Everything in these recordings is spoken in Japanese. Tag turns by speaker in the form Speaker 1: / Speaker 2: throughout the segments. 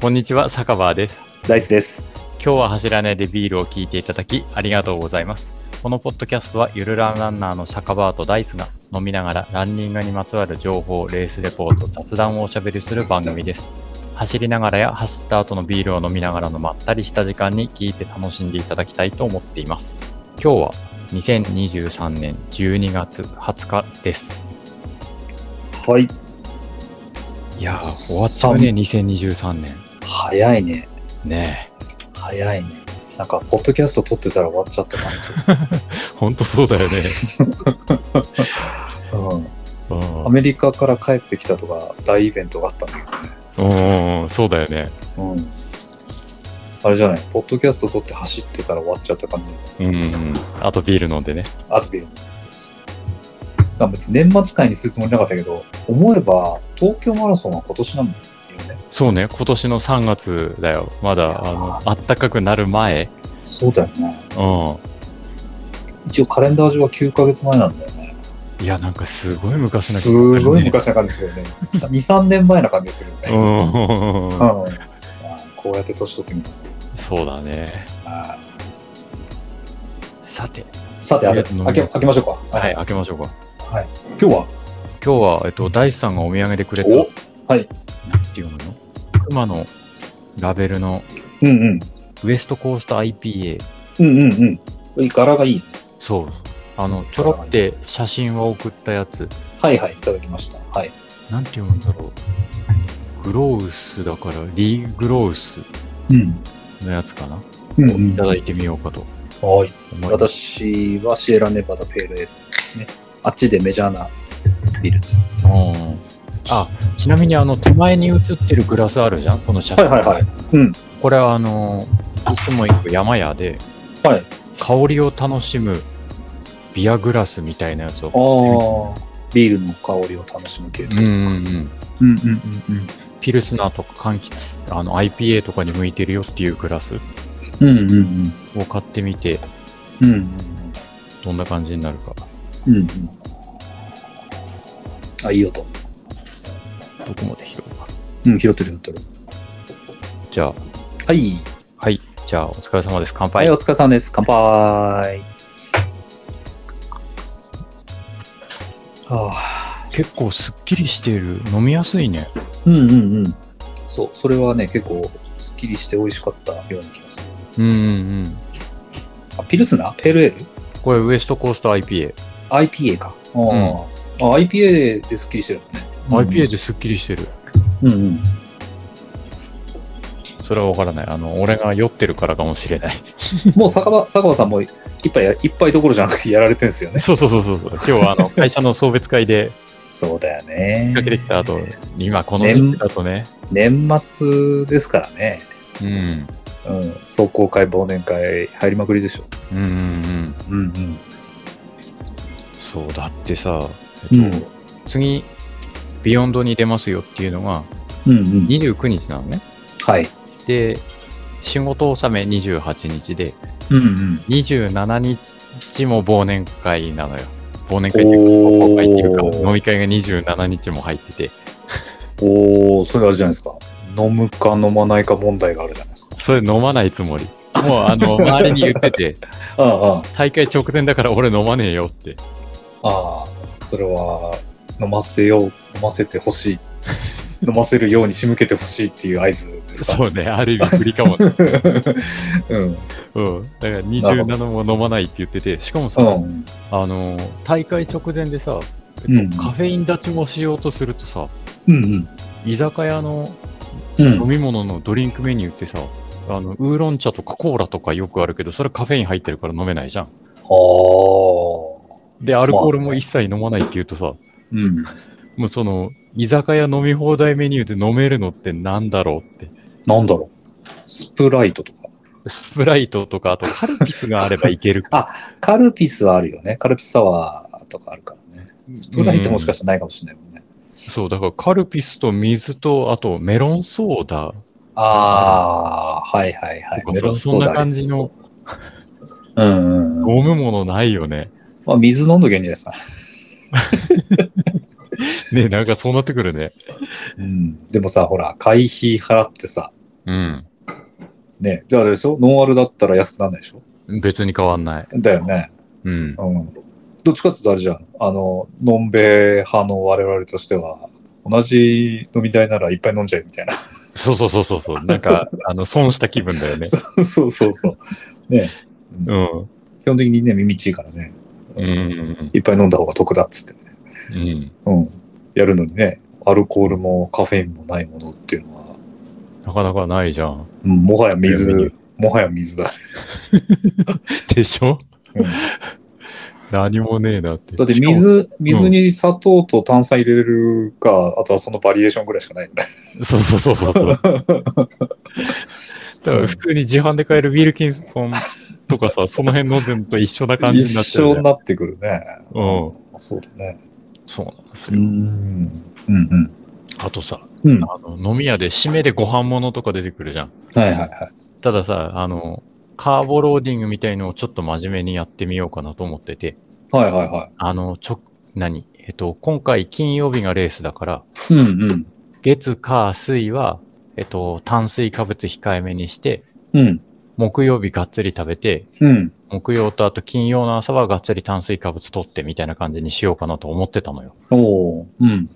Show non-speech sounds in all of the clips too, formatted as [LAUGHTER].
Speaker 1: こんにちは、酒場です。
Speaker 2: ダイスです。
Speaker 1: 今日は走らないでビールを聞いていただきありがとうございます。このポッドキャストはゆるランランナーの酒場とダイスが飲みながらランニングにまつわる情報、レースレポート、雑談をおしゃべりする番組です。走りながらや走った後のビールを飲みながらのまったりした時間に聞いて楽しんでいただきたいと思っています。今日は2023年12月20日です。
Speaker 2: はい。
Speaker 1: いやー、終わっちゃうね、2023年。
Speaker 2: 早いね。
Speaker 1: ね
Speaker 2: 早いね。なんか、ポッドキャスト撮ってたら終わっちゃった感
Speaker 1: え、
Speaker 2: [LAUGHS]
Speaker 1: ほんとそうだよ [LAUGHS] ね。
Speaker 2: じ。うん。
Speaker 1: うん
Speaker 2: アメリカから帰ってきたとか、大イベントがあったんだけ
Speaker 1: うん、そうだよね。
Speaker 2: どね。うん。あれじゃない、ポッドキャスト撮って走ってたら終わっちゃった感じ。
Speaker 1: うん。あとビール飲んでね。
Speaker 2: あとビール飲んでそうそうまあ別に年末会にするつもりなかったけど、思えば、東京マラソンは今年なんだよね。
Speaker 1: そうね、今年の3月だよ。ま
Speaker 2: いや
Speaker 1: だ、
Speaker 2: ー
Speaker 1: あの、あったかくなる前。
Speaker 2: そうだよね。
Speaker 1: う
Speaker 2: 一応カレンダー上は9ヶ月前なんだよね。
Speaker 1: ん。いや、なんかすごい昔な気が
Speaker 2: すごい
Speaker 1: るね
Speaker 2: 昔な感じするよね。2、3年前な感じするよね。
Speaker 1: うん。
Speaker 2: うんうんこうやって年取ってみた
Speaker 1: そうだね。
Speaker 2: あ
Speaker 1: さて、
Speaker 2: ーさて、あれ
Speaker 1: いや
Speaker 2: 開け開けましょうか。
Speaker 1: はい、開けましょうか。
Speaker 2: 今日は、
Speaker 1: 今日は、えっと、大地さんがお土産でくれた、
Speaker 2: おはい。
Speaker 1: なんていうの熊のラベルの
Speaker 2: うんうん。
Speaker 1: ウエストコースト IPA。
Speaker 2: うんうんうん。柄がいい。
Speaker 1: そう。あの、ちょろって写真を送ったやつ。
Speaker 2: はいはい、いただきました。はい。
Speaker 1: なんて読むんだろう。グロウスだから、リー・グロウス
Speaker 2: うん。
Speaker 1: のやつかな。
Speaker 2: うん、
Speaker 1: いただいてみようかと
Speaker 2: はい。
Speaker 1: 思います。
Speaker 2: 私はシエラネバダペールエールですね。あっちでメジャーなビールです。
Speaker 1: うんあ、ちなみにあの手前に写ってるグラスあるじゃん、この写真。
Speaker 2: い。うん。
Speaker 1: これはあの、いつも行く山屋で
Speaker 2: はい。
Speaker 1: 香りを楽しむビアグラスみたいなやつを
Speaker 2: あ
Speaker 1: 買
Speaker 2: ービールの香りを楽しむ系
Speaker 1: って
Speaker 2: 統
Speaker 1: み
Speaker 2: で
Speaker 1: てう
Speaker 2: すか。
Speaker 1: んうんうん。
Speaker 2: うんうんうんうん。
Speaker 1: ピルスナーとか柑橘、あの IPA とかに向いてるよっていうグラス
Speaker 2: うんうんうん。
Speaker 1: を買ってみて、
Speaker 2: うんうん
Speaker 1: どんな感じになるか。
Speaker 2: うん。うんうん。あ、いい音。
Speaker 1: どこまで拾うか。
Speaker 2: うん、拾ってる拾ってる。
Speaker 1: じゃあ、
Speaker 2: はい。
Speaker 1: はい。じゃあ、お疲れ様です。乾
Speaker 2: は
Speaker 1: 杯。
Speaker 2: い、お疲れ様です。乾杯。ああ、
Speaker 1: 結構すっきりしている。飲みやすいね。
Speaker 2: うんうんうん。そう、それはね、結構、すっきりして美味しかったような気がする。
Speaker 1: うんうんうん。
Speaker 2: あ、ピルスナーペールエール
Speaker 1: これウエストコースト IPA。
Speaker 2: ?IPA か。あー、あ、IPA ですっきりしてるもんね。
Speaker 1: IPA ですっきりしてる。
Speaker 2: うんうん。
Speaker 1: それは分からない。あの、俺が酔ってるからかもしれない。 [LAUGHS]
Speaker 2: もう酒場、酒場さんも一杯や、一杯どころじゃなくてやられてるんですよね。
Speaker 1: そうそうそうそうそう。今日はあ [LAUGHS] の、会社の送別会で
Speaker 2: そうだよね [LAUGHS]
Speaker 1: 出か。けてきた後、今この時期だとね。
Speaker 2: 年末ですからね。
Speaker 1: うん。
Speaker 2: うん。壮行会、忘年会入りまくりでしょ。
Speaker 1: うんうんうん。
Speaker 2: うんうん。
Speaker 1: そう、だってさ、
Speaker 2: う
Speaker 1: え
Speaker 2: ん
Speaker 1: っと次、ビヨンドに出ますよっていうのが
Speaker 2: うんうん。
Speaker 1: 29日なのね。
Speaker 2: はい。
Speaker 1: で、仕事納め28日で、
Speaker 2: うんうん。
Speaker 1: 27日も忘年会なのよ。忘年会っていうか、忘年
Speaker 2: お
Speaker 1: 会っていうか、飲
Speaker 2: ー
Speaker 1: み会が27日も入ってて。
Speaker 2: おー、それあれじゃないですか。飲むか飲まないか問題があるじゃないですか。
Speaker 1: それ飲まないつもり。もうあの、 [LAUGHS] 周りに言ってて、
Speaker 2: ああ、あ
Speaker 1: 大会直前だから俺飲まねえよって。
Speaker 2: ああ、それは飲ませよう、飲ませてほ [LAUGHS] しい。飲ませるように仕向けてほしいっていう合図ですか。
Speaker 1: そうね、ある意味不利かもね。
Speaker 2: [LAUGHS] うん。
Speaker 1: うん。だから27も飲まないって言ってて、しかもさ、
Speaker 2: うん。
Speaker 1: あの、大会直前でさ、
Speaker 2: うん
Speaker 1: カフェイン立ちもしようとするとさ、
Speaker 2: うん。
Speaker 1: 居酒屋の
Speaker 2: う
Speaker 1: 飲
Speaker 2: ん。
Speaker 1: み物のドリンクメニューってさ、あの、ウーロン茶とかコーラとかよくあるけど、それカフェイン入ってるから飲めないじゃん。
Speaker 2: ああ。
Speaker 1: で、アルコールも一切飲まないって言うとさ、
Speaker 2: うん。
Speaker 1: もうその、居酒屋飲み放題メニューで飲めるのってなんだろうって。
Speaker 2: なんだろう。スプライトとか。
Speaker 1: スプライトとか、あとカルピスがあればいける。
Speaker 2: カルピスはあるよね。カルピスサワーとかあるからね。 [LAUGHS] スプライトもしか
Speaker 1: し
Speaker 2: したらないかもしれないもんね。
Speaker 1: そう、だからカルピスと水と、あとメロンソーダ。
Speaker 2: ああ、はいはいはい
Speaker 1: そ。うか
Speaker 2: メロン
Speaker 1: そ
Speaker 2: ソーダ
Speaker 1: そんな感じの
Speaker 2: ありそう。うんうんうん。
Speaker 1: 飲むものないよね。
Speaker 2: まあ、水飲んどけんじゃないですか。
Speaker 1: ねなんかそうなってくるね。
Speaker 2: うん。でもさ、ほら、会費払ってさ、
Speaker 1: うん。
Speaker 2: ね。で、あれでしょノンアルだったら安くならないでしょ
Speaker 1: 別に変わんない。
Speaker 2: だよね。
Speaker 1: うん。
Speaker 2: うん。どっちかっていうとあれじゃん。あの、のんべえ派の我々としては、同じ飲み代ならいっぱい飲んじゃえみたいな。 [LAUGHS]
Speaker 1: そうそうそうそうそう。なんか、あの、損した気分だよね。
Speaker 2: [LAUGHS] そうそうそう。ね。うん
Speaker 1: うん。
Speaker 2: 基本的にね、耳ちいいからね。
Speaker 1: うんうん
Speaker 2: いっぱい飲んだ方が得だっつってね。
Speaker 1: うん。うん。
Speaker 2: うん。やるのにね、アルコールもカフェインもないものっていうのは、
Speaker 1: なかなかないじゃん。
Speaker 2: うん、もはや
Speaker 1: いやいや
Speaker 2: 水、もはや水だ。
Speaker 1: でしょ
Speaker 2: うん
Speaker 1: [LAUGHS] 何もねえなって。
Speaker 2: だって水、水に砂糖と炭酸入れるか、あとはそのバリエーションぐらいしかないよね。
Speaker 1: そうそうそうそう
Speaker 2: [LAUGHS]
Speaker 1: そう。だから普通に自販で買えるウィルキンソンとか
Speaker 2: [LAUGHS]
Speaker 1: さ、その辺飲んでると一緒な感じになっ
Speaker 2: 一
Speaker 1: ちゃうじ
Speaker 2: 緒
Speaker 1: ゃ
Speaker 2: に
Speaker 1: ん。
Speaker 2: なってくるね。
Speaker 1: うん。
Speaker 2: そうだね。
Speaker 1: そうなんです
Speaker 2: う
Speaker 1: よ。
Speaker 2: ん。うん
Speaker 1: あとさ、
Speaker 2: うん。うん。
Speaker 1: あの飲み屋で締めでご飯物とか出てくるじゃん。
Speaker 2: はいはいはい。
Speaker 1: たださ、あの、カーボローディングみたいのをちょっと真面目にやってみようかなと思ってて、
Speaker 2: はいはいは
Speaker 1: あの、ちょ、何えっと、今回金曜日がレースだから、
Speaker 2: い。うんうん。
Speaker 1: 月、火、水は、えっと、炭水化物控えめにして、
Speaker 2: うん。
Speaker 1: 木曜日がっつり食べて、
Speaker 2: うん。
Speaker 1: 木曜とあと金曜の朝はがっつり炭水化物取ってみたいな感じにしようかなと思ってたのよ。
Speaker 2: おーうん。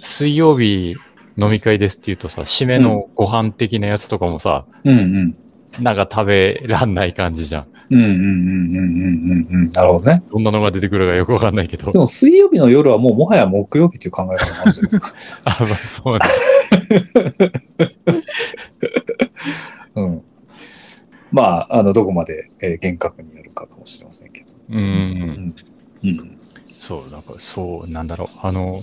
Speaker 1: 水曜日飲み会ですって言うとさ、締めのご飯的なやつとかもさ、
Speaker 2: うんうん。
Speaker 1: なんか食べらんない感じじゃん。
Speaker 2: うんうんうんうんうんうんうん。なるほどね。
Speaker 1: どんなのが出てくるかよくわかんないけど
Speaker 2: で。も水曜日の夜はもうもはや木曜日っていう考え方もあるじゃないです [LAUGHS] か。
Speaker 1: [LAUGHS] あ、まあ、そうだ。
Speaker 2: うん。まあ、あの、どこまで、えー厳格にやるかかもしれませんけど。
Speaker 1: うんうん。
Speaker 2: うん。
Speaker 1: そう、なんか、そう、なんだろう。あの、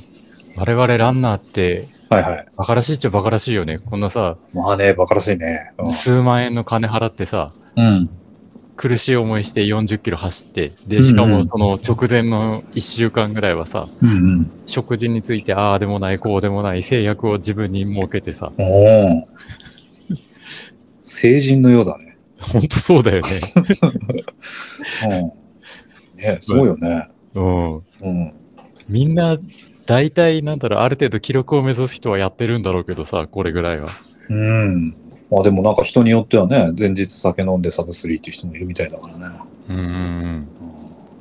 Speaker 1: 我々ランナーって、
Speaker 2: はいはい。
Speaker 1: バカらしいっちゃバカらしいよね。こんなさ、
Speaker 2: まあね、馬鹿らしいね。
Speaker 1: 数万円の金払ってさ、
Speaker 2: うん。
Speaker 1: 苦しい思いして40キロ走って、
Speaker 2: うんう
Speaker 1: で、
Speaker 2: ん
Speaker 1: しかもその直前の1週間ぐらいはさ、
Speaker 2: うんうん。
Speaker 1: 食事についてああでもない、こうでもない制約を自分に設けてさ、
Speaker 2: おお。成人のようだね。
Speaker 1: ほんとそうだよ [LAUGHS] ね。
Speaker 2: うん。ね、そうよね。
Speaker 1: うん。
Speaker 2: うん。
Speaker 1: みんな、大体、なんだろう、ある程度記録を目指す人はやってるんだろうけどさ、これぐらいは。
Speaker 2: うん。まあでもなんか人によってはね、前日酒飲んでサブスリーっていう人もいるみたいだからね。
Speaker 1: うんうん。
Speaker 2: うん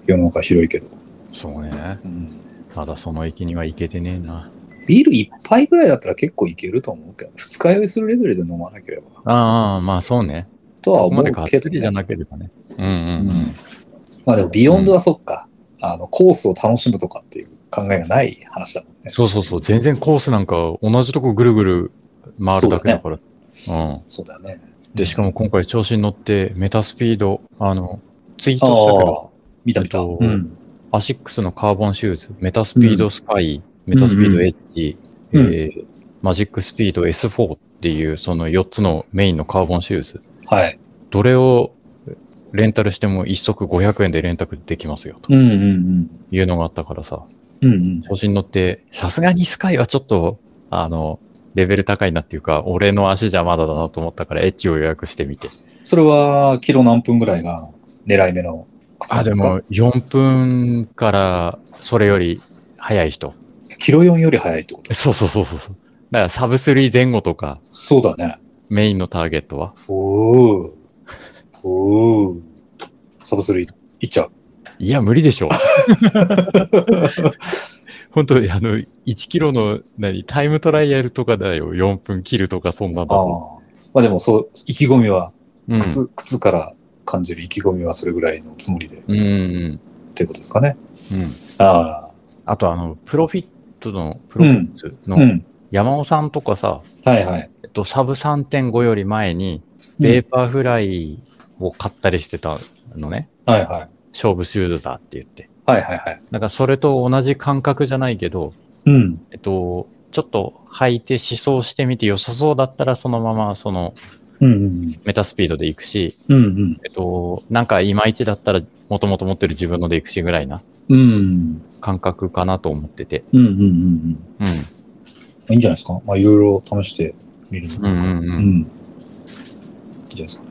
Speaker 2: 世の中広いけど。
Speaker 1: そうね。
Speaker 2: うん
Speaker 1: ただその域には行けてねえな。
Speaker 2: ビール一杯ぐらいだったら結構いけると思うけど、二日酔いするレベルで飲まなければ。
Speaker 1: ああ、まあそうね。
Speaker 2: とは
Speaker 1: ここ
Speaker 2: 思
Speaker 1: ま
Speaker 2: う
Speaker 1: でがっ
Speaker 2: け
Speaker 1: つ
Speaker 2: ど、
Speaker 1: りじゃ
Speaker 2: ね、
Speaker 1: なければね。うんうん
Speaker 2: ん
Speaker 1: う
Speaker 2: うんん。まあでもビヨンドはそっか、あの、コースを楽しむとかっていう考えがない話だもんね。
Speaker 1: そうそうそう。全然コースなんか同じとこぐるぐる回るだけだから。うん。
Speaker 2: そうだよね。
Speaker 1: で、しかも今回調子に乗って、メタスピード、あの、ツイー
Speaker 2: あ
Speaker 1: トしたけど、
Speaker 2: あ、見た見た。
Speaker 1: えっと
Speaker 2: うん。
Speaker 1: アシックスのカーボンシューズ、メタスピードスカイ、メタスピードエッジ、
Speaker 2: うんうん
Speaker 1: えーマジックスピード S4 っていう、その4つのメインのカーボンシューズ、
Speaker 2: はい。
Speaker 1: どれをレンタルしても1足500円でレンタルできますよ、と
Speaker 2: うんうんうん。
Speaker 1: いうのがあったからさ、
Speaker 2: うんうん。
Speaker 1: 調子に乗って、さすがにスカイはちょっと、あの、レベル高いなっていうか、俺の足じゃまだだなと思ったから、エッジを予約してみて。
Speaker 2: それは、キロ何分ぐらいが狙い目の靴な
Speaker 1: あ、
Speaker 2: んで
Speaker 1: です
Speaker 2: か
Speaker 1: も4分からそれより早い人。
Speaker 2: キロ4より早いってこと
Speaker 1: そうそうそうそうそう。だからサブ3前後とか
Speaker 2: そうだね。
Speaker 1: メインのターゲットは。
Speaker 2: おー。おー。サブスルいいっちゃう。
Speaker 1: いや、無理で [LAUGHS] しょ。本当にあの、1キロの何、タイムトライアルとかだよ。4分切るとかそんなんだ
Speaker 2: ああ
Speaker 1: と。。
Speaker 2: まあでもそう、意気込みは、
Speaker 1: うん。
Speaker 2: 靴、靴から感じる意気込みはそれぐらいのつもりで、
Speaker 1: うんうん
Speaker 2: っていうことですかね。
Speaker 1: うん。うん。
Speaker 2: あ
Speaker 1: あとあの、プロフィットの、プロフィッツ
Speaker 2: あ。
Speaker 1: の、
Speaker 2: うん。
Speaker 1: 山尾さんとかさ、
Speaker 2: はいはい。
Speaker 1: えっと、サブ3.5より前に、ベーパーフライを買ったりしてたのね。
Speaker 2: はいはい。
Speaker 1: 勝負シューズだって言って。
Speaker 2: はいはいはい。
Speaker 1: なんかそれと同じ感覚じゃないけど、
Speaker 2: うん。
Speaker 1: えっと、ちょっと履いて試走してみて良さそうだったらそのままその
Speaker 2: うんうん。
Speaker 1: メタスピードで行くし、
Speaker 2: うん
Speaker 1: えっと、なんかいまいちだったらもともと持ってる自分ので行くしぐらいな
Speaker 2: うん。うん。
Speaker 1: 感覚かなと思ってて。
Speaker 2: うんうんうんうん。
Speaker 1: うん。
Speaker 2: いいんじゃないですかまあいろいろ試してみるの
Speaker 1: うんうんう。
Speaker 2: うんん。いいんじゃないですか。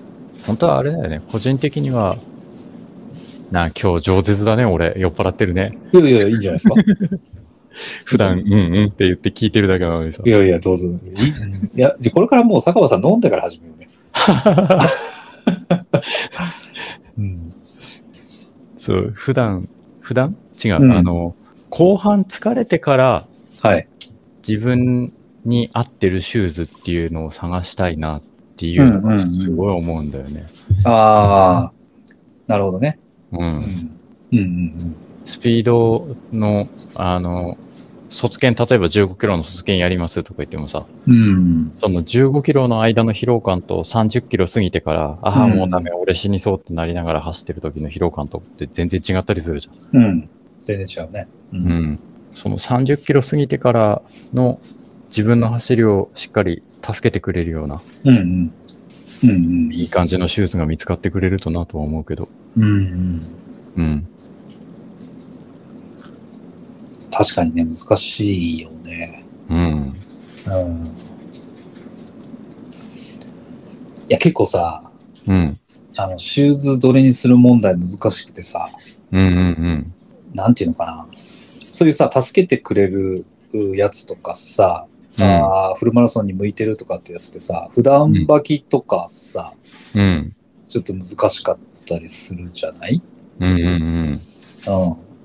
Speaker 1: 本当はあれだよね。個人的には、なあ、今日饒舌だね、俺。酔っ払ってるね。
Speaker 2: [LAUGHS] いやいや、いいんじゃないですか。
Speaker 1: 普段、うんうんって言って聞いてるだけなのにさ
Speaker 2: い。やいや、どうぞ。いいや、じゃあこれからもう坂場さん飲んでから始めようね。うん。
Speaker 1: そう、普段、普段違う、
Speaker 2: うん
Speaker 1: あの、後半疲れてから
Speaker 2: はい。
Speaker 1: 自分に合ってるシューズっていうのを探したいなっていうの
Speaker 2: うんうんうん
Speaker 1: がすごい思うんだよね。
Speaker 2: ああ、なるほどね。
Speaker 1: う。
Speaker 2: うんん。うんうん
Speaker 1: スピードの、あの、卒検、例えば15キロの卒検やりますとか言ってもさ、
Speaker 2: うん。うん。
Speaker 1: その15キロの間の疲労感と30キロ過ぎてから、ああ、
Speaker 2: うん
Speaker 1: もうダメ、俺死にそうってなりながら走ってる時の疲労感とって全然違ったりするじゃ。
Speaker 2: うん。全然違うね。うん。
Speaker 1: うんん。その30キロ過ぎてからの自分の走りをしっかり助けてくれるような、
Speaker 2: うんうん。うんうん。
Speaker 1: いい感じのシューズが見つかってくれるとなとは思うけど。
Speaker 2: うんうん。
Speaker 1: うん。
Speaker 2: 確かにね、難しいよね。
Speaker 1: うん。
Speaker 2: うん。いや、結構さ、
Speaker 1: うん。
Speaker 2: あの、シューズどれにする問題難しくてさ、
Speaker 1: うんうん
Speaker 2: なんていうのかな。そういうさ、助けてくれるうやつとかさ、
Speaker 1: うん。
Speaker 2: あーフルマラソンに向いてるとかってやつってさ、普段履きとかさ、
Speaker 1: うん。
Speaker 2: ちょっと難しかったりするじゃない
Speaker 1: うんうんうん。
Speaker 2: うん。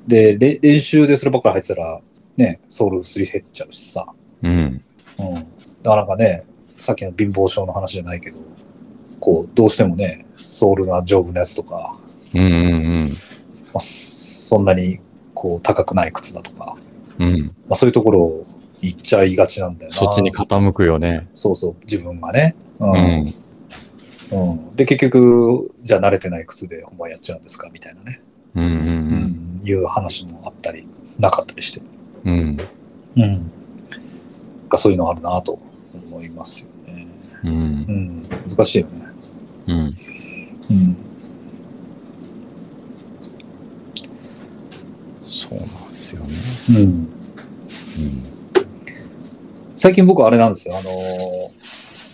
Speaker 2: で、れ練習でそればっかり入ってたら、ね、ソウルすり減っちゃうしさ。
Speaker 1: うん。
Speaker 2: うん。だからなんかね、さっきの貧乏症の話じゃないけど、こう、どうしてもね、ソウルな丈夫なやつとか、
Speaker 1: うんうん
Speaker 2: まあ、そんなに、こう、高くない靴だとか、
Speaker 1: うん。うん。
Speaker 2: まあ、そういうところを言っちゃいがちなんだよな。
Speaker 1: そっちに傾くよね。
Speaker 2: そうそう、自分がね。う
Speaker 1: うん。
Speaker 2: ん。うん、で、結局、じゃあ慣れてない靴で本番やっちゃうんですかみたいなね。
Speaker 1: うんうん
Speaker 2: ん。いう話もあったり、なかったりして。
Speaker 1: うん。うん。
Speaker 2: うん。がそういうのあるなと思いますよね。
Speaker 1: うん。
Speaker 2: うん。難しいよね。
Speaker 1: うん。
Speaker 2: うん。
Speaker 1: そうなんですよね。
Speaker 2: うん。最近僕はあれなんですよ。あのー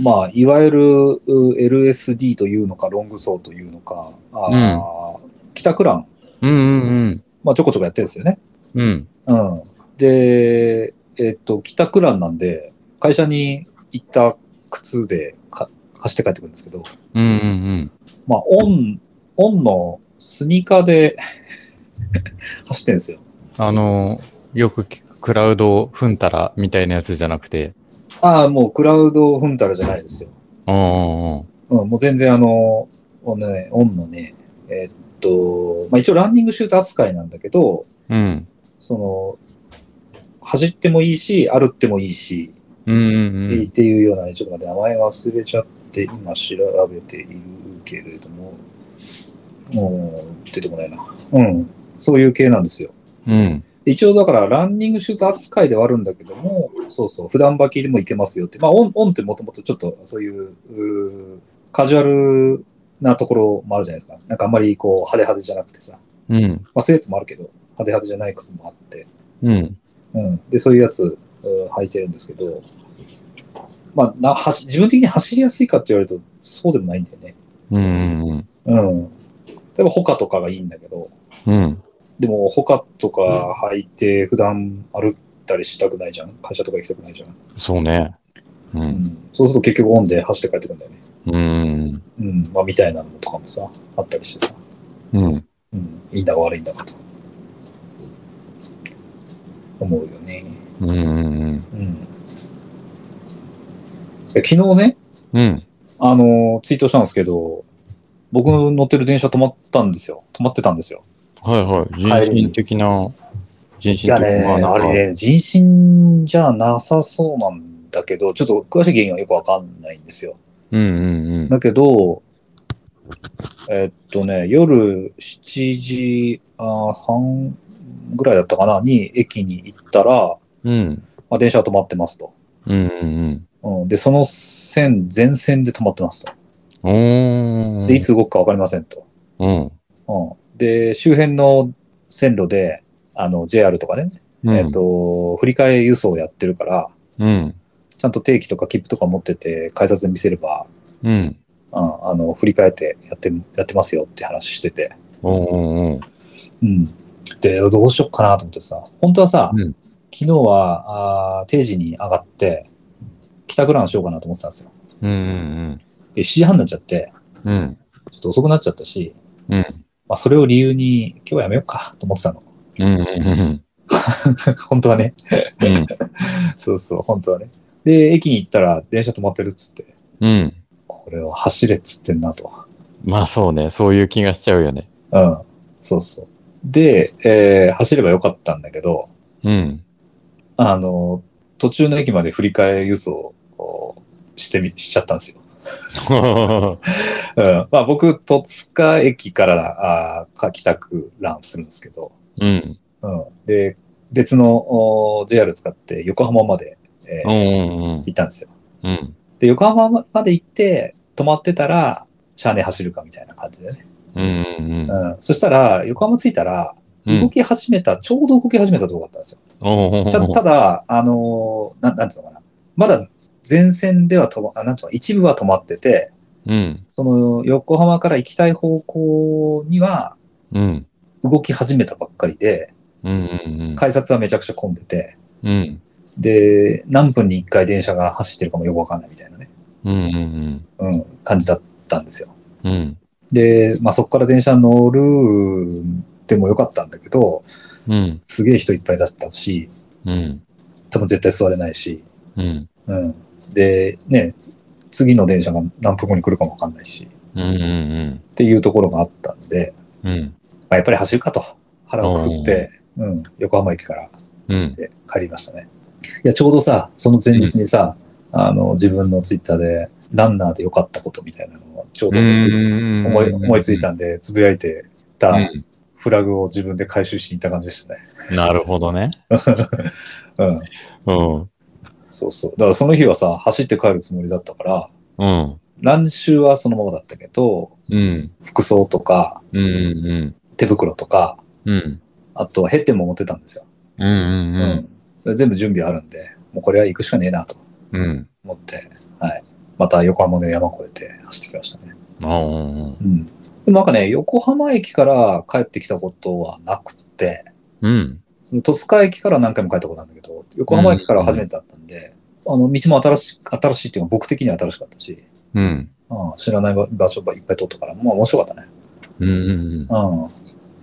Speaker 2: まあ、いわゆるう LSD というのか、ロングソーというのか、あー北クラン、
Speaker 1: うん。うんうん
Speaker 2: まあ、ちょこちょこやってるんですよね。
Speaker 1: うん。うん。
Speaker 2: うん。で、えっと、北クランなんで、会社に行った靴でか貸して帰ってくるんですけど、
Speaker 1: うんうん
Speaker 2: まあ、オン、オンのスニーカーで [LAUGHS] 走ってるんですよ。
Speaker 1: あの、よく聞くクラウド踏んたらみたいなやつじゃなくて。
Speaker 2: ああ、もうクラウドフンタラじゃないですよ。
Speaker 1: うんうん
Speaker 2: うん、もう全然あの、あのね、オンのね、えっと、まあ、一応ランニングシューズ扱いなんだけど、
Speaker 1: うん。
Speaker 2: その、走ってもいいし、歩ってもいいし、
Speaker 1: うんうんうん
Speaker 2: っていうようなね、ちょっと待って、名前忘れちゃって、今調べているけれども、もう出てこないな。うん、そういう系なんですよ。
Speaker 1: うん。うん。
Speaker 2: 一応だから、ランニングシューズ扱いではあるんだけども、そうそう、普段履きでもいけますよって。まあ、オン、オンってもともとちょっと、そういう、うーカジュアルなところもあるじゃないですか。なんかあんまりこう、派手派手じゃなくてさ。
Speaker 1: うん。
Speaker 2: まあ、そういうやつもあるけど、派手派手じゃない靴もあって。
Speaker 1: うん。
Speaker 2: うん。で、そういうやつ、うん履いてるんですけど、まあ、な、走、自分的に走りやすいかって言われると、そうでもないんだよね。
Speaker 1: うんうん
Speaker 2: うん。例えば、ホカとかがいいんだけど、
Speaker 1: うん。
Speaker 2: でも、ホカとか履いて、普段歩ったりしたくないじゃん。会社とか行きたくないじゃん。
Speaker 1: そうね。うん。
Speaker 2: そうすると結局オンで走って帰ってくるんだよね。
Speaker 1: うん。
Speaker 2: うん。まあ、みたいなのとかもさ、あったりしてさ。
Speaker 1: うん。
Speaker 2: うん。いいんだか悪いんだかと。思うよね。
Speaker 1: うんうん
Speaker 2: うん。昨日ね、
Speaker 1: うん。
Speaker 2: あの、ツイートしたんですけど、僕の乗ってる電車止まったんですよ。止まってたんですよ。
Speaker 1: はいはい。人身的な、人身
Speaker 2: い
Speaker 1: 的
Speaker 2: やね、
Speaker 1: な、
Speaker 2: あれね、人身じゃなさそうなんだけど、ちょっと詳しい原因はよくわかんないんですよ。
Speaker 1: うんうん
Speaker 2: だけど、えっとね、夜7時あ半ぐらいだったかな、に駅に行ったら、
Speaker 1: うん。うん。
Speaker 2: まあ、電車は止まってますと、
Speaker 1: うんうん
Speaker 2: うん。で、その線、全線で止まってますと。
Speaker 1: うん。おー。
Speaker 2: で、いつ動くかわかりませんと。
Speaker 1: うん。
Speaker 2: うん、で、周辺の線路で、あの、JR とかね、
Speaker 1: うん。
Speaker 2: えっと、振り替え輸送をやってるから、
Speaker 1: うん。
Speaker 2: ちゃんと定期とか切符とか持ってて、改札に見せれば、
Speaker 1: うん。
Speaker 2: うん、あの、振り替えてやって、やってますよって話してて。
Speaker 1: おー。
Speaker 2: うん。で、どうしよっかなと思ってさ、本当はさ、
Speaker 1: うん
Speaker 2: 昨日は、あー定時に上がって、帰宅ランしようかなと思ってたんですよ。
Speaker 1: うんうん
Speaker 2: で7時半になっちゃって、
Speaker 1: うん。うん。
Speaker 2: ちょっと遅くなっちゃったし、
Speaker 1: うん
Speaker 2: まあ、それを理由に、今日はやめようかと思ってたの。 [LAUGHS]
Speaker 1: うんうんうん
Speaker 2: 本当はね。
Speaker 1: うん。
Speaker 2: そうそう、本当はね。で、駅に行ったら電車止まってるっつって、
Speaker 1: うん。
Speaker 2: これは走れっつってんなと。
Speaker 1: まあそうね、そういう気がしちゃうよね。
Speaker 2: うん。そうそう。で、えー走ればよかったんだけど、
Speaker 1: うん。
Speaker 2: あの、途中の駅まで振り替え輸送をしてみ、しちゃったんですよ。うん。まあ僕、戸塚駅から、あーか帰宅ランするんですけど、
Speaker 1: うん。
Speaker 2: うん。で、別のお JR 使って横浜まで、え
Speaker 1: う
Speaker 2: ー
Speaker 1: んうん
Speaker 2: 行ったんですよ。
Speaker 1: うん。うん。
Speaker 2: で、横浜まで行って、止まってたら、シャーネ走るかみたいな感じでね。
Speaker 1: うんうんうん。
Speaker 2: うん。そしたら、横浜着いたら、
Speaker 1: うん
Speaker 2: 動き始めた、ちょうど動き始めたとこだったんですよ。
Speaker 1: おー
Speaker 2: たただ、あのーなん、なんていうのかな。まだ前線では止ま、あなんていうの、一部は止まってて、
Speaker 1: うん。
Speaker 2: その横浜から行きたい方向には
Speaker 1: うん。
Speaker 2: 動き始めたばっかりで、
Speaker 1: うんうん
Speaker 2: 改札はめちゃくちゃ混んでて、
Speaker 1: うん。うん。
Speaker 2: で、何分に1回電車が走ってるかもよくわかんないみたいなね、
Speaker 1: うんうん
Speaker 2: うん、感じだったんですよ。
Speaker 1: うん。うん。
Speaker 2: で、まあそこから電車乗るでもよかったんだけど、
Speaker 1: うん。
Speaker 2: すげえ人いっぱいだったし、
Speaker 1: うん。
Speaker 2: 多分絶対座れないし、
Speaker 1: うん。
Speaker 2: うん。で、ね、次の電車が何分後に来るかもわかんないし、
Speaker 1: うん。うん。
Speaker 2: っていうところがあったんで、
Speaker 1: うん。
Speaker 2: まあ、やっぱり走るかと腹をくくって、うん、横浜駅から
Speaker 1: うん。
Speaker 2: して帰りましたね。いや、ちょうどさ、その前日にさ、あの、自分のツイッターで、ランナーで良かったことみたいなのをちょうどねつい思い思いついたんで、つぶやいてた
Speaker 1: うん
Speaker 2: フラグを自分で回収しに行った感じでしたね。
Speaker 1: なるほどね。
Speaker 2: うん。
Speaker 1: うん。
Speaker 2: そうそう。だからその日はさ、走って帰るつもりだったから、
Speaker 1: うん。
Speaker 2: ランシュはそのままだったけど、
Speaker 1: うん。
Speaker 2: 服装とか、
Speaker 1: うん。うん。
Speaker 2: 手袋とか、
Speaker 1: うん。
Speaker 2: あとヘッテンも持ってたんですよ。
Speaker 1: うん。うん。
Speaker 2: うん、全部準備あるんで、もうこれは行くしかねえなと
Speaker 1: うん。
Speaker 2: 思って、はい。また横浜の山越えて走ってきましたね。
Speaker 1: うん。
Speaker 2: うん。でもなんかね、横浜駅から帰ってきたことはなくって、
Speaker 1: うん。
Speaker 2: その戸塚駅から何回も帰ったことなんだけど、横浜駅から初めてだったんで、あの、道も新しい、新しいっていうか僕的には新しかったし、
Speaker 1: うん。
Speaker 2: うん、知らない場所ばいっぱい通ったから、まあ面白かったね。
Speaker 1: うん。
Speaker 2: うん。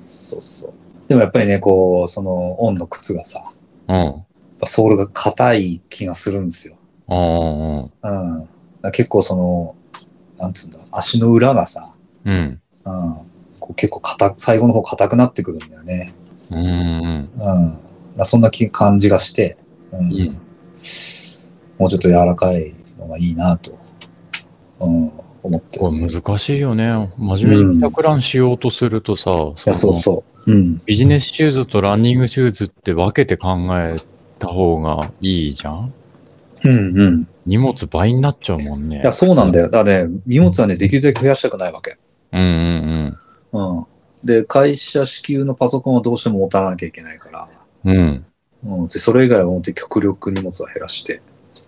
Speaker 2: そうそう。でもやっぱりね、こう、その、オンの靴がさ、やっ
Speaker 1: うん。
Speaker 2: ぱソールが硬い気がするんですよ。
Speaker 1: うん。
Speaker 2: うん。だから結構その、なんつうんだ、足の裏がさ、
Speaker 1: うん。
Speaker 2: うん、こう結構硬く、最後の方硬くなってくるんだよね。
Speaker 1: うん。
Speaker 2: うん。まあ、そんな気感じがして、う
Speaker 1: う
Speaker 2: ん。
Speaker 1: ん
Speaker 2: もうちょっと柔らかいのがいいなと、うん、思って。
Speaker 1: これ難しいよね。真面目に着乱しようとするとさ、
Speaker 2: いや、そうそう。うん。
Speaker 1: ビジネスシューズとランニングシューズって分けて考えた方がいいじゃん
Speaker 2: うんうん。
Speaker 1: 荷物倍になっちゃうもんね。
Speaker 2: いや、そうなんだよ。だからね、荷物はね、できるだけ増やしたくないわけ。
Speaker 1: うんうん
Speaker 2: うん。で、会社支給のパソコンはどうしても持たなきゃいけないから、
Speaker 1: うん。うん。
Speaker 2: うん。で、それ以外は本当に極力荷物は減らして、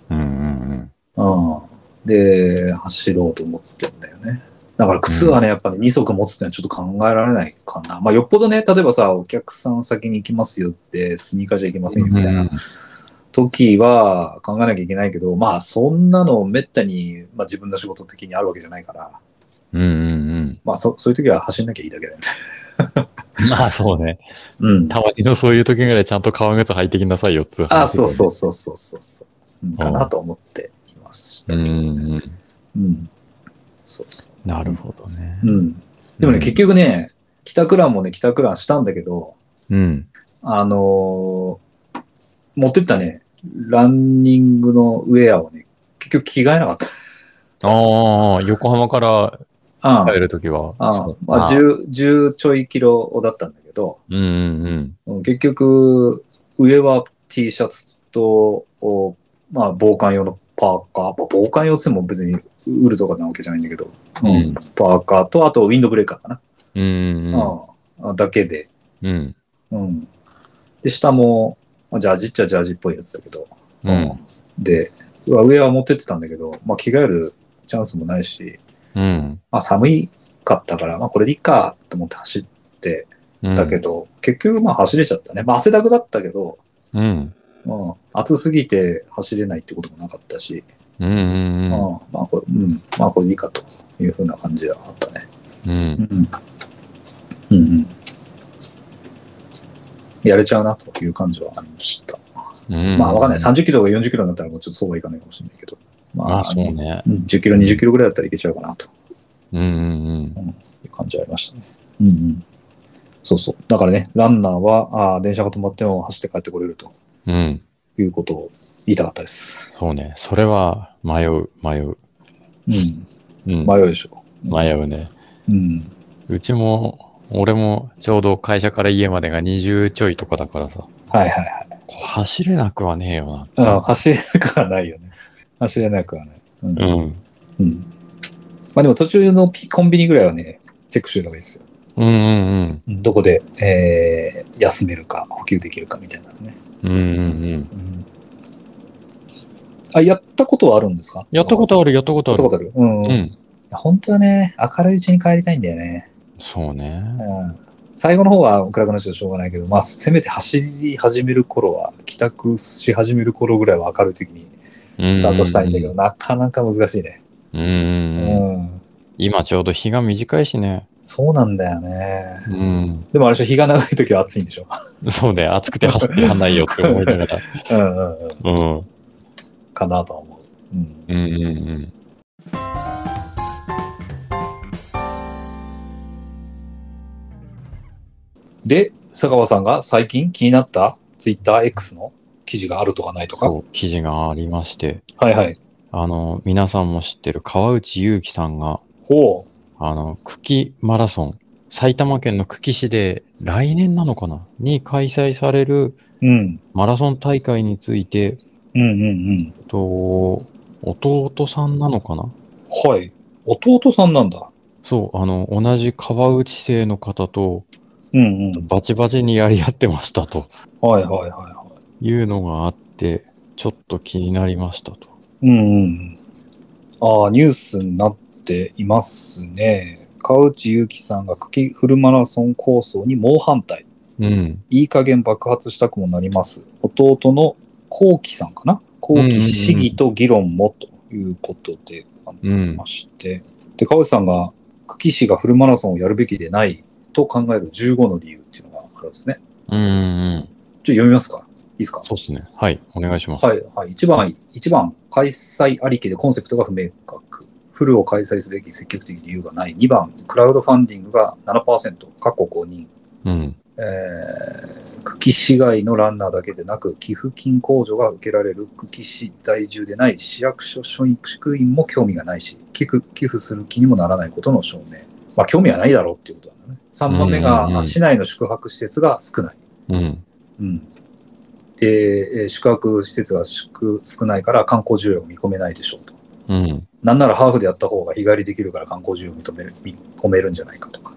Speaker 1: うんうん
Speaker 2: うん。で、走ろうと思ってんだよね。だから靴はね、やっぱり、ね、2足持つってのはちょっと考えられないかな。まあ、よっぽどね、例えばさ、お客さん先に行きますよって、スニーカーじゃ行けません
Speaker 1: う
Speaker 2: よ
Speaker 1: ん。
Speaker 2: みたいな時は考えなきゃいけないけど、まあ、そんなのめったに、まあ、自分の仕事的にあるわけじゃないから、
Speaker 1: うんうんうん。
Speaker 2: まあ、そそういう時は走んなきゃいいだけだよね。
Speaker 1: まあそうね。
Speaker 2: うん。
Speaker 1: たまにのそういう時ぐらいちゃんと革靴履いてきなさいよっつう話だよね。
Speaker 2: あ、そうそうそうそうそうそううん。かなと思っていました
Speaker 1: う
Speaker 2: け
Speaker 1: ん
Speaker 2: ど
Speaker 1: う
Speaker 2: ね。
Speaker 1: んうん。
Speaker 2: うん。そうそ
Speaker 1: なるほどね。
Speaker 2: う。うん。でもね、
Speaker 1: うん
Speaker 2: 結局ね、帰宅ランもね、帰宅ランしたんだけど、
Speaker 1: うん。
Speaker 2: あのー持ってったね、ランニングのウェアをね、結局着替えなかっ
Speaker 1: ああ、横浜から
Speaker 2: た。うん。
Speaker 1: 帰るときは。
Speaker 2: うん。まあ、
Speaker 1: う
Speaker 2: 10、10ちょいキロだったんだけど、
Speaker 1: んうんうん。
Speaker 2: うん結局、上は T シャツと、おまあ、防寒用のパーカー。まあ防寒用っつっても別にウールとかなわけじゃないんだけど、うん
Speaker 1: うん
Speaker 2: パーカーと、あとウィンドブレーカーかな。
Speaker 1: うん
Speaker 2: うんあだけで。
Speaker 1: うん。うん。
Speaker 2: うん。で、下も、まあジャージっちゃジャージっぽいやつだけど。
Speaker 1: うん。
Speaker 2: で、うわ上は持ってってたんだけど、まあ、着替えるチャンスもないし、
Speaker 1: うん。
Speaker 2: まあ、寒いかったから、まあ、これでいいかと思って走って
Speaker 1: うん。
Speaker 2: たけど、結局、まあ、走れちゃったね。まあ、汗だくだったけど、
Speaker 1: うん。
Speaker 2: うん、暑すぎて走れないってこともなかったし、
Speaker 1: うんうん
Speaker 2: うんまあこれ、うん、まあこれいいかというふうな感じはあったね。
Speaker 1: うん。うん
Speaker 2: うん。うんうん。やれちゃうなという感じはありました。
Speaker 1: うん。
Speaker 2: まあわかんない。30キロとか40キロになったらもうちょっとそうはいかないかもしれないけど。ま
Speaker 1: まあ、そうね。
Speaker 2: うん10キロ、20キロぐらいだったらいけちゃうかなと
Speaker 1: うんうん
Speaker 2: いう感じはありましたね。うんうん。そうそう。だからね、ランナーは、あー電車が止まっても走って帰ってこれると
Speaker 1: うん。うん。
Speaker 2: いうことを言いたかったです。
Speaker 1: そうね。それは迷う、迷う。
Speaker 2: うん。
Speaker 1: うん。
Speaker 2: 迷うでしょ。
Speaker 1: 迷うね。
Speaker 2: うん。
Speaker 1: うちも、俺もちょうど会社から家までが20ちょいとかだからさ、
Speaker 2: はいはいはい。
Speaker 1: こう走れなくはねえよ
Speaker 2: あ
Speaker 1: な。
Speaker 2: ー走れなくはないよね。走れなくはない。うん
Speaker 1: うん。
Speaker 2: うん。まあでも途中のピコンビニぐらいはね、チェックしといた方がいいですよ。
Speaker 1: うんうん
Speaker 2: どこで、えー休めるか、補給できるかみたいなのね。
Speaker 1: うん。うんうんうん。
Speaker 2: あ、やったことはあるんですか
Speaker 1: やったことあ
Speaker 2: る。
Speaker 1: る、やったこと
Speaker 2: や
Speaker 1: あ
Speaker 2: った
Speaker 1: る
Speaker 2: こと。ある。うん。
Speaker 1: う
Speaker 2: い
Speaker 1: ん。
Speaker 2: や本当はね、明るいうちに帰りたいんだよね。
Speaker 1: そうね。
Speaker 2: うん。最後の方は暗くなっちゃうとしょうがないけど、まあ、せめて走り始める頃は、帰宅し始める頃ぐらいは明るい時に
Speaker 1: うん。
Speaker 2: スタートしたいんだけど、。なかなか難しいね。
Speaker 1: うんうんうん。
Speaker 2: うん、
Speaker 1: 今ちょうど日が短いしね。
Speaker 2: そうなんだよね。
Speaker 1: うん。
Speaker 2: でもあれでしょ、日が長い時は暑いんでしょ。 [LAUGHS]
Speaker 1: そうね。暑くて走ってやんないよって思いな [LAUGHS] がら。
Speaker 2: うんうんうん。
Speaker 1: うん。
Speaker 2: かなとは思う。うん。
Speaker 1: うんうんうん。
Speaker 2: で、佐川さんが最近気になったツイッター X の記事があるとかないとか。
Speaker 1: そう記事がありまして、
Speaker 2: はいはい。
Speaker 1: あの、皆さんも知ってる川内優輝さんが、
Speaker 2: ほ
Speaker 1: あの、久喜マラソン、埼玉県の久喜市で来年なのかなに開催される
Speaker 2: う。うん。
Speaker 1: マラソン大会について、
Speaker 2: うんうん
Speaker 1: と、弟さんなのかな
Speaker 2: うん。はい。弟さんなんだ。
Speaker 1: そう、あの、同じ川内生の方と
Speaker 2: うんうん。
Speaker 1: バチバチにやり合ってましたと
Speaker 2: はいはいはいは
Speaker 1: いうのがあって、ちょっと気になりましたと。
Speaker 2: い。うんうん。ああ、ニュースになっていますね。川内優輝さんが茎フルマラソン構想に猛反対。
Speaker 1: うん。
Speaker 2: いい加減爆発したくもなります。弟の幸喜さんかな幸喜市議と議論もということでありまして、で、川内さんが、久喜市がフルマラソンをやるべきでないと考える15の理由っていうのがあるんですね。
Speaker 1: うんうんうん。
Speaker 2: ちょっと読みますかいいですか
Speaker 1: そうですね。はい。お願いします。
Speaker 2: はい、はい。一番、一番、開催ありきでコンセプトが不明確。フルを開催すべき積極的理由がない。2番、クラウドファンディングが7%、過去5人。
Speaker 1: うん。
Speaker 2: えー久喜市外のランナーだけでなく、寄付金控除が受けられる久喜市在住でない市役所職員も興味がないし、寄付寄付する気にもならないことの証明。まあ、興味はないだろうっていうことなんだね。3番目
Speaker 1: うんうんう
Speaker 2: が、
Speaker 1: ん
Speaker 2: 市内の宿泊施設が少ない。
Speaker 1: うん。
Speaker 2: うん。で、えー宿泊施設が宿少ないから観光需要を見込めないでしょうと。
Speaker 1: うん。
Speaker 2: なんならハーフでやった方が日帰りできるから観光需要を認める見込めるんじゃないかとか。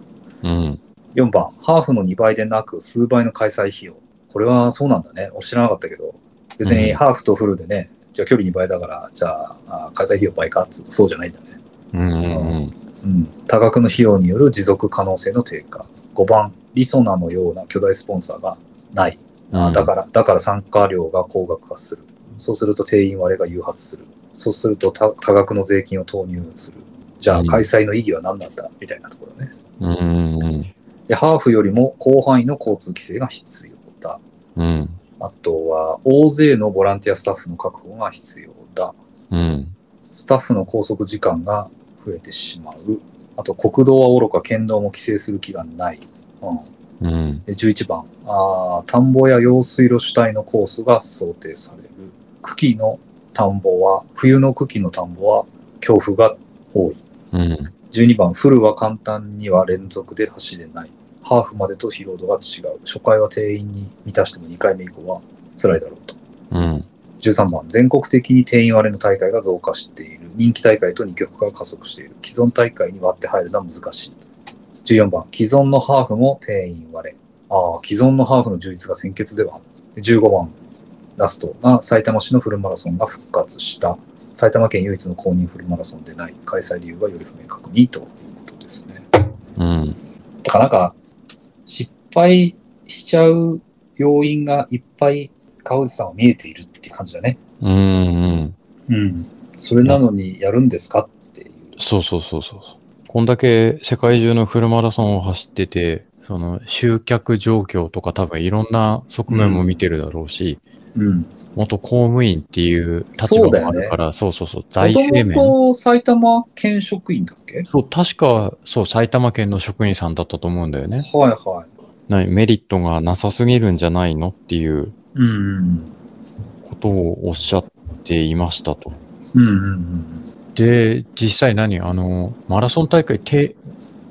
Speaker 1: うん。
Speaker 2: 4番、ハーフの2倍でなく数倍の開催費用。これはそうなんだね。俺知らなかったけど、別に
Speaker 1: うん
Speaker 2: ハーフとフルでね、じゃあ距離2倍だから、じゃああ開催費用倍かっつうとそうじゃないんだね。
Speaker 1: うん。
Speaker 2: うん。多額の費用による持続可能性の低下。5番、リソナのような巨大スポンサーがない。あだから、だから参加料が高額化する。そうすると定員割れが誘発する。そうすると多多額の税金を投入する。じゃあ
Speaker 1: うん
Speaker 2: 開催の意義は何なんだみたいなところね。
Speaker 1: ら。うん。うん。
Speaker 2: で、ハーフよりも広範囲の交通規制が必要だ。
Speaker 1: うん。
Speaker 2: あとは、大勢のボランティアスタッフの確保が必要だ。
Speaker 1: うん。
Speaker 2: スタッフの拘束時間が増えてしまう。あと、国道はおろか、県道も規制する気がない。うん、
Speaker 1: うん。
Speaker 2: で11番あー、田んぼや用水路主体のコースが想定される。茎の田んぼは、冬の茎の田んぼは強風が多い。
Speaker 1: うん。
Speaker 2: 12番、フルは簡単には連続で走れない。ハーフまでと疲労度が違う。初回は定員に満たしても2回目以降は辛いだろうと。
Speaker 1: うん。
Speaker 2: 13番、全国的に定員割れの大会が増加している。人気大会と二極化が加速している。既存大会に割って入るのは難しい。14番、既存のハーフも定員割れ。ああ、既存のハーフの充実が先決ではある。15番、ラストが埼玉市のフルマラソンが復活した。埼玉県唯一の公認フルマラソンでない。開催理由がより不明確にということですね。
Speaker 1: うん。
Speaker 2: だからなんか、失敗しちゃう要因がいっぱい川内さんは見えているっていう感じだね。
Speaker 1: うんうん。
Speaker 2: うん。それなのにやるんですかっていう。
Speaker 1: そうそうそうそう。こんだけ世界中のフルマラソンを走ってて、その集客状況とか多分いろんな側面も見てるだろうし、
Speaker 2: うん。
Speaker 1: 元公務員っていう立
Speaker 2: そ
Speaker 1: 場
Speaker 2: うだよ
Speaker 1: もあ
Speaker 2: ね
Speaker 1: るから、そうそうそう財
Speaker 2: もと
Speaker 1: 政
Speaker 2: も
Speaker 1: 面。
Speaker 2: と埼玉県職員だっけ
Speaker 1: そう、確か、そう、埼玉県の職員さんだったと思うんだよね。
Speaker 2: はいはい。
Speaker 1: なメリットがなさすぎるんじゃないのっていう
Speaker 2: うんうん
Speaker 1: ことをおっしゃっていましたと。
Speaker 2: うん。うんうんうん。
Speaker 1: で、実際何あの、マラソン大会、て、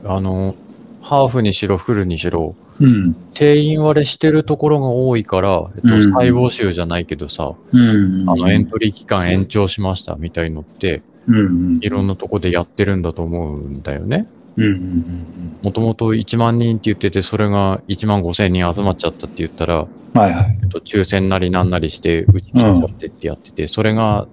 Speaker 1: あの、ハーフにしろ、フルにしろ、
Speaker 2: うん。
Speaker 1: 定員割れしてるところが多いから、えっと、
Speaker 2: うん
Speaker 1: 細胞集じゃないけどさ、
Speaker 2: うんうん。
Speaker 1: あの、エントリー期間延長しましたみたいのって、
Speaker 2: うんうん。
Speaker 1: いろんなとこでやってるんだと思うんだよね。
Speaker 2: うんうんうん
Speaker 1: もともと1万人って言ってて、それが1万5千人集まっちゃったって言ったら、
Speaker 2: うん。はいはい。
Speaker 1: えっと、抽選なりなんなりして、打ち切っちゃってってやってて、それが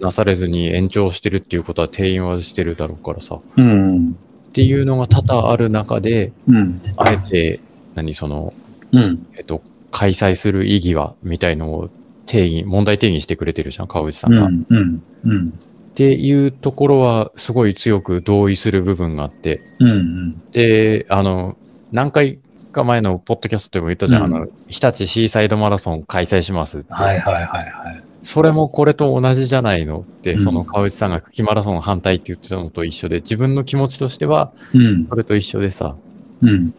Speaker 1: なされずに延長してるっていうことは定員割れしてるだろうからさ、
Speaker 2: うん。うん
Speaker 1: っていうのが多々ある中で、
Speaker 2: うん。うん。
Speaker 1: あえて、何その、
Speaker 2: うん。
Speaker 1: えっと、開催する意義は、みたいのを定義、問題定義してくれてるじゃん、川内さん
Speaker 2: う
Speaker 1: が。っ
Speaker 2: ん。うん。うん。
Speaker 1: ていうところは、すごい強く同意する部分があって、
Speaker 2: うん。
Speaker 1: で、あの、何回か前のポッドキャストでも言ったじゃん、
Speaker 2: うん
Speaker 1: あの、日立シーサイドマラソン開催しますって。
Speaker 2: はいはいはいはい。
Speaker 1: それもこれと同じじゃないのって、
Speaker 2: うん
Speaker 1: その川内さんが茎マラソン反対って言ってたのと一緒で、自分の気持ちとしては、
Speaker 2: うん。
Speaker 1: それと一緒でさ、
Speaker 2: うん。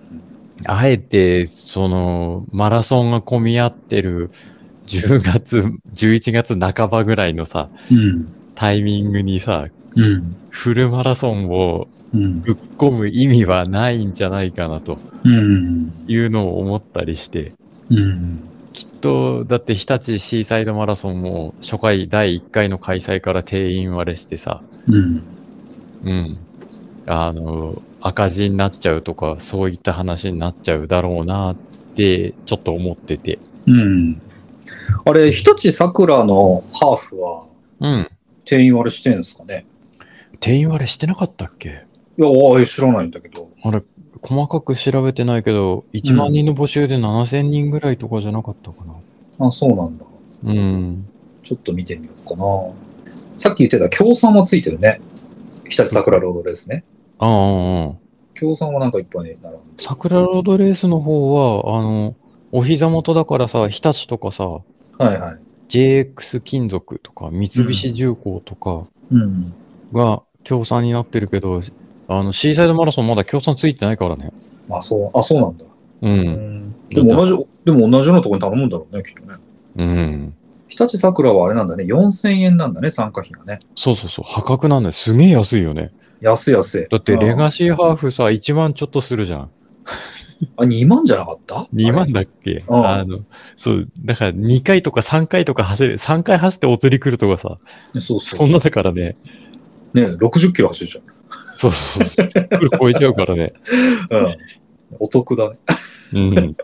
Speaker 1: あえて、その、マラソンが混み合ってる10月、11月半ばぐらいのさ、
Speaker 2: うん。
Speaker 1: タイミングにさ、
Speaker 2: うん。
Speaker 1: フルマラソンを
Speaker 2: うん。
Speaker 1: ぶっ込む意味はないんじゃないかなと
Speaker 2: うん。
Speaker 1: いうのを思ったりして、
Speaker 2: うん。
Speaker 1: きっと、だって日立シーサイドマラソンも初回第1回の開催から定員割れしてさ、
Speaker 2: うん。
Speaker 1: うん。あの、赤字になっちゃうとか、そういった話になっちゃうだろうなって、ちょっと思ってて。
Speaker 2: うん。あれ、日立さくらのハーフは
Speaker 1: うん。
Speaker 2: 定員割れしてるんですかね
Speaker 1: 定員割れしてなかったっけ
Speaker 2: いや、おい知らないんだけど。
Speaker 1: あれ、細かく調べてないけど、1万人の募集で7000人ぐらいとかじゃなかったかな。
Speaker 2: あ、そうなんだ。
Speaker 1: うん。
Speaker 2: ちょっと見てみようかな。さっき言ってた協賛はついてるね。日立さくらロードレースね。
Speaker 1: ああああ、ああ
Speaker 2: 協賛はなんかいっぱい並んで。
Speaker 1: 桜ロードレースの方は、あの、お膝元だからさ、日立とかさ、
Speaker 2: はいはい。
Speaker 1: JX 金属とか、三菱重工とか、
Speaker 2: うん。
Speaker 1: が協賛になってるけど、あの、シーサイドマラソンまだ協賛ついてないからね。
Speaker 2: あ、そう、あ、そうなんだ。
Speaker 1: う。
Speaker 2: うんん。でも同じ、でも同じようなところに頼むんだろうね、きっとね。
Speaker 1: うん。
Speaker 2: 日立さくらはあれなんだね。4000円なんだね、参加費がね。
Speaker 1: そうそうそう。破格なんだよ。すげえ安いよね。
Speaker 2: 安い安い。
Speaker 1: だって、レ
Speaker 2: あ
Speaker 1: ガシーハーフさ、1万ちょっとするじゃん。
Speaker 2: あ、2万じゃなかった
Speaker 1: 2万だ
Speaker 2: だ。
Speaker 1: っけ
Speaker 2: うん
Speaker 1: あの、そう、だから2回とか3回とか走る、3回走ってお釣り来るとかさ、
Speaker 2: そうそ
Speaker 1: そ。
Speaker 2: うん
Speaker 1: なだからね。
Speaker 2: ね、60キロ走るじゃん。
Speaker 1: そうそうそう。これ超えちゃうからね。
Speaker 2: うん。お得だね。
Speaker 1: うん。
Speaker 2: うん。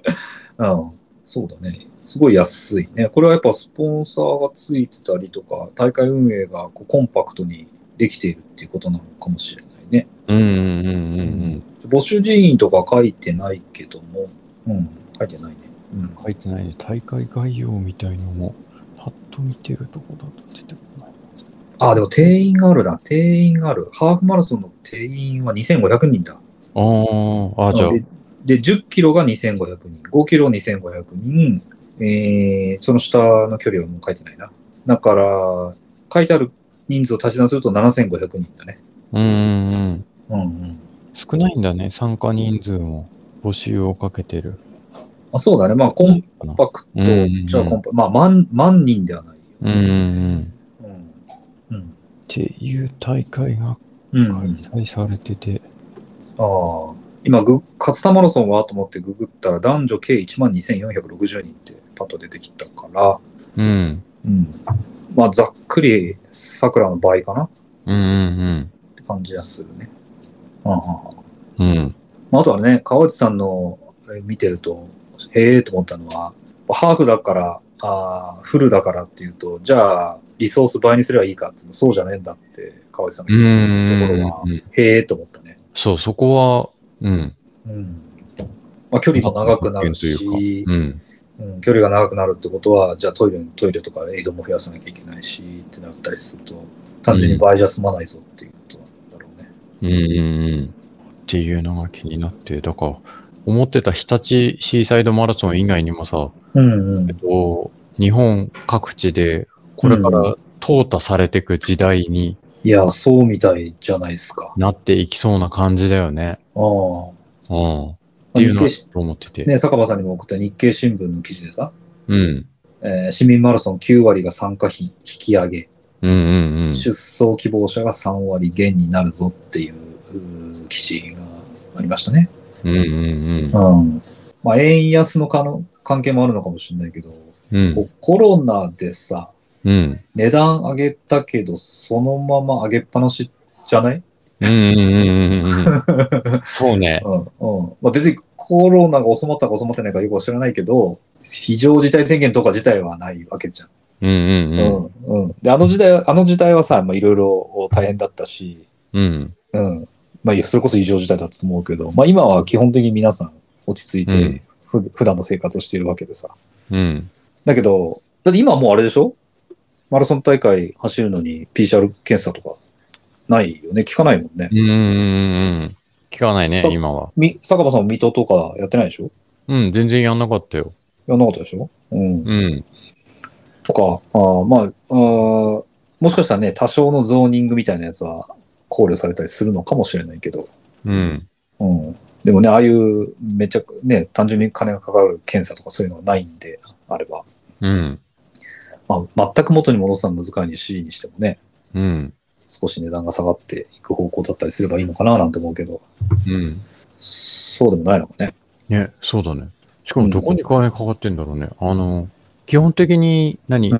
Speaker 2: そうだね。すごい安いね。これはやっぱスポンサーがついてたりとか、大会運営がこうコンパクトにできているっていうことなのかもしれないね。
Speaker 1: うんうんうんうん
Speaker 2: 募集人員とか書いてないけども、うん、書いてないね。うん
Speaker 1: うん。。書いてないね。大会概要みたいのも、パッと見てるとこだと出てこない。
Speaker 2: あ、でも定員があるな。定員がある。ハーフマラソンの定員は2500人だ。
Speaker 1: あーあー、じゃあ、
Speaker 2: でで、10キロが2500人、5キロ2500人、えー、その下の距離はもう書いてないな。だから、書いてある人数を足し算すると7500人だね。
Speaker 1: うんうんうん。
Speaker 2: うんうん。
Speaker 1: 少ないんだね、参加人数も。募集をかけてる。
Speaker 2: あそうだね。まあ、コン
Speaker 1: かな
Speaker 2: パクト、
Speaker 1: うんうんうん
Speaker 2: じゃあコンパ、まあ、万、万人ではないよ。
Speaker 1: うんうんうん。
Speaker 2: うん。うん。
Speaker 1: っていう大会が
Speaker 2: うん。
Speaker 1: 開催されてて。
Speaker 2: ああ。今、ぐ、勝田マラソンはと思ってググったら、男女計12,460人ってパッと出てきたから、
Speaker 1: うん。
Speaker 2: うん。まあ、ざっくり、桜の倍かな。
Speaker 1: うんうん
Speaker 2: って感じがするね。うんうんうん
Speaker 1: うん。うん。
Speaker 2: まあ、あとはね、川内さんのあれ見てると、へえと思ったのは、ハーフだから、あーフルだからっていうと、じゃあ、リソース倍にすればいいかっていうの、そうじゃねえんだって、川内さん
Speaker 1: う
Speaker 2: が
Speaker 1: ん
Speaker 2: 言
Speaker 1: う
Speaker 2: って
Speaker 1: ん
Speaker 2: るところは、
Speaker 1: うん。
Speaker 2: へえと思ったね。
Speaker 1: そう、そこは、うん。
Speaker 2: うん。まあ、距離も長くなる
Speaker 1: 発見という
Speaker 2: し、
Speaker 1: うん。
Speaker 2: うん、距離が長くなるってことは、じゃあトイレトイレとかエイドも増やさなきゃいけないしってなったりすると、単純に倍じゃ済まないぞっていうことなんだろうね。
Speaker 1: うんうんうん。っていうのが気になって、だから、思ってた日立シーサイドマラソン以外にもさ、
Speaker 2: うんう
Speaker 1: えっと、日本各地でこれから淘汰されていく時代に
Speaker 2: いや、そうみたいじゃないですか。
Speaker 1: なっていきそうな感じだよね。
Speaker 2: ああ。
Speaker 1: うん。っていうの
Speaker 2: 日
Speaker 1: を
Speaker 2: 経し
Speaker 1: 思ってて。
Speaker 2: ね、坂場さんにも送った日経新聞の記事でさ、
Speaker 1: うん。
Speaker 2: えー市民マラソン9割が参加費引き上げ、
Speaker 1: うんうんうん。
Speaker 2: 出走希望者が3割減になるぞっていううー記事がありましたね。
Speaker 1: うんうん
Speaker 2: うん。まあ、円安のかの関係もあるのかもしれないけど、
Speaker 1: うん。うん。
Speaker 2: こうコロナでさ、
Speaker 1: うん。
Speaker 2: 値段上げたけど、そのまま上げっぱなしじゃない、
Speaker 1: うんうんうんうん
Speaker 2: [LAUGHS]
Speaker 1: うん。そうね。
Speaker 2: うんうんまあ、別にコロナが収まったか収まってないかよくは知らないけど、非常事態宣言とか自体はないわけじゃん。
Speaker 1: うんうんうん。
Speaker 2: うんうん、であの時代は、あの時代はさ、まあ、いろいろ大変だったし、
Speaker 1: うん。
Speaker 2: うん。まあ、いやそれこそ異常事態だったと思うけど、まあ、今は基本的に皆さん落ち着いて、
Speaker 1: うん
Speaker 2: ふ普段の生活をしているわけでさ。
Speaker 1: うん。
Speaker 2: だけど、だって今はもうあれでしょマラソン大会走るのに PCR 検査とかないよね聞かないもんね。
Speaker 1: うんうんうんうん。聞かないね、
Speaker 2: そ
Speaker 1: 今は。
Speaker 2: み、坂場さんも水戸とかやってないでしょ
Speaker 1: うん、全然やんなかったよ。
Speaker 2: やんなかったでしょうん。
Speaker 1: うん。
Speaker 2: とか、あーまああー、もしかしたらね、多少のゾーニングみたいなやつは考慮されたりするのかもしれないけど、
Speaker 1: うん。
Speaker 2: うん。でもね、ああいうめちゃくね、単純に金がかかる検査とかそういうのはないんで、あれば。
Speaker 1: うん。
Speaker 2: まあ、全く元に戻すのは難しいにしてもね、
Speaker 1: うん。
Speaker 2: 少し値段が下がっていく方向だったりすればいいのかななんて思うけど、
Speaker 1: うん。
Speaker 2: そうでもないのかね。
Speaker 1: ね、そうだね。しかもどこに金かかってんだろうね。あの、基本的に何、
Speaker 2: ん。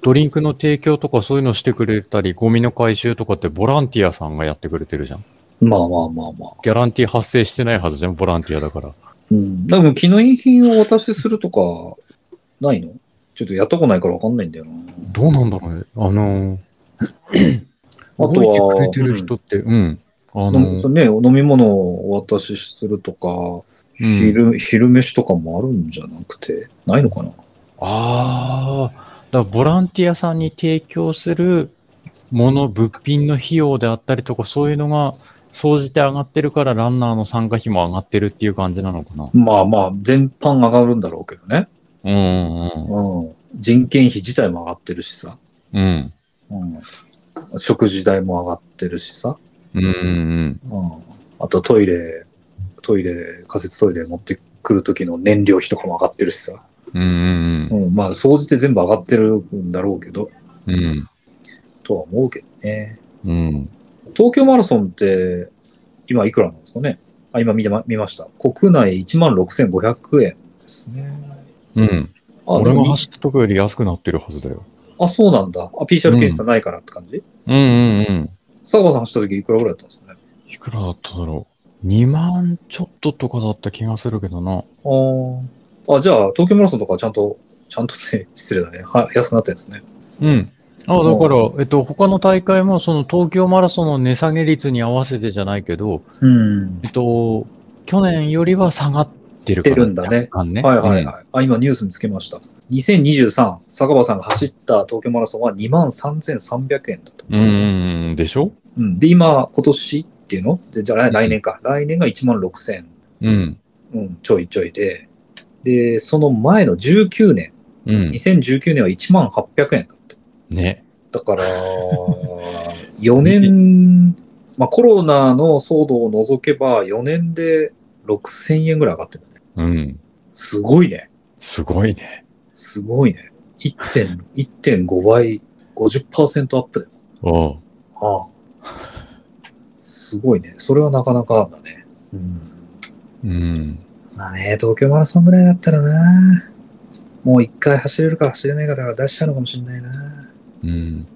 Speaker 1: ドリンクの提供とかそういうのしてくれたり、ゴミの回収とかってボランティアさんがやってくれてるじゃん。
Speaker 2: まあまあまあまあ。
Speaker 1: ギャランティー発生してないはずじゃん、ボランティアだから。
Speaker 2: うん。でも、記念品をお渡しするとか、ないのちょっとやったことないからわかんないんだよな。
Speaker 1: どうなんだろうね。あの
Speaker 2: あとは
Speaker 1: 動いてくれてる人って、うん。あ
Speaker 2: 飲
Speaker 1: の
Speaker 2: みそうね、お飲み物をお渡しするとか、
Speaker 1: うん
Speaker 2: 昼、昼飯とかもあるんじゃなくて、ないのかな
Speaker 1: ああ、だからボランティアさんに提供するもの、物品の費用であったりとか、そういうのが、総じて上がってるから、ランナーの参加費も上がってるっていう感じなのかな。
Speaker 2: まあまあ、全般上がるんだろうけどね。
Speaker 1: うんうん
Speaker 2: うん。人件費自体も上がってるしさ。
Speaker 1: うん。うん。
Speaker 2: うん。食事代も上がってるしさ。
Speaker 1: うんうん
Speaker 2: うん。あとトイレ、トイレ、仮設トイレ持ってくる時の燃料費とかも上がってるしさ。
Speaker 1: うん。うん
Speaker 2: う
Speaker 1: うん
Speaker 2: ん。まあ、総じて全部上がってるんだろうけど、
Speaker 1: うん。
Speaker 2: とは思うけどね。
Speaker 1: うん。
Speaker 2: 東京マラソンって、今いくらなんですかねあ、今見てま、見ました。国内16,500円ですね。
Speaker 1: うん。
Speaker 2: あ、
Speaker 1: 俺が
Speaker 2: でも
Speaker 1: 走ったとこより安くなってるはずだよ。
Speaker 2: あ、そうなんだ。あ、PCR 検査ないからって感じ、
Speaker 1: うんうんうん。
Speaker 2: 坂場さん走った時いくらぐらいだったんですかね
Speaker 1: いくらだっただろう。2万ちょっととかだった気がするけどな。
Speaker 2: あーあ、じゃあ、東京マラソンとかはちゃんと、ちゃんとね、 [LAUGHS] 失礼だね。は安くなってるんですね。
Speaker 1: うん。あ
Speaker 2: も
Speaker 1: だ
Speaker 2: う
Speaker 1: から、えっと、他の大会も、その東京マラソンの値下げ率に合わせてじゃないけど、
Speaker 2: うん。
Speaker 1: えっと、去年よりは下がってるから。
Speaker 2: 出るんだね
Speaker 1: 若干ね。
Speaker 2: はいはいはい。あ、今ニュース見つけました。2023、坂場さんが走った東京マラソンは23,300円だったん
Speaker 1: うん。
Speaker 2: です
Speaker 1: う
Speaker 2: よ、
Speaker 1: んうん、でしょ
Speaker 2: うんで、今、今年っていうのでじゃあ来
Speaker 1: ん
Speaker 2: 来年か。来年が16,000、
Speaker 1: うん。
Speaker 2: うん、ちょいちょいで。で、その前の19年、
Speaker 1: うん。
Speaker 2: 2019年は18,800円だった。
Speaker 1: ね。
Speaker 2: だから、4年、まあ、コロナの騒動を除けば、4年で6000円ぐらい上がってるね。
Speaker 1: うん。
Speaker 2: すごいね。
Speaker 1: すごいね。
Speaker 2: すごいね。1.5 1.5倍、50%アップだよ。
Speaker 1: おう
Speaker 2: ああすごいね。それはなかなかだね。うん。
Speaker 1: うん。
Speaker 2: まあね、東京マラソンぐらいだったらな。もう一回走れるか走れないかが出しちゃうのかもしれないな。
Speaker 1: うん。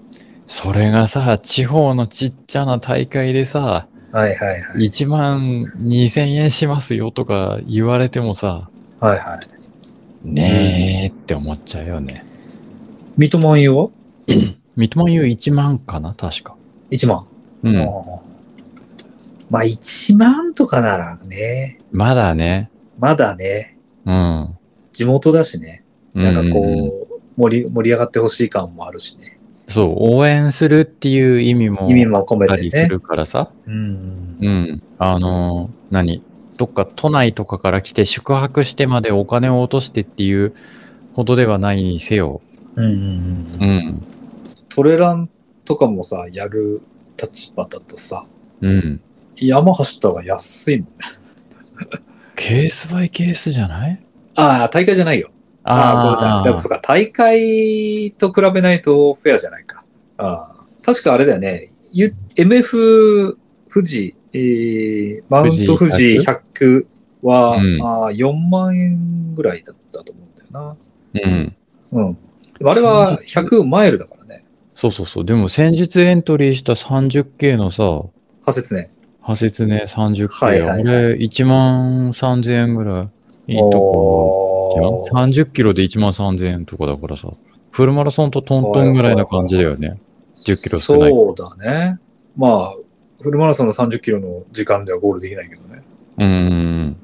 Speaker 1: それがさ、地方のちっちゃな大会でさ、
Speaker 2: はいはいはい。
Speaker 1: 1万2000円しますよとか言われてもさ、
Speaker 2: はいはい。
Speaker 1: ねえって思っちゃうよね。
Speaker 2: 三笘湯は
Speaker 1: 三笘優1万かな確か。
Speaker 2: 1万。
Speaker 1: うん。
Speaker 2: ああまあ、1万とかならね、
Speaker 1: まだね。
Speaker 2: まだね、
Speaker 1: うん。
Speaker 2: 地元だしね。なんか
Speaker 1: うんうんうん
Speaker 2: こう、盛り盛り上がってほしい感もあるしね。
Speaker 1: そう、応援するっていう意味も
Speaker 2: 意味も込
Speaker 1: あった
Speaker 2: め
Speaker 1: り
Speaker 2: て
Speaker 1: す
Speaker 2: ね。
Speaker 1: るからさ。
Speaker 2: うん。
Speaker 1: うん。あのー、何どっか都内とかから来て宿泊してまでお金を落としてっていうほどではないにせよ。
Speaker 2: うんうんうん
Speaker 1: うん。
Speaker 2: トレランとかもさ、やる立場だとさ、
Speaker 1: うん。
Speaker 2: 山走った方が安いもんね。
Speaker 1: ケースバイケースじゃない
Speaker 2: ああ、大会じゃないよ。ああ、ごめんなさい。でもそうか、大会と比べないとフェアじゃないか。ああ確かあれだよね。ゆ MF 富士、えーマウント富士100は、
Speaker 1: うん
Speaker 2: ああ4万円ぐらいだったと思うんだよな。
Speaker 1: うん。
Speaker 2: うん。でもあれは100マイルだからね。
Speaker 1: そうそうそう。でも先日エントリーした 30K のさ、
Speaker 2: 派説ね。
Speaker 1: 派切ね 30K。
Speaker 2: はいはいはい
Speaker 1: あれ1万3000円ぐらい。いいとこ。
Speaker 2: おー
Speaker 1: 30キロで1万3000円とかだからさ。フルマラソンとトントンぐらいな感じだよね。10キロ少ない
Speaker 2: そうだね。まあ、フルマラソンの30キロの時間ではゴールできないけどね。
Speaker 1: うん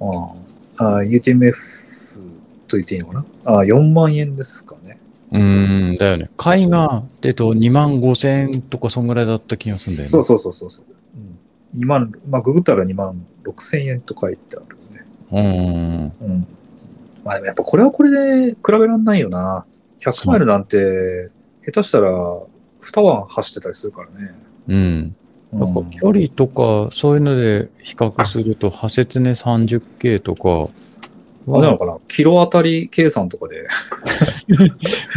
Speaker 1: うん
Speaker 2: ああ、UTMF と言っていいのかなああ、4万円ですかね。
Speaker 1: うん。うん、だよね。貝が、えっと、2万5千円とか、そんぐらいだった気がするんだよね。
Speaker 2: そうそうそうそうそう、うん。2万、まあ、ググったら2万6千円と書いてあるね。
Speaker 1: うんうんうん。
Speaker 2: うん。まあでもやっぱこれはこれで比べらんないよな。100マイルなんて、下手したら2晩走ってたりするからね。
Speaker 1: うん。
Speaker 2: う
Speaker 1: なんか、距離とか、そういうので比較すると、派切ね 30K とか
Speaker 2: あれなの
Speaker 1: は、
Speaker 2: かなキロ当たり計算とかで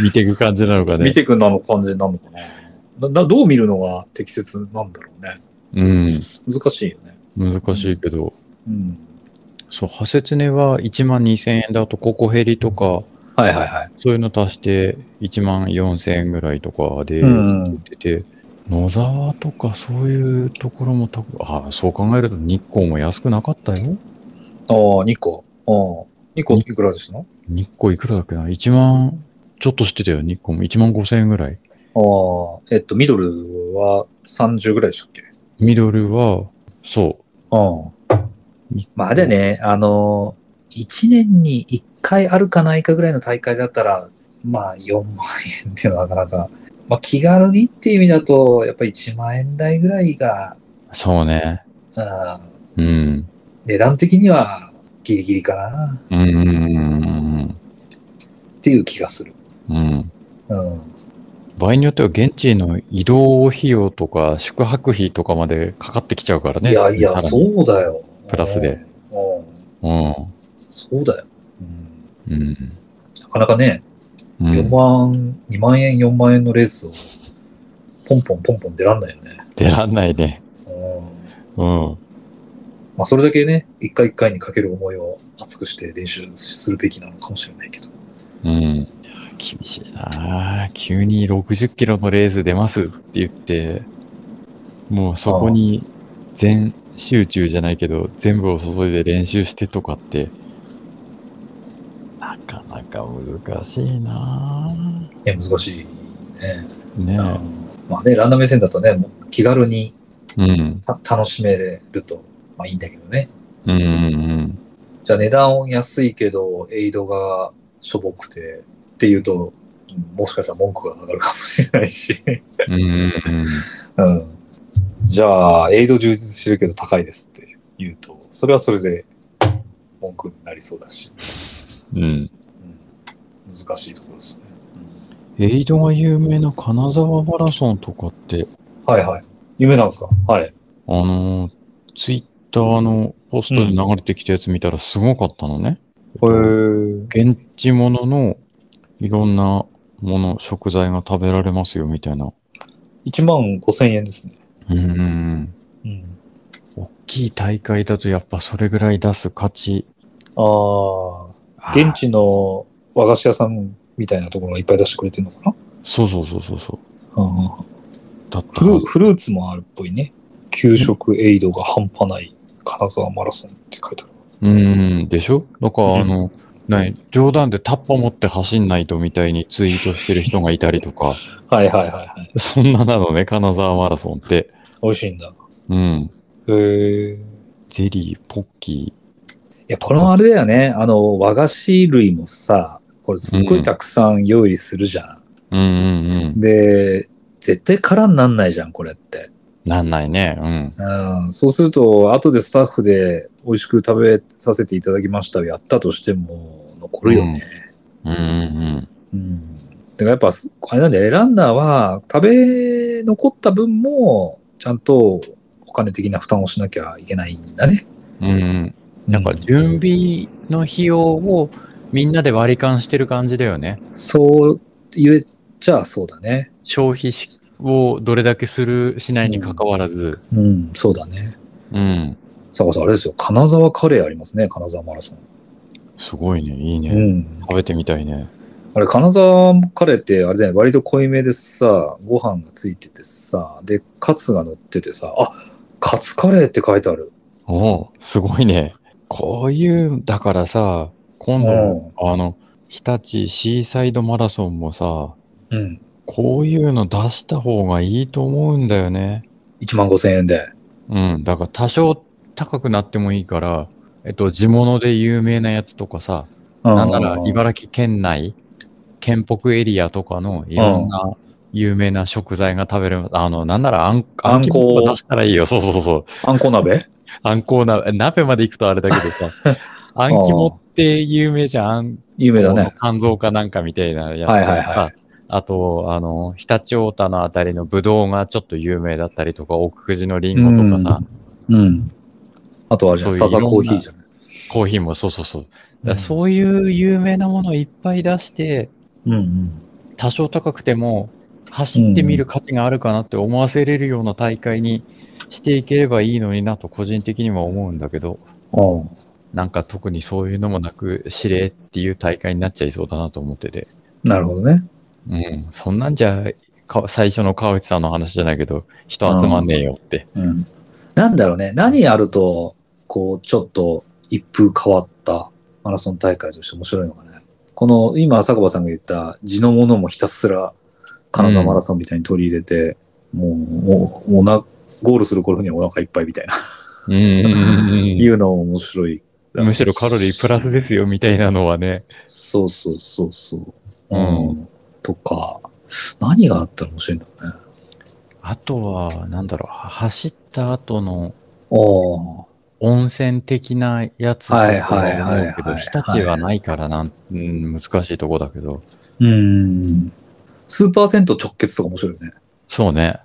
Speaker 1: 見ていく感じなのかね。
Speaker 2: 見てくんなの感じになるのかなななどう見るのが適切なんだろうね。
Speaker 1: うん。
Speaker 2: 難しいよね。
Speaker 1: 難しいけど、
Speaker 2: うん。
Speaker 1: そう、派切ねは1万2千円だと、ここ減りとか、
Speaker 2: はいはいはい。
Speaker 1: そういうの足して1万4千円ぐらいとかで
Speaker 2: うん
Speaker 1: 作ってて、野沢とかそういうところもたあそう考えると日光も安くなかったよ。
Speaker 2: ああ、2個。ああ。2個いくらでしたの
Speaker 1: 日光いくらだっけな ?1 万、ちょっとしてたよ、日光も。1万5千円ぐらい。
Speaker 2: ああ、えっと、ミドルは30ぐらいでしたっけ
Speaker 1: ミドルは、そ
Speaker 2: うん。まあでね、あの、1年に1回あるかないかぐらいの大会だったら、まあ4万円っていうのはなかなか、まあ気軽にっていう意味だと、やっぱり1万円台ぐらいが、
Speaker 1: う。そうね。
Speaker 2: うん、
Speaker 1: うん。
Speaker 2: 値段的にはギリギリかな
Speaker 1: うんうんうん
Speaker 2: っていう気がする。
Speaker 1: うんうん。うん。
Speaker 2: うん。
Speaker 1: 場合によっては現地の移動費用とか宿泊費とかまでかかってきちゃうからね。
Speaker 2: いやいや、
Speaker 1: さらに
Speaker 2: そうだよ。
Speaker 1: プラスで
Speaker 2: うん。うん。
Speaker 1: うん。
Speaker 2: そうだよ。うん
Speaker 1: うん。
Speaker 2: なかなかね、
Speaker 1: う
Speaker 2: 4
Speaker 1: ん、
Speaker 2: 万、2万円、4万円のレースを、ポンポンポンポン出らんないよね。
Speaker 1: 出らんないね。
Speaker 2: うん。
Speaker 1: うん。
Speaker 2: まあ、それだけね、一回一回にかける思いを熱くして練習するべきなのかもしれないけど。
Speaker 1: うん。厳しいなあ急に60キロのレース出ますって言って、もうそこに全集中じゃないけど、全部を注いで練習してとかって、なかなか難しいなあ
Speaker 2: いや、難しいね。
Speaker 1: ね
Speaker 2: うんまあね、ランダム目線だとね、もう気軽に
Speaker 1: え。うん。
Speaker 2: た楽しめると、まあいいんだけどね。
Speaker 1: うんうん
Speaker 2: じゃあ値段は安いけど、エイドがしょぼくて、っていうと、うんもしかしたら文句が上がるかもしれないし。
Speaker 1: うん。うんうんうん。
Speaker 2: うん。じゃあ、エイド充実してるけど高いですって言うと、それはそれで文句になりそうだし、
Speaker 1: うん。
Speaker 2: うん、難しいところですね。
Speaker 1: エイドが有名な金沢マラソンとかって、
Speaker 2: はいはい。夢なんですかはい。
Speaker 1: あのー、ツイッターのポストで流れてきたやつ見たらすごかったのね。
Speaker 2: へー
Speaker 1: 現地もののいろんなもの、食材が食べられますよみたいな。
Speaker 2: 1万5千円ですね。
Speaker 1: うんうんうん。
Speaker 2: うん。
Speaker 1: 大きい大会だとやっぱそれぐらい出す価値。
Speaker 2: ああ、現地の和菓子屋さんみたいなところがいっぱい出してくれてるのかな
Speaker 1: そうそうそうそうそう。だった
Speaker 2: フル
Speaker 1: ら
Speaker 2: フルーツもあるっぽいね。給食エイドが半端ない金沢マラソンって書いてある。
Speaker 1: うんうん。でしょだからあ
Speaker 2: う
Speaker 1: の、ない冗談でタッパ持って走んないとみたいにツイートしてる人がいたりとか、
Speaker 2: はいはいはいはい。
Speaker 1: そんななのね、金沢マラソンって。
Speaker 2: 美味しいんだ。
Speaker 1: うん。
Speaker 2: へえ。
Speaker 1: ゼリー、ポッキ
Speaker 2: いや、このあれだよね。あの、和菓子類もさ、
Speaker 1: ー。
Speaker 2: これすっごいたくさん用意するじゃ
Speaker 1: うんうんうん
Speaker 2: ん。。で、絶対空になんないじゃん、これって。
Speaker 1: なんないね。うん。
Speaker 2: うん、そうすると、後でスタッフで美味しく食べさせていただきましたをやったとしても、残るよね。
Speaker 1: うんうん
Speaker 2: うん。だからやっぱ、あれなんだよね、ランナーは食べ残った分も、ちゃんとお金的な負担をしなきゃいけないんだね。
Speaker 1: うん。うんうん。
Speaker 2: な
Speaker 1: なんか準備の費用をみんなで割り勘してる感じだよね。
Speaker 2: そう言えちゃそうだね。
Speaker 1: 消費しをどれだけする、しないに関わらず。
Speaker 2: うん、そうだね。
Speaker 1: うん。
Speaker 2: さあさあ、あれですよ、金沢カレーありますね、金沢マラソン。
Speaker 1: すごいね。いいうね。
Speaker 2: ん。
Speaker 1: 食べてみたいね。
Speaker 2: あれ、金沢カレーって、あれだよね、割と濃いめでさ、ご飯がついててさ、で、カツが乗っててさ、あカツカレーって書いてある。
Speaker 1: おうすごいね。こういう、だからさ、今度、あの、日立シーサイドマラソンもさ、
Speaker 2: うん。
Speaker 1: こういうの出した方がいいと思うんだよね。
Speaker 2: 1万5千円で。
Speaker 1: うん、だから多少高くなってもいいから、えっと、地物で有名なやつとかさ、なんなら茨城県内、県北エリアとかのいろんな有名な食材が食べれる、あの、なんならあん、
Speaker 2: あんこ
Speaker 1: も出したらいいよ。そうそうそう。
Speaker 2: あんこ鍋
Speaker 1: あんこうな、鍋まで行くとあれだけど
Speaker 2: [LAUGHS]
Speaker 1: さ、あんきもって有名じゃん。あんこ
Speaker 2: 有名だ
Speaker 1: の
Speaker 2: ね。
Speaker 1: 肝臓かなんかみたいなやつとか、
Speaker 2: はいはいは
Speaker 1: あと、あの、常陸太田のあたりのブドウがちょっと有名だったりとか、奥久慈のリンゴとかさ、
Speaker 2: うん。あとあれじゃん、
Speaker 1: そ
Speaker 2: サ
Speaker 1: ういう
Speaker 2: ザ
Speaker 1: いろんな
Speaker 2: コーヒーじゃない。
Speaker 1: コーヒーもそうそうそう。だから
Speaker 2: う
Speaker 1: そういう有名なものをいっぱい出して、
Speaker 2: ん。うんうん。
Speaker 1: 多少高くても走ってみる価値があるかなって思わせれるような大会にしていければいいのになと個人的には思うんだけど、
Speaker 2: うん
Speaker 1: なんか特にそういうのもなく、指令っていう大会になっちゃいそうだなと思ってて。
Speaker 2: なるほどね。
Speaker 1: うん、そんなんじゃ、か最初の川内さんの話じゃないけど、人集まんねえよって。
Speaker 2: うん。なんだろうね。何やると、こう、ちょっと一風変わったマラソン大会として面白いのかね。この、今、坂場さんが言った地のものもひたすら金沢マラソンみたいに取り入れて、もう、おおな、ゴールする頃にはお腹いっぱいみたいな、
Speaker 1: うんうん
Speaker 2: いうのも面白い。
Speaker 1: うん、むしろカロリープラスですよみたいなのはね。
Speaker 2: そうそうそうそう。
Speaker 1: うん
Speaker 2: とか、何があったら面白いんだろうね。
Speaker 1: あとは、なんだろう、走った後の
Speaker 2: ああ。
Speaker 1: 温泉的なやつ
Speaker 2: はいはいはいはい
Speaker 1: けど、日立はないからなん、うん難しいとこだけど。
Speaker 2: うん。スーパー銭湯直結とか面白いよね。
Speaker 1: そうね。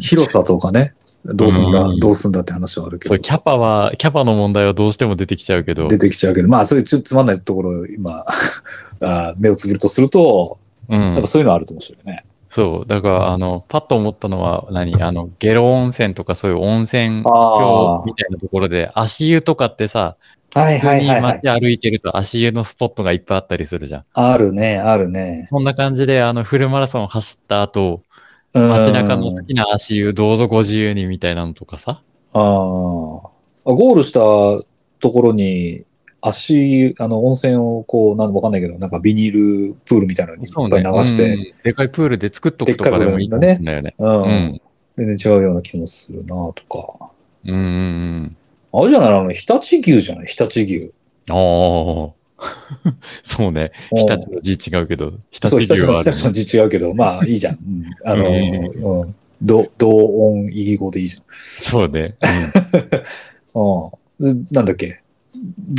Speaker 2: 広さとかね。どうすんだ、
Speaker 1: うん
Speaker 2: どうすんだって話はあるけ
Speaker 1: そ
Speaker 2: ど
Speaker 1: う、。キャパは、キャパの問題はどうしても出てきちゃうけど。
Speaker 2: 出てきちゃうけど、まあ、そういうちょっとつまんないところ、今、 [LAUGHS] あ目をつぶるとすると、
Speaker 1: う
Speaker 2: やっ
Speaker 1: ん
Speaker 2: ぱ。そういうのあると面白いよね。
Speaker 1: そう。だから、あの、パッと思ったのは、何あの、ゲロ温泉とかそういう温泉
Speaker 2: あ
Speaker 1: 郷
Speaker 2: ー
Speaker 1: みたいなところで、足湯とかってさ、
Speaker 2: はい
Speaker 1: 普通に街歩いてると足湯のスポットがいっぱいあったりするじゃん。
Speaker 2: あるね、あるね。
Speaker 1: そんな感じで、あの、フルマラソン走った後、
Speaker 2: うん
Speaker 1: 街中の好きな足湯、どうぞご自由にみたいなのとかさ。
Speaker 2: あーあ。ゴールしたところに、足、あの、温泉をこう、なんわかんないけど、なんかビニールプールみたいなのにい
Speaker 1: そう
Speaker 2: っぱ
Speaker 1: ね。
Speaker 2: い流して、
Speaker 1: うんでかいプールで作っとくとかでもいいかもしれないよね。
Speaker 2: うん
Speaker 1: うん。
Speaker 2: 全然違うような気もするなとか。
Speaker 1: うんうん
Speaker 2: あれじゃないあの、日立牛じゃない日立牛。
Speaker 1: うん。ああ。そうね。
Speaker 2: うん
Speaker 1: 日立の字違うけど、日
Speaker 2: そう、日
Speaker 1: 立
Speaker 2: 立
Speaker 1: 牛
Speaker 2: の
Speaker 1: はあ
Speaker 2: 日
Speaker 1: る、
Speaker 2: 立の
Speaker 1: ね。
Speaker 2: 字違うけど、まあいいじゃん。うんあの、
Speaker 1: う
Speaker 2: うん、同同音異義語でいいじゃん。
Speaker 1: そうね。
Speaker 2: うん。でなんだっけ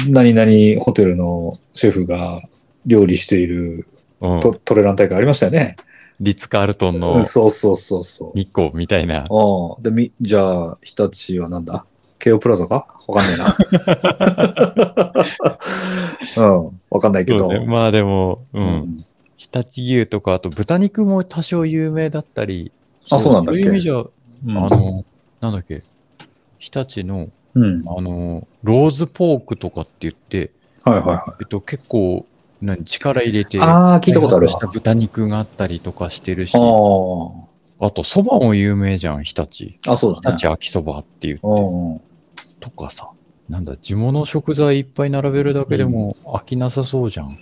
Speaker 2: 何々ホテルのシェフが料理している
Speaker 1: うん。うん
Speaker 2: トトレラン大会ありましたよね。
Speaker 1: リッツ・カールトン
Speaker 2: う
Speaker 1: の
Speaker 2: ん、そうそうそうそう。
Speaker 1: 日光みたいな。
Speaker 2: うん。で、み、じゃあ、日立はなんだ京王プラザかわかんないな。うん。わかんないけ
Speaker 1: そ
Speaker 2: ど。
Speaker 1: うね。まあでも、う。。
Speaker 2: うん
Speaker 1: 日立牛とか、あと豚肉も多少有名だったり。
Speaker 2: あそうなんだっけ
Speaker 1: そういう意味じゃ、あ
Speaker 2: うん
Speaker 1: の、なんだっけ。日立の、
Speaker 2: うん。
Speaker 1: あの、ローズポークとかって言って、
Speaker 2: はいはいは
Speaker 1: えっと、結構、何、力入れて。
Speaker 2: い。ああ、聞いたことある
Speaker 1: 開発し
Speaker 2: わ。
Speaker 1: た
Speaker 2: あ
Speaker 1: 豚肉があったりとかしてるし、あ
Speaker 2: あ
Speaker 1: と蕎麦も有名じゃん、日立。日
Speaker 2: ー。あ、そうだね。
Speaker 1: 立秋蕎麦っていう
Speaker 2: うんうん。
Speaker 1: とかさ。なんだ、地物食材いっぱい並べるだけでも飽きなさそうじゃん。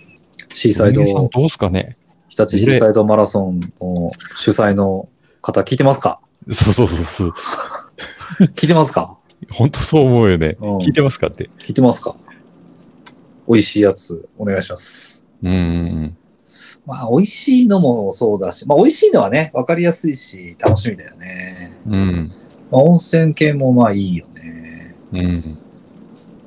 Speaker 2: シー
Speaker 1: お
Speaker 2: サイド、
Speaker 1: 嫁さん
Speaker 2: 日
Speaker 1: どうすかね [LAUGHS]
Speaker 2: 立シーサイドマラソンの主催の方、聞いてますか
Speaker 1: そうそうそうそう。 [LAUGHS]
Speaker 2: 聞いてますか
Speaker 1: 本当そう思うよね。
Speaker 2: うん
Speaker 1: 聞いてますかって。
Speaker 2: 聞いてますか美味しいやつ、お願いします。
Speaker 1: うんうん
Speaker 2: まあ、美味しいのもそうだし、まあ、美味しいのはね、わかりやすいし、楽しみだよね。
Speaker 1: うん。
Speaker 2: まあ、温泉系もまあいいよね。
Speaker 1: うん。うん。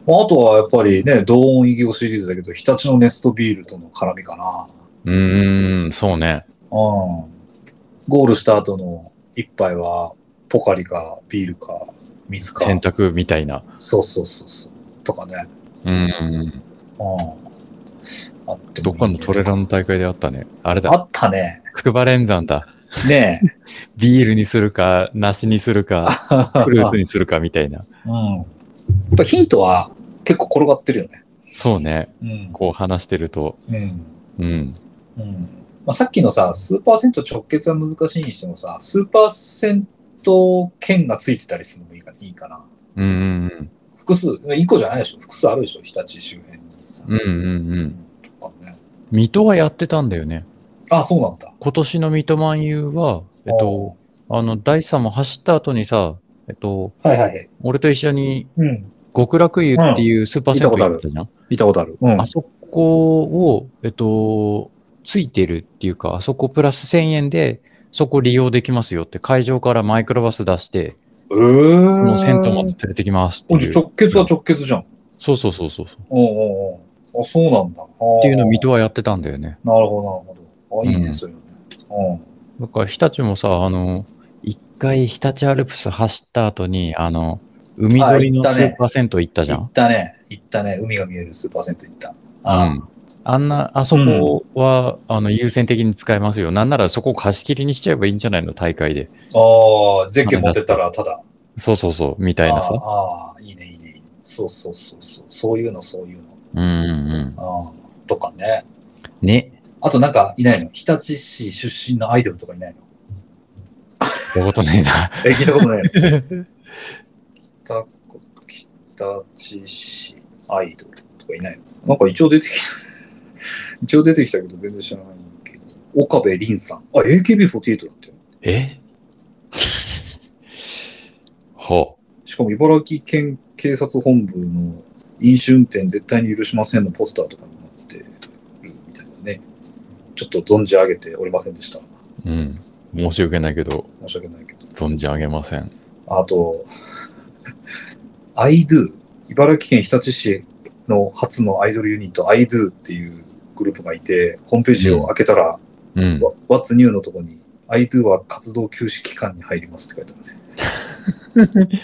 Speaker 2: まあ、あとはやっぱりね、同音異業シリーズだけど、日立のネストビールとの絡みかな。
Speaker 1: うんうん。そうね。
Speaker 2: うん。ゴールした後の一杯は、ポカリか、ビールか、水か。
Speaker 1: 洗濯みたいな。
Speaker 2: そうそうそうそう。とかね。
Speaker 1: うんうんうん。
Speaker 2: うん。あって
Speaker 1: ど
Speaker 2: も
Speaker 1: っ
Speaker 2: いい
Speaker 1: かのトレラの大会であったね。あれ
Speaker 2: あ
Speaker 1: だ。
Speaker 2: ったね。
Speaker 1: 筑波連山だ。 [LAUGHS]
Speaker 2: ねえ。
Speaker 1: ビールにするか、梨にする
Speaker 2: [LAUGHS]
Speaker 1: か、フルーツにするかみたいな。
Speaker 2: うん。やっぱヒントは結構転がってるよね。
Speaker 1: そうね。
Speaker 2: うん。
Speaker 1: こう話してると。
Speaker 2: うん。
Speaker 1: うん。
Speaker 2: うん。まあ、さっきのさ、数パーセント直結は難しいにしてもさ、数パーセント券がついてたりするのもいいかいいかな。
Speaker 1: うんうん
Speaker 2: 複数、1個じゃないでしょ。複数あるでしょ。日立周辺にさ。
Speaker 1: うん。うんうんうん。
Speaker 2: とかね。
Speaker 1: 水戸はやってたんだよね。
Speaker 2: あ、そうなんだ。
Speaker 1: 今年の水戸万有は、えっと、あの、第3も走った後にさ、えっと、
Speaker 2: はいはいはい。
Speaker 1: 俺と一緒に
Speaker 2: うん。
Speaker 1: 極楽湯っていうスーパーセント行ったじゃん、
Speaker 2: 見たことある。うん
Speaker 1: あ。そこを、えっと、ついてるっていうか、あそこプラス1000円で、そこ利用できますよって、会場からマイクロバス出して、
Speaker 2: えー。
Speaker 1: もう銭湯まで連れてきますって
Speaker 2: おじ
Speaker 1: い
Speaker 2: ゃ
Speaker 1: う。
Speaker 2: あ直結は直結じゃん。
Speaker 1: そうそうそうそう。っ
Speaker 2: うんうんうん。あ、そうなんだ。って
Speaker 1: いうのを水戸はやってたんだよね。
Speaker 2: なるほど、なるほど。あ、いいね、
Speaker 1: うん
Speaker 2: そういうのね。
Speaker 1: だから日立もさ、あの、一回日立アルプス走った後に、あの、海沿いの
Speaker 2: あ行った
Speaker 1: ス
Speaker 2: ね
Speaker 1: ーパー銭湯行ったじ
Speaker 2: う
Speaker 1: ゃ
Speaker 2: ん。行
Speaker 1: ん
Speaker 2: っ、たね。行ったね。海が見えるスーパーセント行った。あ、
Speaker 1: うんあんな、あそこは、あの、優先的に使えますよ。なんならそこを貸し切りにしちゃえばいいんじゃないの大会で。
Speaker 2: ああ、ゼッケン持ってったらただ。
Speaker 1: そうそうそう、みたいなさ。
Speaker 2: ああー、いいね、いいね。いいねそうそうそうそう。そういうの、そういうの。
Speaker 1: うんうん
Speaker 2: あーとかね。
Speaker 1: うん。ね。
Speaker 2: あとなんかいないの日立市出身のアイドルとかいないの
Speaker 1: ってことねえ [LAUGHS] な。
Speaker 2: え、聞いたことないの北こ、日立市アイドルとかいないのなんか一応出てきた。 [LAUGHS] 一応出てきたけど全然知らないけど。岡部凛さん。あ、AKB48 だったよ。
Speaker 1: え [LAUGHS] ほ
Speaker 2: しかも茨城県警察本部の飲酒運転絶対に許しませんのポスターとかになってるみたいなね。ちょっと存じ上げておりませんでした。
Speaker 1: う。うん。申し訳ないけど、
Speaker 2: 申し訳ないけど。
Speaker 1: 存じ上げません。
Speaker 2: あと、iDo。茨城県日立市の初のアイドルユニット iDo っていうグループがいて、ホームページを開けたら、
Speaker 1: うん。
Speaker 2: わ What's New のとこに iDo は活動休止期間に入りますって書いてあるね。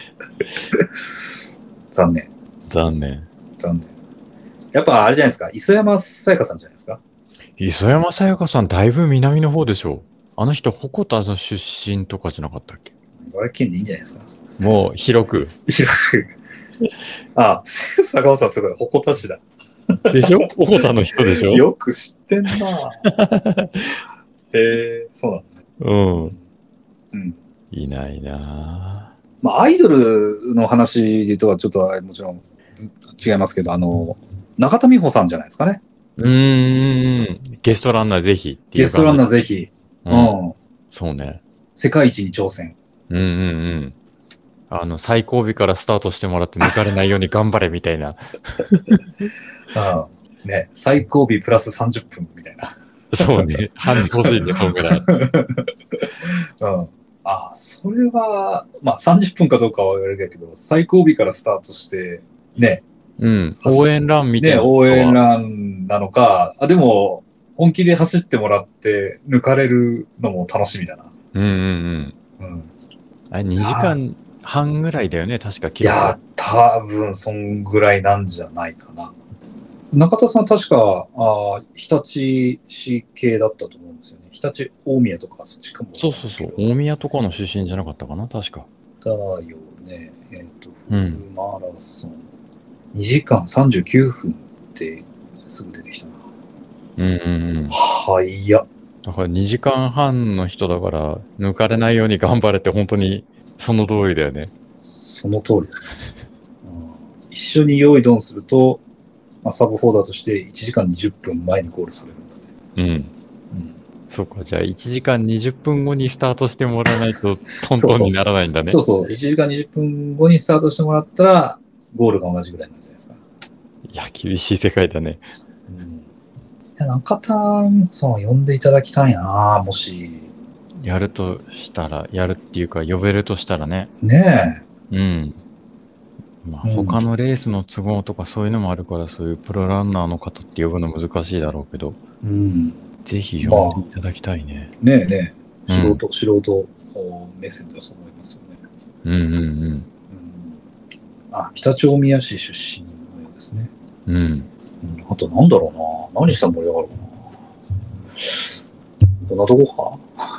Speaker 2: 残念。
Speaker 1: 残念。
Speaker 2: 残念。やっぱあれじゃないですか。磯山さやかさんじゃないですか。
Speaker 1: 磯山さやかさん、だいぶ南の方でしょう。あの人、鉾田の出身とかじゃなかったっけ
Speaker 2: 茨城県でいいんじゃないですか。
Speaker 1: もう、広く。
Speaker 2: 広く。あ、坂本さんすごい。鉾田市だ。
Speaker 1: でし
Speaker 2: [LAUGHS]
Speaker 1: ょ鉾田の人でしょ
Speaker 2: よく知ってん [LAUGHS] なえー、そうなんだ。
Speaker 1: うん。
Speaker 2: うん。
Speaker 1: いないな
Speaker 2: まあ、アイドルの話とはちょっとあれもちろんず違いますけど、あの、中田美穂さんじゃないですかね。
Speaker 1: ぁうーん。ゲストランナーぜひ。
Speaker 2: ゲストランナ
Speaker 1: ー。
Speaker 2: ーぜひ、う
Speaker 1: うん。
Speaker 2: ん。
Speaker 1: そうね。
Speaker 2: 世界一に挑戦。
Speaker 1: うんうんうん。あの、最後尾からスタートしてもらって抜かれないように頑張れみたいな。
Speaker 2: うん。ね、最後尾プラス30分みたいな。
Speaker 1: そう
Speaker 2: [LAUGHS]
Speaker 1: ね。犯人欲しいね、そんぐらい。
Speaker 2: うん。ああ、それは、まあ30分かどうかは言われるけど、最後尾からスタートして、ね、 [LAUGHS]
Speaker 1: うん。応援ランみたい
Speaker 2: ね、
Speaker 1: な。
Speaker 2: 応援ランなのか、あ、でも、本気で走ってもらって、抜かれるのも楽しみだな。
Speaker 1: うんうんうん。
Speaker 2: うん。
Speaker 1: あれ、2時間半ぐらいだよね、確か。
Speaker 2: いや、多分、そんぐらいなんじゃないかな。中田さん、確か、あー日立市系だったと思うんですよね。日立大宮とか、そっちかも。
Speaker 1: そうそうそう。大宮とかの出身じゃなかったかな、確か。
Speaker 2: だよね。えっ、と、
Speaker 1: う
Speaker 2: フ
Speaker 1: ん
Speaker 2: ルマラソン。2時間39分って、すぐ出てきたな。
Speaker 1: うんうんうん。
Speaker 2: はいや。
Speaker 1: だから2時間半の人だから、抜かれないように頑張れって本当にその通りだよね。
Speaker 2: その通り、うん一緒に用意ドンすると、まあ、サブフォーダーとして1時間20分前にゴールされるんだね。
Speaker 1: うん。そうか、じゃあ1時間20分後にスタートしてもらわない
Speaker 2: [LAUGHS]
Speaker 1: とトン
Speaker 2: そう
Speaker 1: トン
Speaker 2: そう
Speaker 1: にならないんだね。
Speaker 2: そうそう、1時間20分後にスタートしてもらったら、ゴールが同じぐらいなんじゃないですか。
Speaker 1: いや、厳しい世界だね。
Speaker 2: うんいやや中田さんは呼んでいただきたいな、もし。
Speaker 1: やるとしたら、やるっていうか、呼べるとしたらね。
Speaker 2: ね
Speaker 1: うん。まあ、
Speaker 2: うん
Speaker 1: 他のレースの都合とかそういうのもあるから、そういうプロランナーの方って呼ぶの難しいだろうけど、
Speaker 2: え。うん。
Speaker 1: ぜひ呼んでいただきたいね。
Speaker 2: ねえねえ。
Speaker 1: う
Speaker 2: 素
Speaker 1: ん
Speaker 2: 人、素人お目線ではそう思いますよね。
Speaker 1: うんうん
Speaker 2: うん。あ、北朝宮市出身のようですね。
Speaker 1: うん。うん。
Speaker 2: うん、あとなんだろうな。何したら盛り上がるかな。こんなとこか [LAUGHS]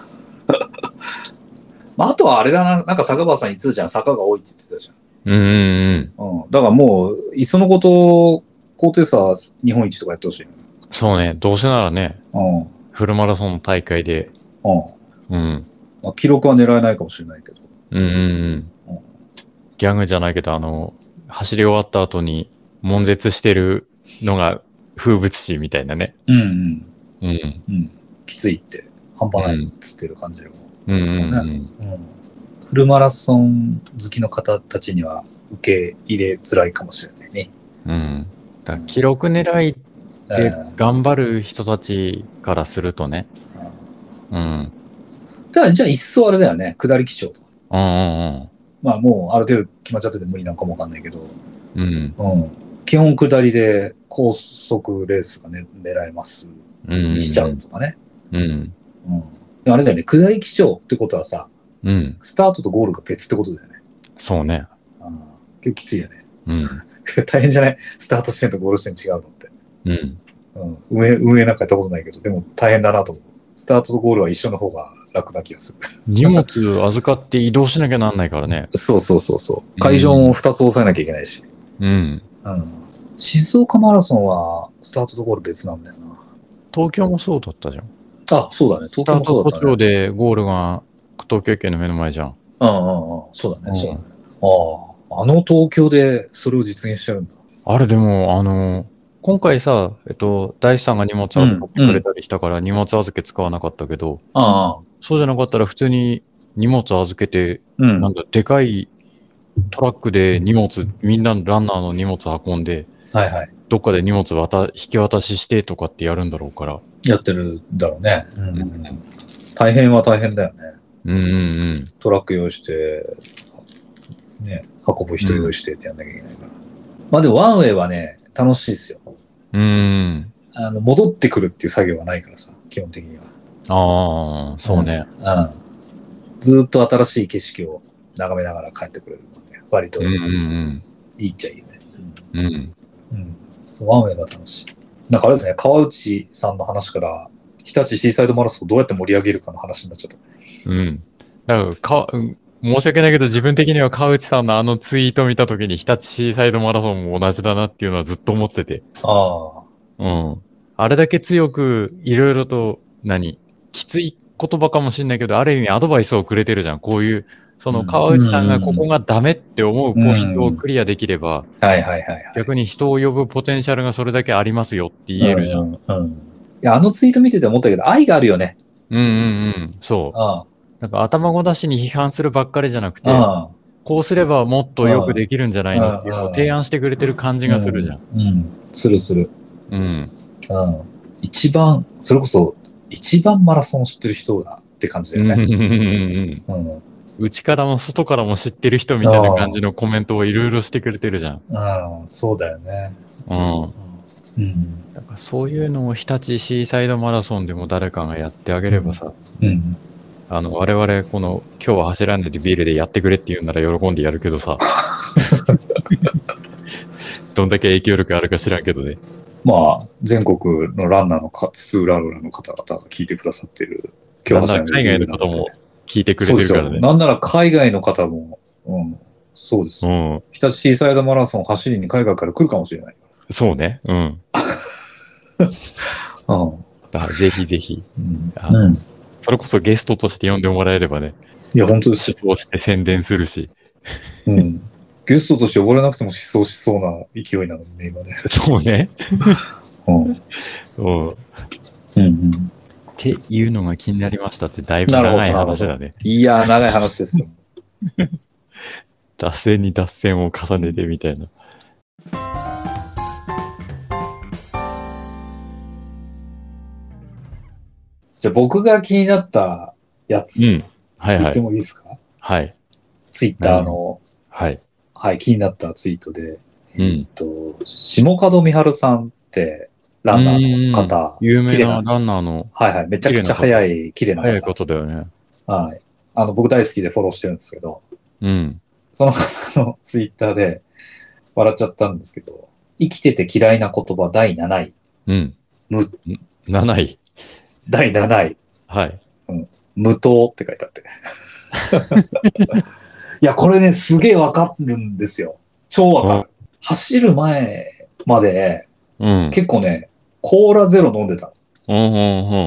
Speaker 2: まあ、あとはあれだな。なんか坂場さん言ってたじゃん。坂が多いって言ってたじゃん。
Speaker 1: うんうんうん。
Speaker 2: うん。だからもう、いっそのこと、高低差日本一とかやってほしい。
Speaker 1: そうね。どうせならね、
Speaker 2: うん。うん。
Speaker 1: フルマラソンの大会で、うん。
Speaker 2: まあ、記録は狙えないかもしれないけど。
Speaker 1: うんうんう
Speaker 2: うん
Speaker 1: ん。ギャグじゃないけど、あの、走り終わった後に、悶絶してるのが風物詩みたいなね。
Speaker 2: うんうん。
Speaker 1: うん。
Speaker 2: うん。きついって、半端な
Speaker 1: う
Speaker 2: い
Speaker 1: ん
Speaker 2: っつってる感じの。
Speaker 1: うんうんうん。
Speaker 2: うん。フルマラソン好きの方たちには受け入れづらいかもしれないね。
Speaker 1: うん。だから記録狙いで
Speaker 2: うん
Speaker 1: 頑張る人たちからするとね。
Speaker 2: うん
Speaker 1: うん。
Speaker 2: ただ、じゃあ、いっそあれだよね。下り基調とか。
Speaker 1: うんうん
Speaker 2: まあ、もう、ある程度決まっちゃってて無理なんかもわかんないけど。
Speaker 1: うん。うん。
Speaker 2: うん。基本下りで高速レースがね、狙えます。
Speaker 1: うんうんうん
Speaker 2: しちゃうとかね。
Speaker 1: うん。
Speaker 2: うん。あれだよね。下り基調ってことはさ、
Speaker 1: うん。
Speaker 2: スタートとゴールが別ってことだよね。
Speaker 1: そうね。
Speaker 2: うん。結構きついよね。 [LAUGHS]
Speaker 1: うん。
Speaker 2: 大変じゃないスタート地点とゴール地点違うのって。
Speaker 1: うん。
Speaker 2: うん。運営、運営なんかやったことないけど、でも大変だなと思う。スタートとゴールは一緒の方が楽な気がする。
Speaker 1: 荷物預かって移動しなきゃなんないからね。
Speaker 2: そうそうそう [LAUGHS] そう。会場も二つ押さえなきゃいけないし。
Speaker 1: うん。
Speaker 2: うん。静岡マラソンはスタートとゴール別なんだよな。
Speaker 1: 東京もそうだったじゃん。
Speaker 2: あ、そうだね。
Speaker 1: ス
Speaker 2: 東
Speaker 1: タ
Speaker 2: 京
Speaker 1: ート途
Speaker 2: もそうだね。
Speaker 1: 中でゴールが東京駅の目の前じゃん。
Speaker 2: うんうんうん。そうだ
Speaker 1: う
Speaker 2: ね。
Speaker 1: ん
Speaker 2: そうだね。ああ。あの東京でそれを実現してるんだ。
Speaker 1: あれでも、あの、今回さ、えっと、大師さんが荷物預かってくれたりしたから荷物預け使わなかったけど、
Speaker 2: ああ。
Speaker 1: そうじゃなかったら普通に荷物預けて、
Speaker 2: うん
Speaker 1: なんだ、でかいトラックで荷物、みんなのランナーの荷物運んで、
Speaker 2: はいはい。
Speaker 1: どっかで荷物渡引き渡ししてとかってやるんだろうから。
Speaker 2: やってるんだろうね。う
Speaker 1: うん
Speaker 2: ん。大変は大変だよね。
Speaker 1: うんうん
Speaker 2: トラック用意して、ね、運ぶ人用意してってやんなきゃいけないから。まあでもワンウェイはね、楽しいですよ。
Speaker 1: うん。うん。
Speaker 2: あの、戻ってくるっていう作業はないからさ、基本的に
Speaker 1: ああ、そうね。
Speaker 2: は。うん。ずーっと新しい景色を眺めながら帰ってくれるので、割と
Speaker 1: うんうん
Speaker 2: いいっちゃいいよね。
Speaker 1: うん。うん。
Speaker 2: うん。うんそうワンウェイが楽しい。なんかあれですね、川内さんの話から、日立シーサイドマラソンをどうやって盛り上げるかの話になっちゃった。
Speaker 1: うん。だからか、うん申し訳ないけど、自分的には川内さんのあのツイート見たときに、日立シーサイドマラソンも同じだなっていうのはずっと思ってて。
Speaker 2: ああ。
Speaker 1: うん。あれだけ強く、いろいろと、何きつい言葉かもしれないけど、ある意味アドバイスをくれてるじゃん。こういう、その川内さんがここがダメって思うポイントをクリアできれば、
Speaker 2: はいはいはいはい。
Speaker 1: 逆に人を呼ぶポテンシャルがそれだけありますよって言えるじゃん。
Speaker 2: うんうんうんいや、あのツイート見てて思ったけど、愛があるよね。
Speaker 1: うんうんうん。そう。
Speaker 2: あ
Speaker 1: なんか頭ごなしに批判するばっかりじゃなくて、
Speaker 2: あ
Speaker 1: こうすればもっとよくできるんじゃないのっていうのを提案してくれてる感じがするじゃん。
Speaker 2: うん。するする。
Speaker 1: うん。
Speaker 2: うん。一番、それこそ、一番マラソンを知ってる人だって感じだ
Speaker 1: うんう
Speaker 2: よ
Speaker 1: ん
Speaker 2: ね。
Speaker 1: うんうん
Speaker 2: うん。うん。
Speaker 1: うちからも外からも知ってる人みたいな感じのコメントをいろいろしてくれてるじゃん。
Speaker 2: そうだよね。
Speaker 1: うん。
Speaker 2: うん。
Speaker 1: だからそういうのを日立シーサイドマラソンでも誰かがやってあげればさ、
Speaker 2: うん。
Speaker 1: あの、我々この今日は走らないでビールでやってくれって言うなら喜んでやるけど
Speaker 2: [LAUGHS]
Speaker 1: さ。どんだけ影響力あるか知らんけどね。
Speaker 2: まあ、全国のランナーのか、津浦浦の方々が聞いてくださってる。
Speaker 1: なんなら海外の方も聞いてくれ
Speaker 2: そう
Speaker 1: て
Speaker 2: で
Speaker 1: る
Speaker 2: す
Speaker 1: から
Speaker 2: よ。
Speaker 1: ね。
Speaker 2: なんなら海外の方も、うん。そうです
Speaker 1: う。ん。
Speaker 2: 日立シーサイドマラソン走りに海外から来るかもしれない。
Speaker 1: そうね。うん。
Speaker 2: うん。
Speaker 1: あぜひぜひ。
Speaker 2: うん
Speaker 1: あそれこそゲストとして呼んでもらえればね、
Speaker 2: いや、本当ですよ。
Speaker 1: そうして宣伝するし。
Speaker 2: うん。ゲストとして呼ばれなくても失踪しそうな勢いなのね、今ね。
Speaker 1: そうね。
Speaker 2: うん。うん
Speaker 1: うん。っ
Speaker 2: うん。
Speaker 1: ていうのが気になりましたって、だいぶ
Speaker 2: なるほど
Speaker 1: 長い話だね。
Speaker 2: いやー、長い話ですよ。
Speaker 1: 脱線に脱線を重ねてみたいな。
Speaker 2: じゃあ僕が気になったやつ、
Speaker 1: うん。はい
Speaker 2: 言
Speaker 1: は
Speaker 2: って
Speaker 1: い。
Speaker 2: もいいですか、
Speaker 1: はい。
Speaker 2: ツイッターの、
Speaker 1: はい。
Speaker 2: はい、気になったツイートで、
Speaker 1: うん
Speaker 2: えっと、下門美春さんって、ランナーの方、
Speaker 1: 有名
Speaker 2: 綺麗
Speaker 1: な
Speaker 2: な
Speaker 1: ランナーの
Speaker 2: はいはい、めちゃくちゃ速い、綺麗な
Speaker 1: 早い
Speaker 2: 方
Speaker 1: こ。とだよね。
Speaker 2: はい。あの、僕大好きでフォローしてるんですけど、
Speaker 1: うん。
Speaker 2: その方のツイッターで笑っちゃったんですけど、生きてて嫌いな言葉第7位。
Speaker 1: うん。
Speaker 2: む
Speaker 1: 7位。
Speaker 2: 第7位。
Speaker 1: はい。
Speaker 2: 無糖って書いてあ [LAUGHS] って。いや、これね、すげえわかるんですよ。超わかる。走る前まで、
Speaker 1: うん。
Speaker 2: 結構ね、コーラゼロ飲んでた。
Speaker 1: うんうんう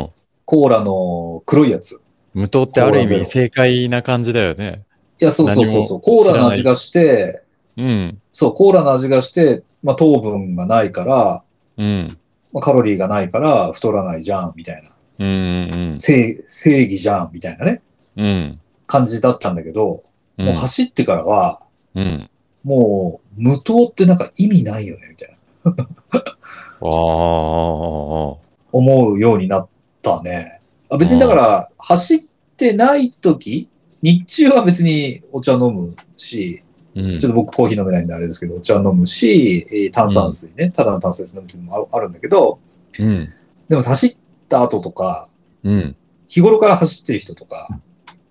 Speaker 1: ん。
Speaker 2: コーラの黒いやつ。
Speaker 1: 無糖ってある意
Speaker 2: コーラゼロ
Speaker 1: 味正解な感じだよね。
Speaker 2: いや、そうそうそうそう。
Speaker 1: 何も
Speaker 2: コーラの味がして、
Speaker 1: うん。
Speaker 2: そう、コーラの味がして、まあ、糖分がないから、
Speaker 1: うん。
Speaker 2: まあ、カロリーがないから太らないじゃん、みたいな。
Speaker 1: うんうん
Speaker 2: 正正義じゃん、みたいなね、
Speaker 1: うん。うん。
Speaker 2: 感じだったんだけど、
Speaker 1: うん
Speaker 2: もう走ってからは、
Speaker 1: うん。
Speaker 2: もう、無糖ってなんか意味ないよね、みたいな、
Speaker 1: ああ。
Speaker 2: 思うようになったね。あ別にだから、走ってない時、日中は別にお茶飲むし、
Speaker 1: うん
Speaker 2: ちょっと僕コーヒー飲めないんであれですけど、お茶飲むし、えー炭酸水ね、ただの炭酸水飲む時もああるんだけど、
Speaker 1: うん。
Speaker 2: でも走った後とか、
Speaker 1: うん。
Speaker 2: 日頃から走ってる人とか、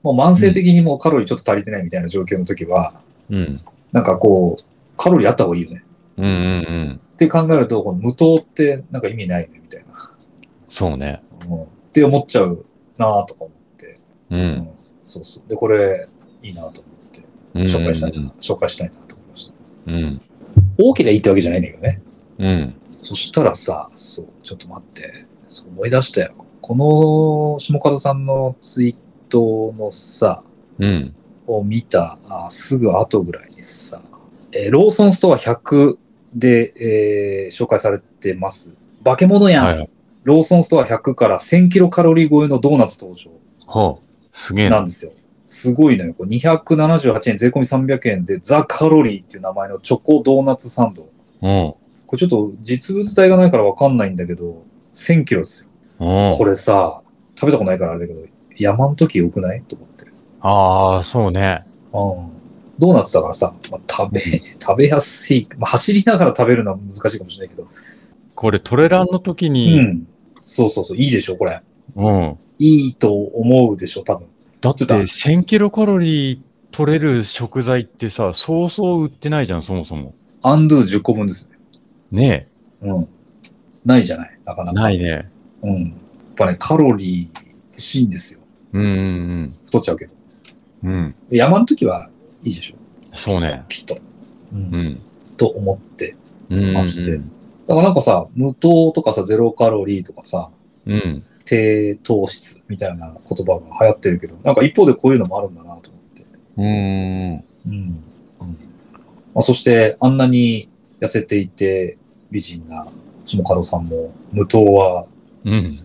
Speaker 2: もう慢性的にもうカロリーちょっと足りてないみたいな状況の時は、
Speaker 1: うん。
Speaker 2: なんかこう、カロリーあった方がいいよね。
Speaker 1: うんうんうん。
Speaker 2: って考えると、この無糖ってなんか意味ないねみたいな。
Speaker 1: そうね。
Speaker 2: うん、って思っちゃうなぁとか思って、
Speaker 1: う。
Speaker 2: うんそうそう。で、これ、いいなぁと思って、紹介したいな、
Speaker 1: うん
Speaker 2: 紹介したいなと思いました。
Speaker 1: うん。
Speaker 2: 大きりゃいいってわけじゃないんだけどね。
Speaker 1: うん。
Speaker 2: そしたらさ、そう、ちょっと待って、そう思い出したよ。この下門さんのツイートのさ、
Speaker 1: うん。
Speaker 2: を見たあすぐ後ぐらいにさ、えーローソンストア100で、えー紹介されてます。化け物やん、
Speaker 1: はい。
Speaker 2: ローソンストア100から1000キロカロリー超えのドーナツ登場
Speaker 1: はあ。すげえ
Speaker 2: な
Speaker 1: な。
Speaker 2: んですよ。すごいのよ。これ278円、税込み300円で、ザ・カロリーっていう名前のチョコドーナツサンド。
Speaker 1: うん。
Speaker 2: これちょっと実物体がないからわかんないんだけど、1000キロですよ。
Speaker 1: うん。
Speaker 2: これさ、食べたことないからあれだけど、山の時良くないと思って。
Speaker 1: ああ、そうね。
Speaker 2: うんドーナツだからさ、まあ、食べ、 [LAUGHS] 食べやすい。まあ、走りながら食べるのは難しいかもしれないけど。
Speaker 1: これトレランの時
Speaker 2: う
Speaker 1: に、
Speaker 2: ん。そうそうそう。いいでしょ、これ。
Speaker 1: うん。
Speaker 2: いいと思うでしょ、多分。
Speaker 1: だって
Speaker 2: ちょっと
Speaker 1: 1000キロカロリー取れる食材ってさ、そうそう売ってないじゃん、そもそも。
Speaker 2: アンドゥ10個分ですね。
Speaker 1: ね
Speaker 2: うん。ないじゃない、なか
Speaker 1: え。
Speaker 2: なか。
Speaker 1: ないね。
Speaker 2: うん。やっぱね、カロリー欲しいんですよ。
Speaker 1: うんうん
Speaker 2: 太っちゃうけど。
Speaker 1: うん。うん。
Speaker 2: 山の時はいいでしょ、
Speaker 1: そうね。
Speaker 2: きっと。う。
Speaker 1: うんん。
Speaker 2: と思って。
Speaker 1: うん。
Speaker 2: マジでだからなんかさ、無糖とかさ、ゼロカロリーとかさ、
Speaker 1: うん。
Speaker 2: 低糖質みたいな言葉が流行ってるけど、なんか一方でこういうのもあるんだなと思って。
Speaker 1: うん。
Speaker 2: うん。まあ、そして、あんなに痩せていて美人な下門さんも、無糖は
Speaker 1: うん。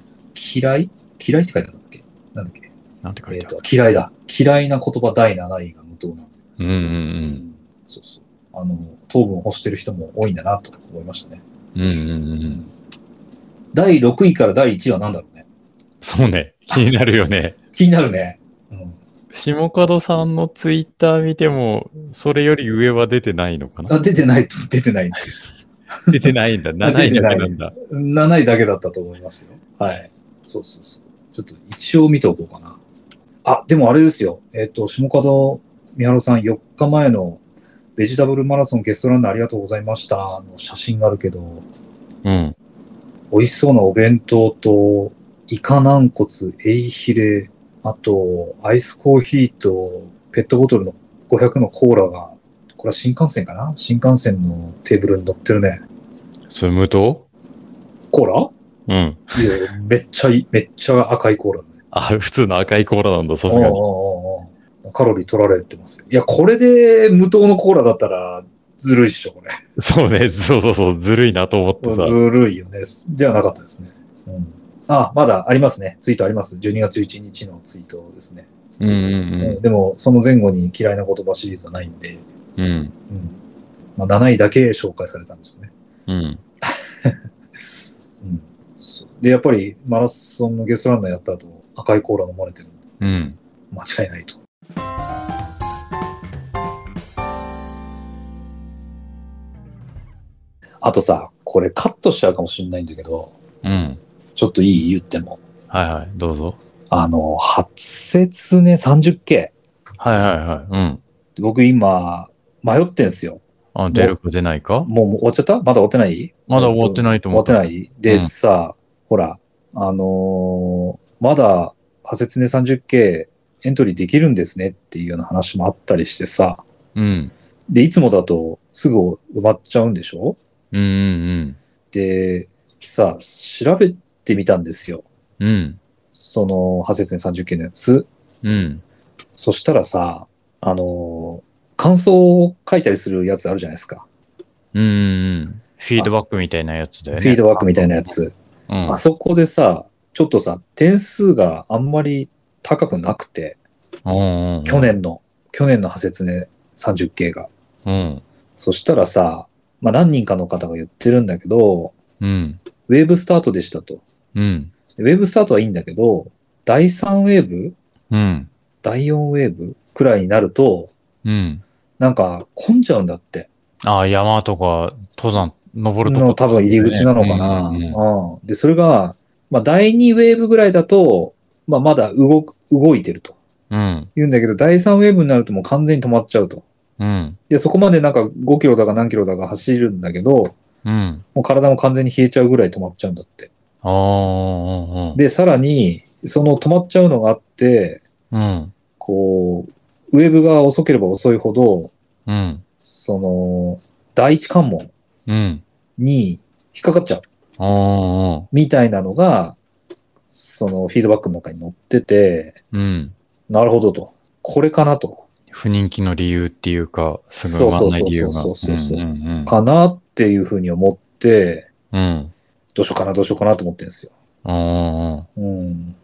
Speaker 2: 嫌い嫌いって書いてあったんだっけなんだっけ
Speaker 1: なんて書
Speaker 2: え
Speaker 1: い
Speaker 2: って
Speaker 1: ある
Speaker 2: と、嫌いだ。嫌いな言葉第7位が無糖なんだ。
Speaker 1: うんう。
Speaker 2: うんそうそう。あの、糖分を欲してる人も多いんだなと思いましたね。
Speaker 1: うん。うんうんうん。
Speaker 2: 第6位から第1位は何だろうね。
Speaker 1: そうね。気になるよ
Speaker 2: [LAUGHS]
Speaker 1: ね。
Speaker 2: 気になるね。うん。
Speaker 1: 下門さんのツイッター見ても、それより上は出てないのか
Speaker 2: あ、
Speaker 1: な
Speaker 2: 出てない、出てないんですよ。
Speaker 1: 出てないん
Speaker 2: [LAUGHS]
Speaker 1: だ。7位だけなんだ。
Speaker 2: 7位だけだったと思いますよ。はい。そうそうそう。ちょっと一応見ておこうかな。あ、でもあれですよ。えっ、と、下門美晴さん4日前のベジタブルマラソンゲストランナーありがとうございました。の写真があるけど、
Speaker 1: うん。
Speaker 2: 美味しそうなお弁当と、イカ軟骨、エイヒレ、あと、アイスコーヒーと、ペットボトルの500のコーラが、これは新幹線かな新幹線のテーブルに乗ってるね。
Speaker 1: それ無糖
Speaker 2: コーラ
Speaker 1: うん。
Speaker 2: いやいや、めっちゃいい、めっちゃ赤いコーラだね。
Speaker 1: あ、普通の赤いコーラなんだ、さす
Speaker 2: おう
Speaker 1: がに。
Speaker 2: おうおうおうカロリー取られてますよ。いや、これで無糖のコーラだったら、ずるいっしょ、これ。
Speaker 1: そうね、そうそうそう、ずるいなと思ってさ。
Speaker 2: ずるいよね。ではなかったですね。うん。あ、まだありますね。ツイートあります。12月11日のツイートですね。
Speaker 1: うん
Speaker 2: うんでも、その前後に嫌いな言葉シリーズはないんで、
Speaker 1: うんうん。うん。
Speaker 2: うん。まあ、7位だけ紹介されたんですね。
Speaker 1: うん。
Speaker 2: うん。そうで、やっぱりマラソンのゲストランナーやった後、赤いコーラ飲まれてるんで
Speaker 1: うん。
Speaker 2: 間違いないと。あとさ、これカットしちゃうかもしれないんだけど、
Speaker 1: うん。
Speaker 2: ちょっといい言っても。
Speaker 1: はいはい。どうぞ。
Speaker 2: あの、発節ね 30K。
Speaker 1: はいはいはい。うん。
Speaker 2: 僕今、迷ってんすよ。
Speaker 1: あ、出るか出ないか
Speaker 2: もうもう終わっちゃったまだ終わってない
Speaker 1: まだ終わってないと
Speaker 2: 終
Speaker 1: 思
Speaker 2: わ
Speaker 1: う。
Speaker 2: って
Speaker 1: い。
Speaker 2: ないで、
Speaker 1: うん
Speaker 2: さ、ほら、あのーまだ、発節ね 30K エントリーできるんですねっていうような話もあったりしてさ、
Speaker 1: うん。
Speaker 2: で、いつもだとすぐ埋まっちゃうんでしょ
Speaker 1: うんうん
Speaker 2: で、さ、調べてみたんですよ。
Speaker 1: うん。うん。
Speaker 2: その、派切年30件のやつ。
Speaker 1: うん。
Speaker 2: そしたらさ、あのー、感想を書いたりするやつあるじゃないですか。
Speaker 1: うんうん。フィードバックみたいなやつで、ね。
Speaker 2: フィードバックみたいなやつ。
Speaker 1: うん
Speaker 2: あ。そこでさ、ちょっとさ、点数があんまり高くなくて、
Speaker 1: うんうん
Speaker 2: 去。年の、去年の派切年30系が。
Speaker 1: うん。
Speaker 2: そしたらさ、まあ何人かの方が言ってるんだけど、
Speaker 1: うん。
Speaker 2: ウェーブスタートでしたと。
Speaker 1: うん。
Speaker 2: ウェーブスタートはいいんだけど、第3ウェーブ
Speaker 1: うん。
Speaker 2: 第4ウェーブくらいになると、
Speaker 1: うん。
Speaker 2: なんか混んじゃうんだって。
Speaker 1: ああ、山とか、登山、登ると
Speaker 2: の
Speaker 1: こ。
Speaker 2: 多分入り口なのかな。
Speaker 1: うんうん
Speaker 2: うんで、それが、まあ、第2ウェーブぐらいだと、まあ、まだ動く、動いてると
Speaker 1: うん。
Speaker 2: 言うんだけど、第3ウェーブになるともう完全に止まっちゃうと。
Speaker 1: うん。
Speaker 2: で、そこまでなんか5キロだか何キロだか走るんだけど、
Speaker 1: うん。
Speaker 2: もう体も完全に冷えちゃうぐらい止まっちゃうんだって。
Speaker 1: ああ。
Speaker 2: で、さらに、その止まっちゃうのがあって、
Speaker 1: うん。
Speaker 2: こう、ウェーブが遅ければ遅いほど、
Speaker 1: うん。
Speaker 2: その、第一関門
Speaker 1: うん。
Speaker 2: に引っかかっちゃう。
Speaker 1: ああ。
Speaker 2: みたいなのが、そのフィードバックの中に載ってて、
Speaker 1: うん。
Speaker 2: なるほどと。これかなと。
Speaker 1: 不人気の理由っていうか、すぐ埋まんない理由が。
Speaker 2: そうそうそうそうそう
Speaker 1: うん。
Speaker 2: かなっていうふうに思って、
Speaker 1: うん。
Speaker 2: どうしようかな、どうしようかなと思ってるんですよ。
Speaker 1: ああ。
Speaker 2: うん。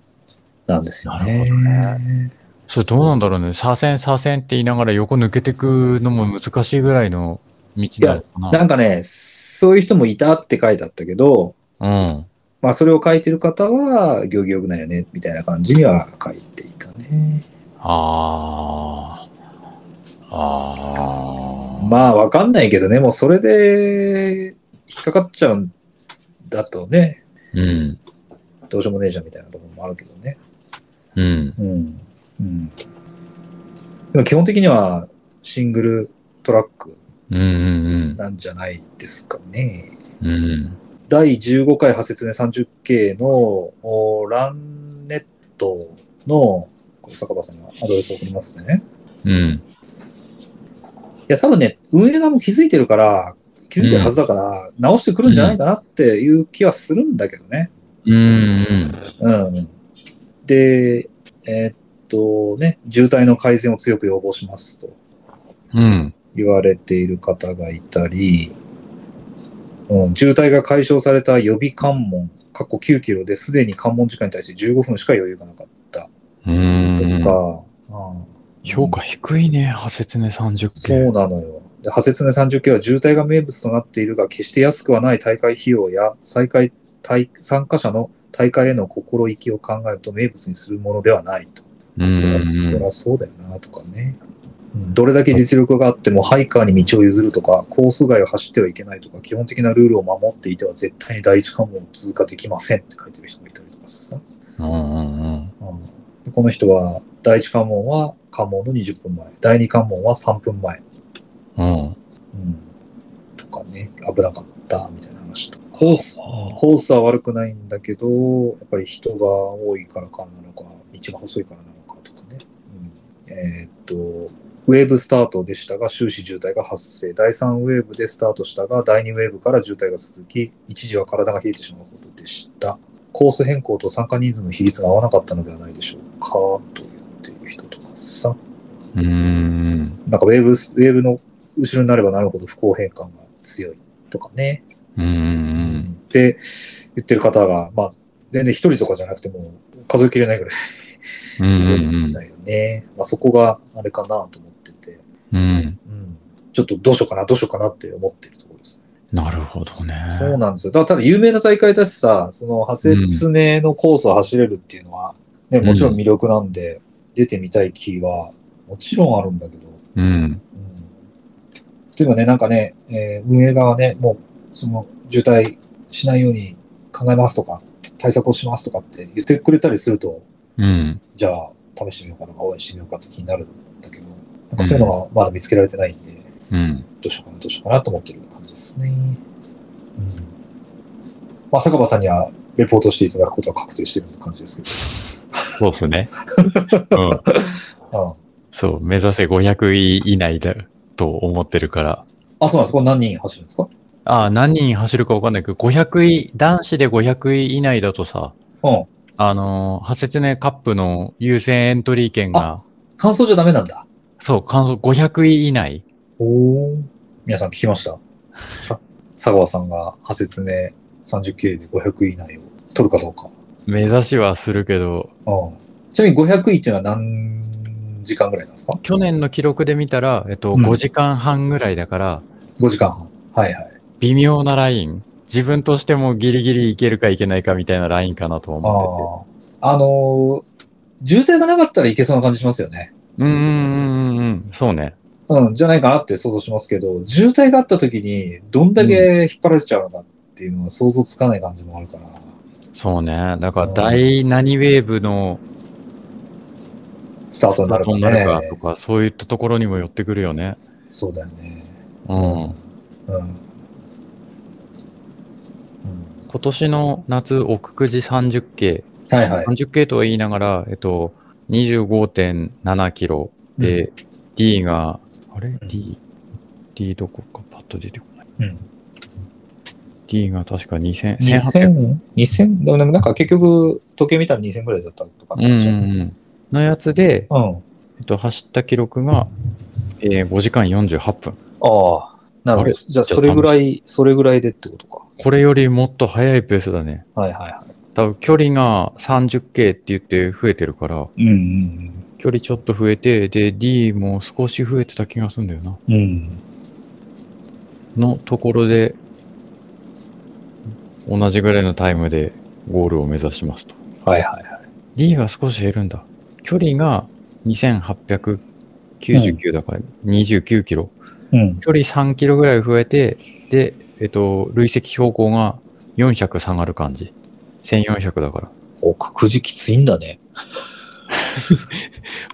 Speaker 2: なんですよ
Speaker 1: な
Speaker 2: ね。
Speaker 1: るほどそれどうなんだろうね。左遷、左遷って言いながら横抜けてくのも難しいぐらいの道なのか
Speaker 2: なんかね、そういう人もいたって書いてあったけど、
Speaker 1: な。うん。
Speaker 2: まあそれを書いてる方は、行儀良くないよね、みたいな感じには書いていたね。
Speaker 1: ああ。ああ。
Speaker 2: まあわかんないけどね、もうそれで引っかかっちゃうんだとね、
Speaker 1: うん。
Speaker 2: どうしようもねえじゃんみたいなところもあるけどね。
Speaker 1: うん。
Speaker 2: うん。うん。でも基本的にはシングルトラック
Speaker 1: うんうん
Speaker 2: なんじゃないですかね。
Speaker 1: うん。うん。
Speaker 2: 第15回派切ね 30K のおランネットの、これ坂場さんにアドレス送りますね。
Speaker 1: うん。
Speaker 2: いや、多分ね、運営側も気づいてるから、気づいてるはずだから、直してくるんじゃないかなっていう気はするんだけどね。
Speaker 1: うんうん。
Speaker 2: うん。で、えーっとね、渋滞の改善を強く要望しますと。
Speaker 1: うん。
Speaker 2: 言われている方がいたり、うん、渋滞が解消された予備関門、過去9キロですでに関門時間に対して15分しか余裕がなかった
Speaker 1: う
Speaker 2: と
Speaker 1: ん。
Speaker 2: か、うん
Speaker 1: 評価低いね、派切ね
Speaker 2: そう
Speaker 1: 30
Speaker 2: なのよ。で、派切ね30系は渋滞が名物となっているが、決して安くはない大会費用や、再開、大参加者の大会への心意気を考えると名物にするものではないと。
Speaker 1: 系。
Speaker 2: そりゃ、そりゃそうだよな、とかね。どれだけ実力があってもハイカーに道を譲るとか、コース外を走ってはいけないとか、基本的なルールを守っていては絶対に第一関門を通過できませんって書いてる人もいたりとかさ。
Speaker 1: うんうんうん。
Speaker 2: うんでこの人は、第一関門は関門の20分前、第二関門は3分前、
Speaker 1: うん。
Speaker 2: うん、とかね、危なかったみたいな話とか。コース、コースは悪くないんだけど、やっぱり人が多いからかなのか、道が細いからなのかとかね。うん、えーっと、ウェーブスタートでしたが、終始渋滞が発生。第3ウェーブでスタートしたが、第2ウェーブから渋滞が続き、一時は体が冷えてしまうほどでした。コース変更と参加人数の比率が合わなかったのではないでしょうか、と言っている人とかさ。
Speaker 1: うん。
Speaker 2: なんかウェーブス、ウェーブの後ろになればなるほど不公平感が強いとかね。
Speaker 1: うんうん。
Speaker 2: って言ってる方が、まあ、全然一人とかじゃなくてもう数えきれないぐらい
Speaker 1: うんう
Speaker 2: いるん
Speaker 1: ん
Speaker 2: だよね。まあそこがあれかなと思ってて、
Speaker 1: うん。
Speaker 2: うんちょっとどうしようかな、どうしようかなって思ってるところですね。
Speaker 1: なるほどね。
Speaker 2: そうなんですよ。だから多分有名な大会だしさ、その、初
Speaker 1: うん
Speaker 2: 常のコースを走れるっていうのは、ね、もちろん魅力なんで、出てみたい気は、もちろんあるんだけど、
Speaker 1: うん。
Speaker 2: うん例えばね、なんかね、えー運営側はね、もう、その、渋滞しないように考えますとか、対策をしますとかって言ってくれたりすると、
Speaker 1: うん。
Speaker 2: じゃあ、試してみようかとか、応援してみようかって気になるんだけど、なんかそういうのがまだ見つけられてないんで、
Speaker 1: う
Speaker 2: ど
Speaker 1: ん。
Speaker 2: うしようかな、どうしようかなと思ってる感じですね。うん。まあ、坂場さんには、レポートしていただくことは確定してる感じですけ
Speaker 1: そうですね。うん。
Speaker 2: ど。うん。
Speaker 1: そう、目指せ500位以内だと思ってるから。
Speaker 2: あ、そうなんです。これ何人走るんですか
Speaker 1: ああ、何人走るかわかんないけど、500位、男子で500位以内だとさ、
Speaker 2: うん。
Speaker 1: あのー、ハセツネカップの優先エントリー権が、
Speaker 2: 感想じゃダメなんだ。
Speaker 1: そう、感想500位以内。
Speaker 2: おお。皆さん聞きましたさ佐川さんが、派切ね、30系で500位以内を取るかどうか。
Speaker 1: 目指しはするけど、
Speaker 2: うん。ちなみに500位っていうのは何時間ぐらいなんですか
Speaker 1: 去年の記録で見たら、えっと、
Speaker 2: うん
Speaker 1: 5時間半ぐらいだから、
Speaker 2: ?5 時間半。はいはい。
Speaker 1: 微妙なライン。自分としてもギリギリいけるかいけないかみたいなラインかなと
Speaker 2: あ
Speaker 1: 思
Speaker 2: あ。あのー渋滞がなかったらいけそうな感じしますよね。
Speaker 1: ってて。うんうんうんうんうん、そうね。
Speaker 2: うん、じゃないかなって想像しますけど、渋滞があった時にどんだけ引っ張られちゃうのかっていうのは想像つかない感じもあるから。
Speaker 1: そうね。だから、大何ウェーブの
Speaker 2: スタートにな
Speaker 1: バ
Speaker 2: る
Speaker 1: ト
Speaker 2: か
Speaker 1: ンになるか
Speaker 2: ね
Speaker 1: と。か、そういったところにも寄ってくるよね。
Speaker 2: そうだよね。
Speaker 1: うん。
Speaker 2: うん。うん
Speaker 1: 今年の夏、奥久慈30系。
Speaker 2: はいはい。
Speaker 1: 30系とは言いながら、えっと、25.7キロで、D が、あれ
Speaker 2: うん
Speaker 1: ?D、D どこかパッと出てこない。
Speaker 2: うん、
Speaker 1: D が確か2000、1800。
Speaker 2: 2000、2000、でもなんか結局、時計見たら2000ぐらいだったとか
Speaker 1: うんうんうん。のやつで、
Speaker 2: うん。
Speaker 1: えっと、走った記録が、えー5時間48分。
Speaker 2: ああ、な
Speaker 1: あ
Speaker 2: るほど。
Speaker 1: れ
Speaker 2: じゃあ、それぐらい、それぐらいでってことか。
Speaker 1: これよりもっと速いペースだね。
Speaker 2: はいはいは
Speaker 1: 多分距離が 30K って言って増えてるから、
Speaker 2: い。うん
Speaker 1: 距離ちょっと増えて、で、D も少し増えてた気がするんだよな。
Speaker 2: うんうん。うん。
Speaker 1: のところで、同じぐらいのタイムでゴールを目指しますと。
Speaker 2: はいはいはい。
Speaker 1: D が少し減るんだ。距離が2899だから29キロ。
Speaker 2: うん。
Speaker 1: 距離3キロぐらい増えて、で、えっと、累積標高が400下がる感じ。1400だから。
Speaker 2: 奥くじきついんだね。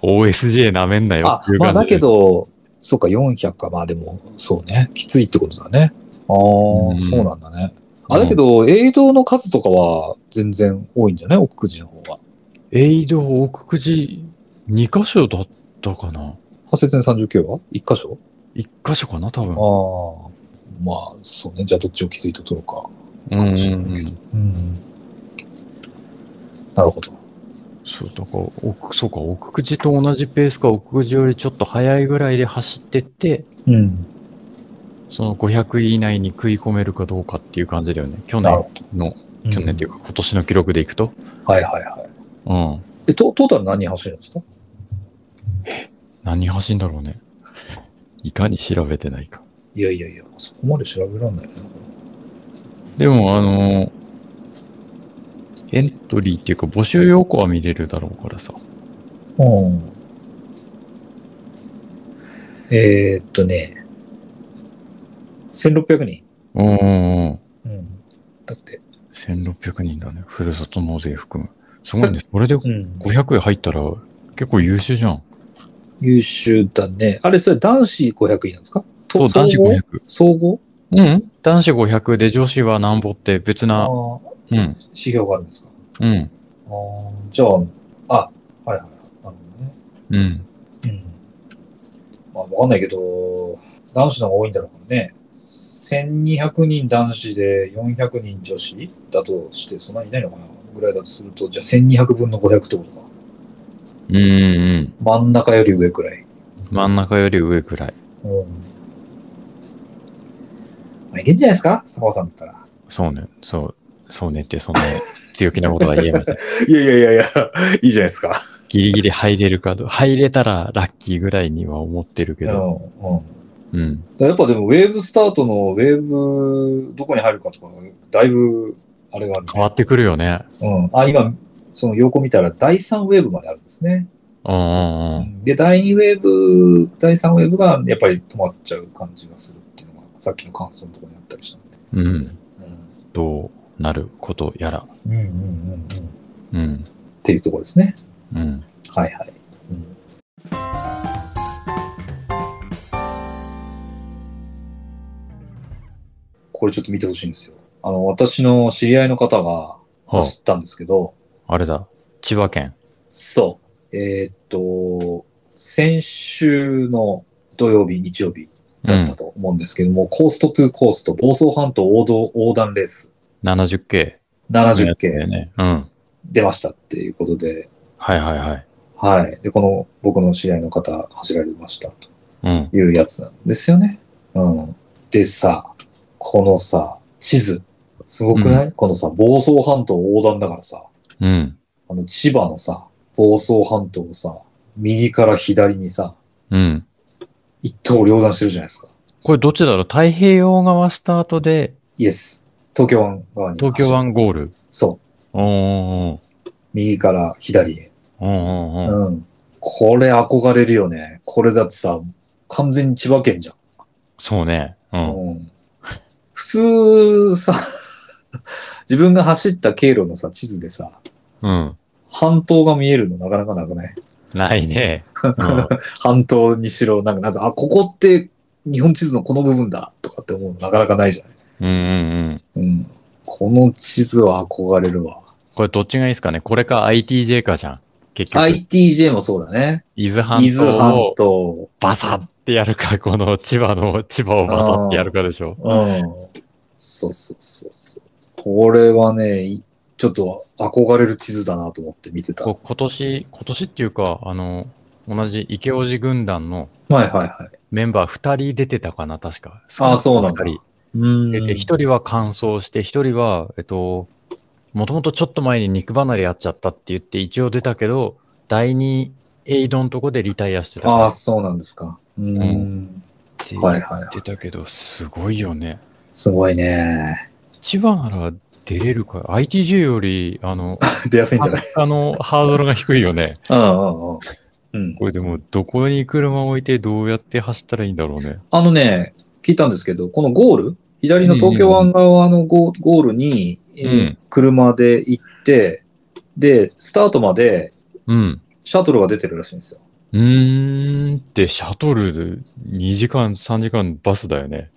Speaker 1: OSJ なめんなよ
Speaker 2: あ
Speaker 1: ってい、う
Speaker 2: まあ
Speaker 1: 感じ。
Speaker 2: だけ、ど、そうか、400か、まあでも、そうね。きついってことだね。ああ、
Speaker 1: うん
Speaker 2: そうなんだね。あ、だけど、映像の数とかは全然多いんじゃない奥くじの方は。
Speaker 1: エイド奥久慈2箇所だったかな
Speaker 2: 8039は ?1 箇所
Speaker 1: ?1 箇所かな多分。
Speaker 2: ああ。まあ、そうね。じゃあ、どっちをきついと取るか。
Speaker 1: うんうんうん
Speaker 2: そうだけどうん。なるほど。
Speaker 1: そう、だから、奥、そうか、奥久慈と同じペースか、奥久慈よりちょっと早いぐらいで走ってって、
Speaker 2: うん。
Speaker 1: その500位以内に食い込めるかどうかっていう感じだよね。去
Speaker 2: なる
Speaker 1: 年
Speaker 2: ほ
Speaker 1: の、
Speaker 2: ど。
Speaker 1: 去年っていうか今年の記録でいくと。
Speaker 2: はいはいはい。
Speaker 1: うん。
Speaker 2: え、トトータル何人走るんですか
Speaker 1: 何走んだろうね。 [LAUGHS] いかに調べてないか。
Speaker 2: いやいやいや、そこまで調べらんないよね。
Speaker 1: でも、あのーエントリーっていうか募集要項は見れるだろうからさ。
Speaker 2: うん。えー、っとね、1600人。
Speaker 1: うんうんうん。
Speaker 2: うん。だって、
Speaker 1: 1600人だね。ふるさと納税含む。すごいね。これで
Speaker 2: うん
Speaker 1: 500円入ったら結構優秀じゃん。
Speaker 2: 優秀だね。あれ、それ男子500位なんですかと
Speaker 1: そう、男子
Speaker 2: 総合
Speaker 1: 500。
Speaker 2: 総合
Speaker 1: うん。男子500で女子はなんぼって別
Speaker 2: あ
Speaker 1: な。
Speaker 2: ー
Speaker 1: うん。
Speaker 2: 指標があるんですか
Speaker 1: うん。
Speaker 2: ああ、じゃあ、あ、はいはい。なるほどね。
Speaker 1: うん。
Speaker 2: うん。まあ、わかんないけど、男子の方が多いんだろうからね。1200人男子で400人女子だとして、そんなにいないのかなぐらいだとすると、じゃあ1200分の500ってことか。
Speaker 1: うんうんうん。
Speaker 2: 真ん中より上くらい。
Speaker 1: 真ん中より上くらい。
Speaker 2: うん。まあ、いけんじゃないですか佐川さんだったら。
Speaker 1: そうね。そう。そうねって、そんな強気なことは言えませ [LAUGHS] ん。
Speaker 2: いやいやいやいや、いいじゃないですか。
Speaker 1: ギリギリ入れるかど、入れたらラッキーぐらいには思ってる
Speaker 2: う
Speaker 1: け
Speaker 2: ん。う
Speaker 1: ど。
Speaker 2: ん。
Speaker 1: うん。
Speaker 2: やっぱでも、ウェーブスタートのウェーブ、どこに入るかとか、だいぶ、あれがある、
Speaker 1: 変わってくるよね。
Speaker 2: うん。あ、今、その横見たら、第3ウェーブまであるんですね。
Speaker 1: うんうんうん。
Speaker 2: で、第2ウェーブ、第3ウェーブが、やっぱり止まっちゃう感じがするっていうのが、さっきの感想のところにあったりしたんで。
Speaker 1: うん。どうなることやら。
Speaker 2: うん。うんうんうんうん。っ
Speaker 1: うん。
Speaker 2: ていうところですね。
Speaker 1: うん。
Speaker 2: はいはい。これちょっと見てほしいんですよ。あの、私の知り合いの方が
Speaker 1: は
Speaker 2: 知ったんですけど、
Speaker 1: あ、あれだ。千葉県。
Speaker 2: そう。えーっと、先週の土曜日、日曜日
Speaker 1: う
Speaker 2: だった
Speaker 1: ん。
Speaker 2: と思うんですけども、コーストトゥコースト、房総半島横断横断レース、
Speaker 1: 70系。
Speaker 2: 70
Speaker 1: だよ
Speaker 2: 系
Speaker 1: ね。うん。
Speaker 2: 出ましたっていうことで、
Speaker 1: はいはいはい。
Speaker 2: はい。で、この僕の知り合いの方走られましたと。
Speaker 1: うん。
Speaker 2: いうやつなんですよね。うん。でさ、このさ、地図。すごくない、このさ、房総半島横断だからさ、
Speaker 1: うん。
Speaker 2: あの、千葉のさ、房総半島をさ、右から左にさ、
Speaker 1: うん。
Speaker 2: 一刀両断してるじゃないですか。
Speaker 1: これどっちだろう太平洋側スタートで
Speaker 2: イエス。東京湾側に。
Speaker 1: 東京湾ゴール。
Speaker 2: そう。
Speaker 1: おーお
Speaker 2: 右から左へ。
Speaker 1: ーおーおーおー
Speaker 2: うん。これ憧れるよね。これだってさ、完全に千葉県じゃん。
Speaker 1: そうね。うん。
Speaker 2: うん普通さ、 [LAUGHS] 自分が走った経路のさ、地図でさ、
Speaker 1: うん。
Speaker 2: 半島が見えるのなかなかなくない
Speaker 1: ないね。
Speaker 2: 半島にしろ、なんか、なんかあ、ここって日本地図のこの部分だとかって思うのなかなかないじゃな
Speaker 1: う
Speaker 2: い
Speaker 1: ん。うんうんうん。
Speaker 2: うん。この地図は憧れるわ。
Speaker 1: これどっちがいいですかねこれか ITJ かじゃん。結局。
Speaker 2: ITJ もそうだね。
Speaker 1: 伊豆半
Speaker 2: 伊豆半
Speaker 1: 島を
Speaker 2: 島。
Speaker 1: バサってやるか、この千葉の、千葉をバサってやるかでしょ。
Speaker 2: うん。そうそうそうそう。これはね、いちょっと憧れる地図だなと思って見てた。
Speaker 1: こ
Speaker 2: は
Speaker 1: う今年、今年っていうか、あの、同じ池叔父軍団の
Speaker 2: いはいはい。
Speaker 1: メンバー2人出てたかな、確か。
Speaker 2: ああそうなんだ
Speaker 1: 2人
Speaker 2: うん
Speaker 1: 出て、1人は乾燥して、1人は、えっと、もともとちょっと前に肉離れやっちゃったって言って、一応出たけど、第2エイドのとこでリタイアしてた
Speaker 2: あ
Speaker 1: から
Speaker 2: あ、
Speaker 1: っ
Speaker 2: そうなんですか。うん。
Speaker 1: うんて
Speaker 2: はい
Speaker 1: 言
Speaker 2: はいはい
Speaker 1: っ。てたけど、すごいよね。
Speaker 2: すごいね。 [LAUGHS]
Speaker 1: 千葉なら出れるか ?ITJ より、あの、
Speaker 2: [LAUGHS] 出やすいんじゃない
Speaker 1: あの、ハードルが低いよね。
Speaker 2: うんうんうん。うん。
Speaker 1: これでも、どこに車を置いてどうやって走ったらいいんだろうね。
Speaker 2: あのね、聞いたんですけど、このゴール、左の東京湾側のゴーゴールに、えー
Speaker 1: うん
Speaker 2: 車で行って、で、スタートまで
Speaker 1: うん。
Speaker 2: シャトルが出てるらしいんですよ。
Speaker 1: うーんって、シャトル2時間、3時間バスだよね。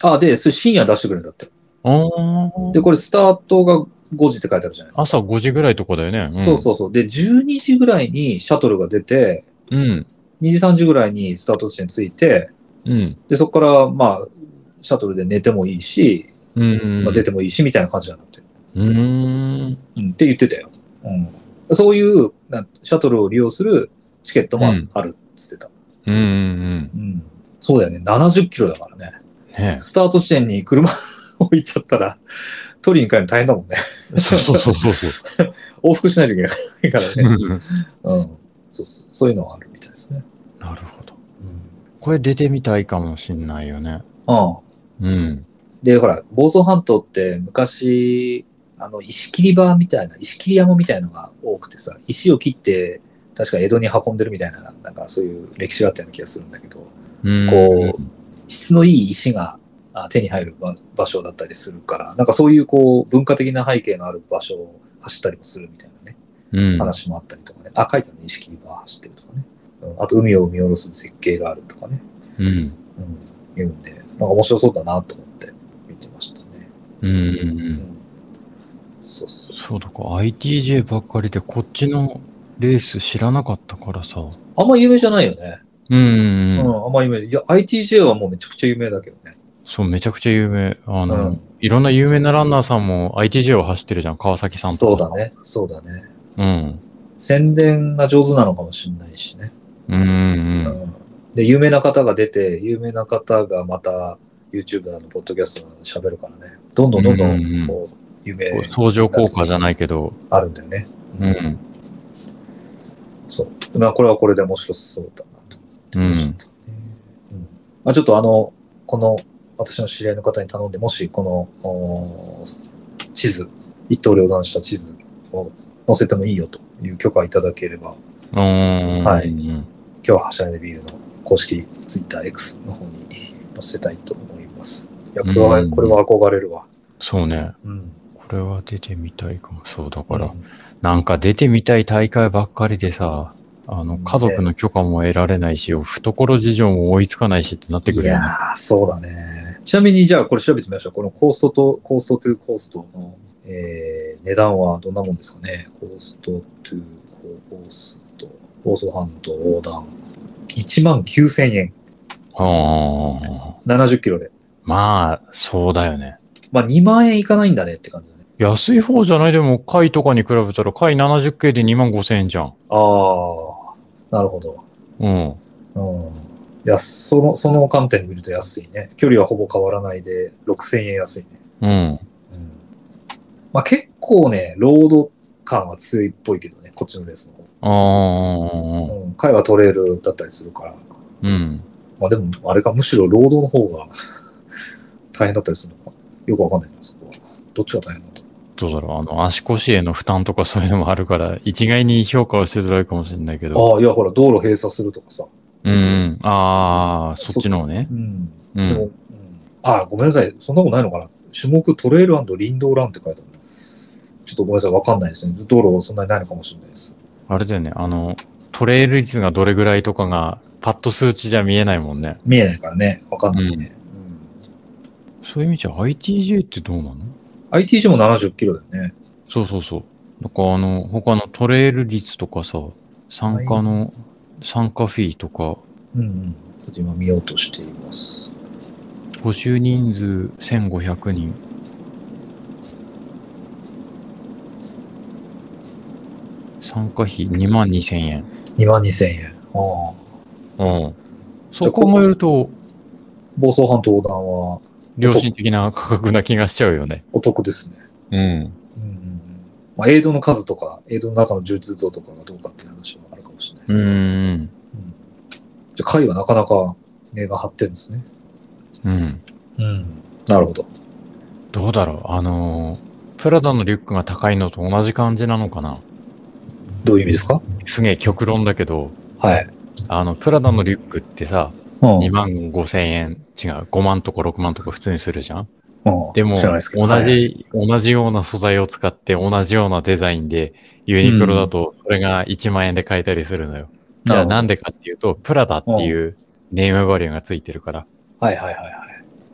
Speaker 2: あ、で、それ深夜出してくれるんだって。
Speaker 1: あ
Speaker 2: で、これスタートが5時って書いてあるじゃないですか。
Speaker 1: 朝5時ぐらいとかだよね。
Speaker 2: そうそうそう。で、12時ぐらいにシャトルが出て、
Speaker 1: うん。うん。
Speaker 2: 2時3時ぐらいにスタート地点に着いて、
Speaker 1: うん。
Speaker 2: で、そこから、まあ、シャトルで寝てもいいし、
Speaker 1: うん。
Speaker 2: まあ、出てもいいし、みたいな感じなんだって。
Speaker 1: うーん。
Speaker 2: うん、って言ってたよ。うん、そういうなんシャトルを利用するチケットもあ
Speaker 1: うん
Speaker 2: あるっつってた、
Speaker 1: うん。うん。
Speaker 2: うん。そうだよね。70キロだからね。 [LAUGHS]
Speaker 1: ね
Speaker 2: スタート地点に車 [LAUGHS] 置いちゃったら、取りに帰るの大変だもんね。
Speaker 1: そうそうそうそう。
Speaker 2: [LAUGHS] 往復しないといけないからね。 [LAUGHS]
Speaker 1: うん [LAUGHS]
Speaker 2: うん、そうそうそういうのはあるみたいですね。
Speaker 1: なるほど。これ出てみたいかもしんないよね。
Speaker 2: うん、
Speaker 1: うん。
Speaker 2: で、ほら、房総半島って昔、あの、石切り場みたいな、石切り山みたいのが多くてさ、石を切って、確か江戸に運んでるみたいな、なんかそういう歴史があったような気がするんだけど、
Speaker 1: うん
Speaker 2: こ質のいい石があ手に入る場場所だったりするから、なんかそういうこう文化的な背景のある場所を走ったりもするみたいなね、
Speaker 1: うん。
Speaker 2: 話もあったりとかね。あ、書いてあるね、意識にバー走ってるとかね。うんあと海を見下ろす絶景があるとかね。
Speaker 1: うん。
Speaker 2: うん。言うんで、なんか面白そうだなと思って見てましたね。
Speaker 1: うん。うん。
Speaker 2: う
Speaker 1: うん
Speaker 2: ん。そうそう。
Speaker 1: そうだか、ITJ ばっかりで、こっちのレース知らなかったからさ。
Speaker 2: あんま有名じゃないよね。
Speaker 1: うん
Speaker 2: う、
Speaker 1: うんん、うん。
Speaker 2: あんま有名。いや、ITJ はもうめちゃくちゃ有名だけどね。
Speaker 1: そう、めちゃくちゃ有名。あの、
Speaker 2: うん
Speaker 1: いろんな有名なランナーさんも ITJ を走ってるじゃん、川崎さんと
Speaker 2: そう
Speaker 1: か。
Speaker 2: だね。そうだね。
Speaker 1: うん。
Speaker 2: 宣伝が上手なのかもしれないしね。
Speaker 1: うんうんうん。
Speaker 2: で、有名な方が出て、有名な方がまた YouTube なの、ポッドキャストなので喋るからね。どんどんどんど
Speaker 1: うんうんうん
Speaker 2: ん、こう、有名
Speaker 1: こう相乗効果じゃないけど。
Speaker 2: あるんだよね。
Speaker 1: うん。
Speaker 2: そう。まあ、これはこれで面白そうだなと思ってましたね。うんまあ、ちょっとあの、この私の知り合いの方に頼んで、もしこのおー地図、一刀両断した地図を載せてもいいよという許可をいただければ、
Speaker 1: うーん。
Speaker 2: はい
Speaker 1: うん
Speaker 2: 今日ははしゃいでビールの公式ツイッター X の方に載せたいと思います。いや、これ
Speaker 1: う
Speaker 2: は、
Speaker 1: ん
Speaker 2: これは憧れるわ。
Speaker 1: そうね。
Speaker 2: うん。
Speaker 1: これは出てみたいかも。そうだから、なんか出てみたい大会ばっかりでさ、あの、家族の許可も得られないし、懐事情も追いつかないしってなってく
Speaker 2: い
Speaker 1: るよね。
Speaker 2: やー、そうだね。ちなみに、じゃあこれ調べてみましょう。このコーストと、コーストトゥコーストの、えー、値段はどんなもんですかね。コーストトゥコースト、房総半島横断。1万9000円。
Speaker 1: はあ。
Speaker 2: 70キロで。
Speaker 1: まあ、そうだよね。
Speaker 2: まあ、2万円いかないんだねって感じだね。
Speaker 1: 安い方じゃないでも、貝とかに比べたら、貝 70K で2万5千円じゃん。
Speaker 2: あー、なるほど。
Speaker 1: うん。
Speaker 2: うん。いや、その、その観点で見ると安いね。距離はほぼ変わらないで、6000円安いね。
Speaker 1: うん。
Speaker 2: うん。まあ、結構ね、ロード感は強いっぽいけどね、こっちのレースの方。
Speaker 1: ああ。
Speaker 2: うん、会はトレイルだったりするから。
Speaker 1: うん。
Speaker 2: まあでも、あれか、むしろ労働の方が [LAUGHS] 大変だったりするのか。よくわかんないな、そこは。どっちが大変なんだろ
Speaker 1: どうだろう。あの、足腰への負担とかそういうのもあるから、一概に評価はしづらいかもしれないけど。
Speaker 2: う。ああ、いや、ほら、道路閉鎖するとかさ。
Speaker 1: うんうん。ああ、そっちのね。
Speaker 2: うん。
Speaker 1: う。
Speaker 2: でも、うんん、ああ、ごめんなさい。そんなことないのかな。種目トレイル林道ランって書いてある。ちょっとごめんなさい。わかんないですね。道路そんなにないのかもしれないです。
Speaker 1: あれだよね。あの、トレイル率がどれぐらいとかが、パッと数値じゃ見えないもんね。
Speaker 2: 見えないからね。わかんないね。
Speaker 1: そういう意味じゃ ITJ ってどうなの
Speaker 2: うん ITG も70キロだよね。
Speaker 1: そうそうそう。なんかあの、他のトレイル率とかさ、参加の、参加フィーとか、
Speaker 2: うん、うん。ちょっと今見ようとしています。
Speaker 1: 募集人数1500人。参加費2万2000円。
Speaker 2: 2万2000円。ああ。
Speaker 1: うん。そう考えると、
Speaker 2: 房総半島横断は
Speaker 1: 良心的な価格な気がしちゃうよね。
Speaker 2: お得ですね。
Speaker 1: うん。
Speaker 2: うんうんうんまあ、エイドの数とか、エイドの中の充実度とかがどうかっていう話はあるかもしれない
Speaker 1: う
Speaker 2: ですけど、
Speaker 1: ーん。
Speaker 2: じゃあ、会はなかなか値が張ってるんですね。
Speaker 1: うん。
Speaker 2: うん。なるほど。
Speaker 1: どうだろうあのー、プラダのリュックが高いのと同じ感じなのかな
Speaker 2: どういう意味ですか
Speaker 1: すげえ極論だけど、
Speaker 2: はい。
Speaker 1: あの、プラダのリュックってさ、
Speaker 2: うん
Speaker 1: 2万5千円、違う、5万とか6万とか普通にするじゃん
Speaker 2: うん
Speaker 1: でも、
Speaker 2: 知らな
Speaker 1: 同
Speaker 2: いです
Speaker 1: じ、
Speaker 2: けどはい
Speaker 1: 同じような素材を使って、同じようなデザインで、ユニクロだと、それが1万円で買えたりするのよ。じゃあなんでかっていうと、プラダっていうネームバリューがついてるから、
Speaker 2: はいはいはいは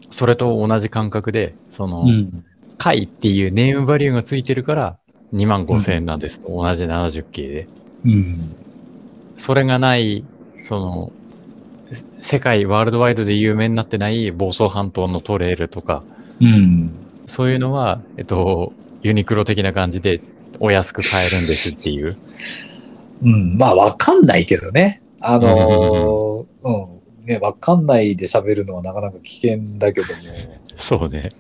Speaker 1: それと同じ感覚で、その、
Speaker 2: い。
Speaker 1: 貝っていうネームバリューがついてるから、2万5千円なんですと、同じ70系で。
Speaker 2: うん。うん。
Speaker 1: それがない、その、せ世界、ワールドワイドで有名になってない房総半島のトレイルとか、
Speaker 2: うん。
Speaker 1: そういうのは、えっと、ユニクロ的な感じでお安く買えるんですっていう。
Speaker 2: うん。まあ、わかんないけどね。あのーうん。ね、わかんないで喋るのはなかなか危険だけども。
Speaker 1: そうね。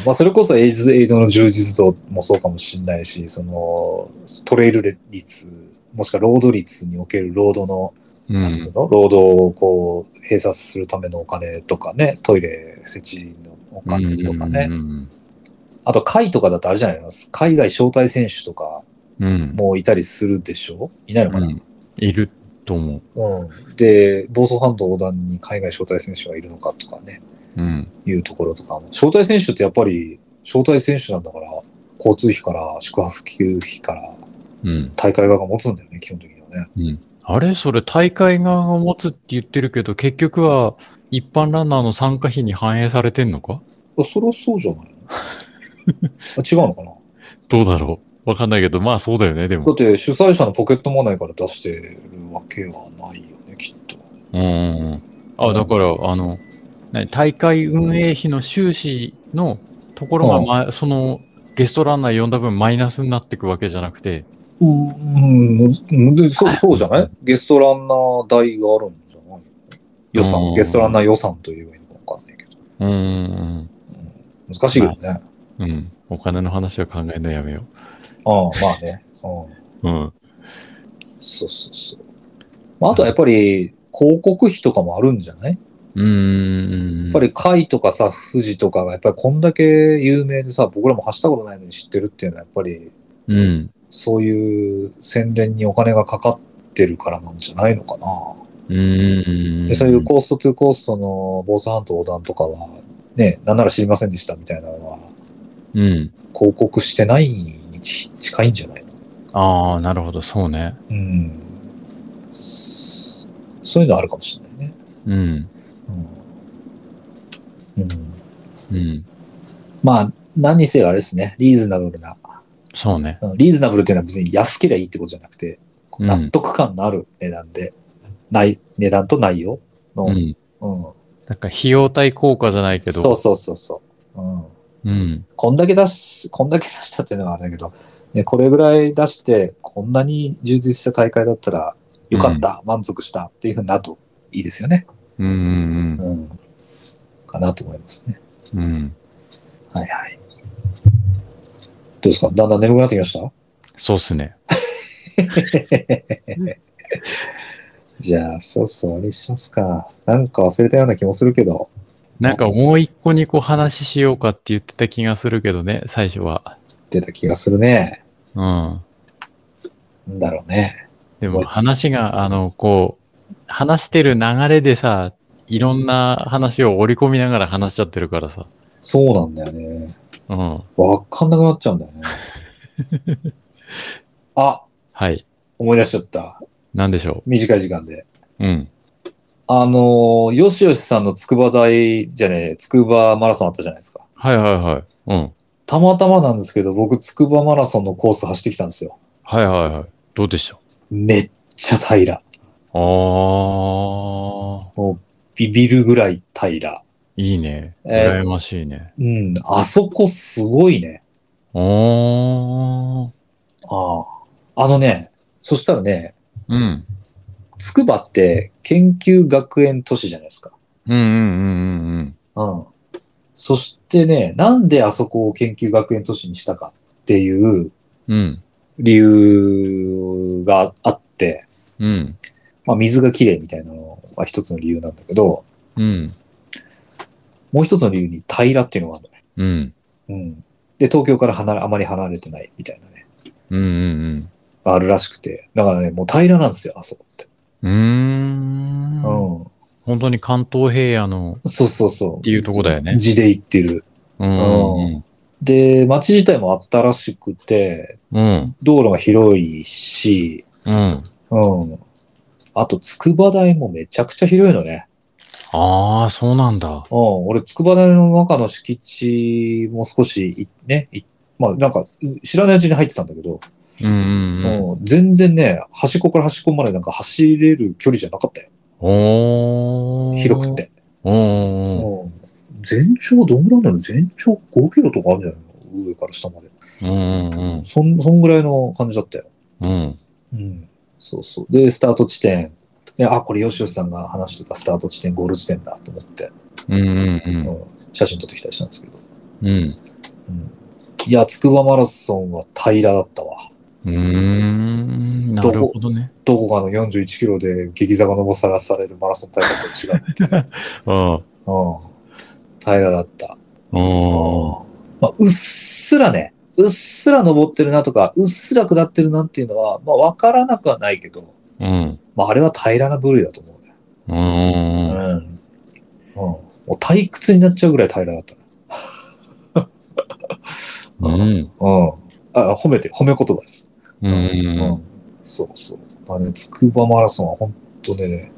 Speaker 2: うんまあ、それこそエイズエイドの充実度もそうかもしれないし、そのトレイル率、もしくはロード率におけるロードの、
Speaker 1: う
Speaker 2: なん
Speaker 1: ん
Speaker 2: つう。の、ロードをこう、閉鎖するためのお金とかね、トイレ設置のお金とかね。
Speaker 1: うん
Speaker 2: あと、海とかだとあれじゃないの海外招待選手とか
Speaker 1: うんうん。
Speaker 2: もいたりするでしょいないの
Speaker 1: う
Speaker 2: かな、
Speaker 1: ん。いると思
Speaker 2: うん、で、房総半島横断に海外招待選手がいるのかとかね。
Speaker 1: う。うん。
Speaker 2: いうところとかも。招待選手ってやっぱり、招待選手なんだから、交通費から、宿泊費から、
Speaker 1: うん。
Speaker 2: 大会側が持つんだよね、基本的にはね。
Speaker 1: うん。あれそれ大会側が持つって言ってるけど、結局は一般ランナーの参加費に反映されてんのか
Speaker 2: あそりゃそうじゃない [LAUGHS] のあ違うのかな
Speaker 1: どうだろうわかんないけど、まあそうだよね、でも
Speaker 2: だっ。て主催者のポケットマネーから出してるわけはないよね、きっと。
Speaker 1: うんうんうん。あ、だから、あの、何大会運営費の収支のところが、まその、ゲストランナー呼んだ分マイナスになっていくわけじゃなくて、
Speaker 2: うん、うん、でそうそうじゃないゲストランナー代があるんじゃない予
Speaker 1: う
Speaker 2: 算、
Speaker 1: ん
Speaker 2: ゲストランナー予算というのかわかんないけど。
Speaker 1: うんうん
Speaker 2: うん難しいけどね。
Speaker 1: うん、うん。お金の話は考えるのやめよ
Speaker 2: うん、まあね。うん
Speaker 1: う。うん。
Speaker 2: そうそうそう。まあ、あとはやっぱり、広告費とかもあるんじゃない
Speaker 1: うーん。
Speaker 2: やっぱり海とかさ、富士とかがやっぱりこんだけ有名でさ、僕らも走ったことないのに知ってるっていうのはやっぱり
Speaker 1: うん。
Speaker 2: そういう宣伝にお金がかかってるからなんじゃないのかな。
Speaker 1: うーん。
Speaker 2: でそういうコーストトゥコーストの房総半島横断とかは、ね、なんなら知りませんでしたみたいなのは
Speaker 1: うん。
Speaker 2: 広告してないにち近いんじゃないの
Speaker 1: ああ、なるほど、そうね。
Speaker 2: うん。そそういうのあるかもしれないね。
Speaker 1: うん。
Speaker 2: うん。うん、
Speaker 1: うん。
Speaker 2: まあ、何にせよあれですね、リーズナブルな
Speaker 1: そうね。
Speaker 2: うんリーズナブルっていうのは別に安ければいいってことじゃなくて、こう
Speaker 1: うん
Speaker 2: 納得感のある値段で、ない、値段と内容の、う。
Speaker 1: うんん。なんか費用対効果じゃないけど。
Speaker 2: そうそうそうそう。うん。
Speaker 1: うん。
Speaker 2: こんだけ出し、こんだけ出したっていうのはあれだけど、ね、これぐらい出して、こんなに充実した大会だったら、よかった、満足したっていうふうになるといいですよね。
Speaker 1: うんうん
Speaker 2: うん。かなと思いますね。
Speaker 1: うん。うん。
Speaker 2: はいはい。どうですかだんだん眠くなってきました [LAUGHS]
Speaker 1: そうっすね。
Speaker 2: じゃあ、そうそう、終わりにしますか。なんか忘れたような気もするけど。
Speaker 1: なんかもう一個に個話しようかって言ってた気がするけどね、最初は。
Speaker 2: 出た気がするね。
Speaker 1: うん。
Speaker 2: なんだろうね。
Speaker 1: でも話が、あの、こう、話してる流れでさ、いろんな話を織り込みながら話しちゃってるからさ。
Speaker 2: そうなんだよね。
Speaker 1: うん。
Speaker 2: わかんなくなっちゃうんだよ
Speaker 1: [LAUGHS]
Speaker 2: ね。あ、
Speaker 1: はい。
Speaker 2: 思い出しちゃった。
Speaker 1: なんでしょ
Speaker 2: 短い時間で。
Speaker 1: う。うん。
Speaker 2: あのー、よしよしさんの筑波大じゃねえ、筑波マラソンあったじゃないですか。
Speaker 1: はいはいはい。うん。
Speaker 2: たまたまなんですけど、僕、筑波マラソンのコース走ってきたんですよ。
Speaker 1: はいはいはい。どうでした
Speaker 2: めっちゃ平ら。
Speaker 1: あー。
Speaker 2: ビビるぐらい平ら。
Speaker 1: いいね。
Speaker 2: えー
Speaker 1: 羨ましいね。
Speaker 2: うん、あそこすごいね。
Speaker 1: おー。
Speaker 2: ああ。あのね、そしたらね、
Speaker 1: うん。
Speaker 2: 筑波って研究学園都市じゃないですか。
Speaker 1: うんうんうんうんうん。
Speaker 2: うん。そしてね、なんであそこを研究学園都市にしたかっていう
Speaker 1: うん。
Speaker 2: 理由があって、
Speaker 1: うん。
Speaker 2: まあ水がきれいみたいなのは一つの理由なんだけど、
Speaker 1: うん。
Speaker 2: もう一つの理由に平らっていうのがあるのね。
Speaker 1: うん。
Speaker 2: うん。で、東京から離れ、あまり離れてないみたいなね、
Speaker 1: うんうん
Speaker 2: があるらしくて。だからね、もう平らなんですよ、あそこって。
Speaker 1: うん。うーん。
Speaker 2: うん。
Speaker 1: 本当に関東平野の
Speaker 2: そうそうそう。
Speaker 1: っていうとこだよね。
Speaker 2: 地で行ってる。
Speaker 1: うん。
Speaker 2: で、街自体もあったらしくて、
Speaker 1: うん。
Speaker 2: 道路が広いし、
Speaker 1: うん。
Speaker 2: うん。あと、筑波台もめちゃくちゃ広いのね。
Speaker 1: ああ、そうなんだ。
Speaker 2: うん。俺、筑波台の中の敷地も少しい、ね、いまあ、なんか、う知らないうちに入ってたんだけど、
Speaker 1: うんうんうん。
Speaker 2: うん全然ね、端っこから端っこまでなんか走れる距離じゃなかったよ。
Speaker 1: おー。
Speaker 2: 広く。て。
Speaker 1: おー。
Speaker 2: うん。全長どんぐらいなの全長5キロとかあるんじゃないの上から下まで。
Speaker 1: うんうん
Speaker 2: そん、そんぐらいの感じだったよ。
Speaker 1: うん。うん。
Speaker 2: うん。そうそう。で、スタート地点。で、あ、これ、吉吉さんが話してたスタート地点、ゴール地点だと思って、
Speaker 1: うんうん
Speaker 2: うん写真撮ってきたりしたんですけど。
Speaker 1: うん。うん。
Speaker 2: うん、いや、筑波マラソンは平らだったわ。
Speaker 1: うーん。なるほどね。
Speaker 2: どこかの41キロで激坂登さらされるマラソン大会と違う。
Speaker 1: うん。 [LAUGHS]
Speaker 2: うん、平らだった。
Speaker 1: おー。
Speaker 2: まあ、うっすらね、うっすら登ってるなとか、うっすら下ってるなっていうのは、まあ、わからなくはないけど、
Speaker 1: うん。
Speaker 2: まあ、あれは平らな部類だと思うね。
Speaker 1: うん。
Speaker 2: うん。うん。もう退屈になっちゃうぐらい平らだったね。
Speaker 1: うん。
Speaker 2: うん。あ、褒めて、褒め言葉です。
Speaker 1: うん。うん。
Speaker 2: そうそう。まあね、つくばマラソンは本当ね、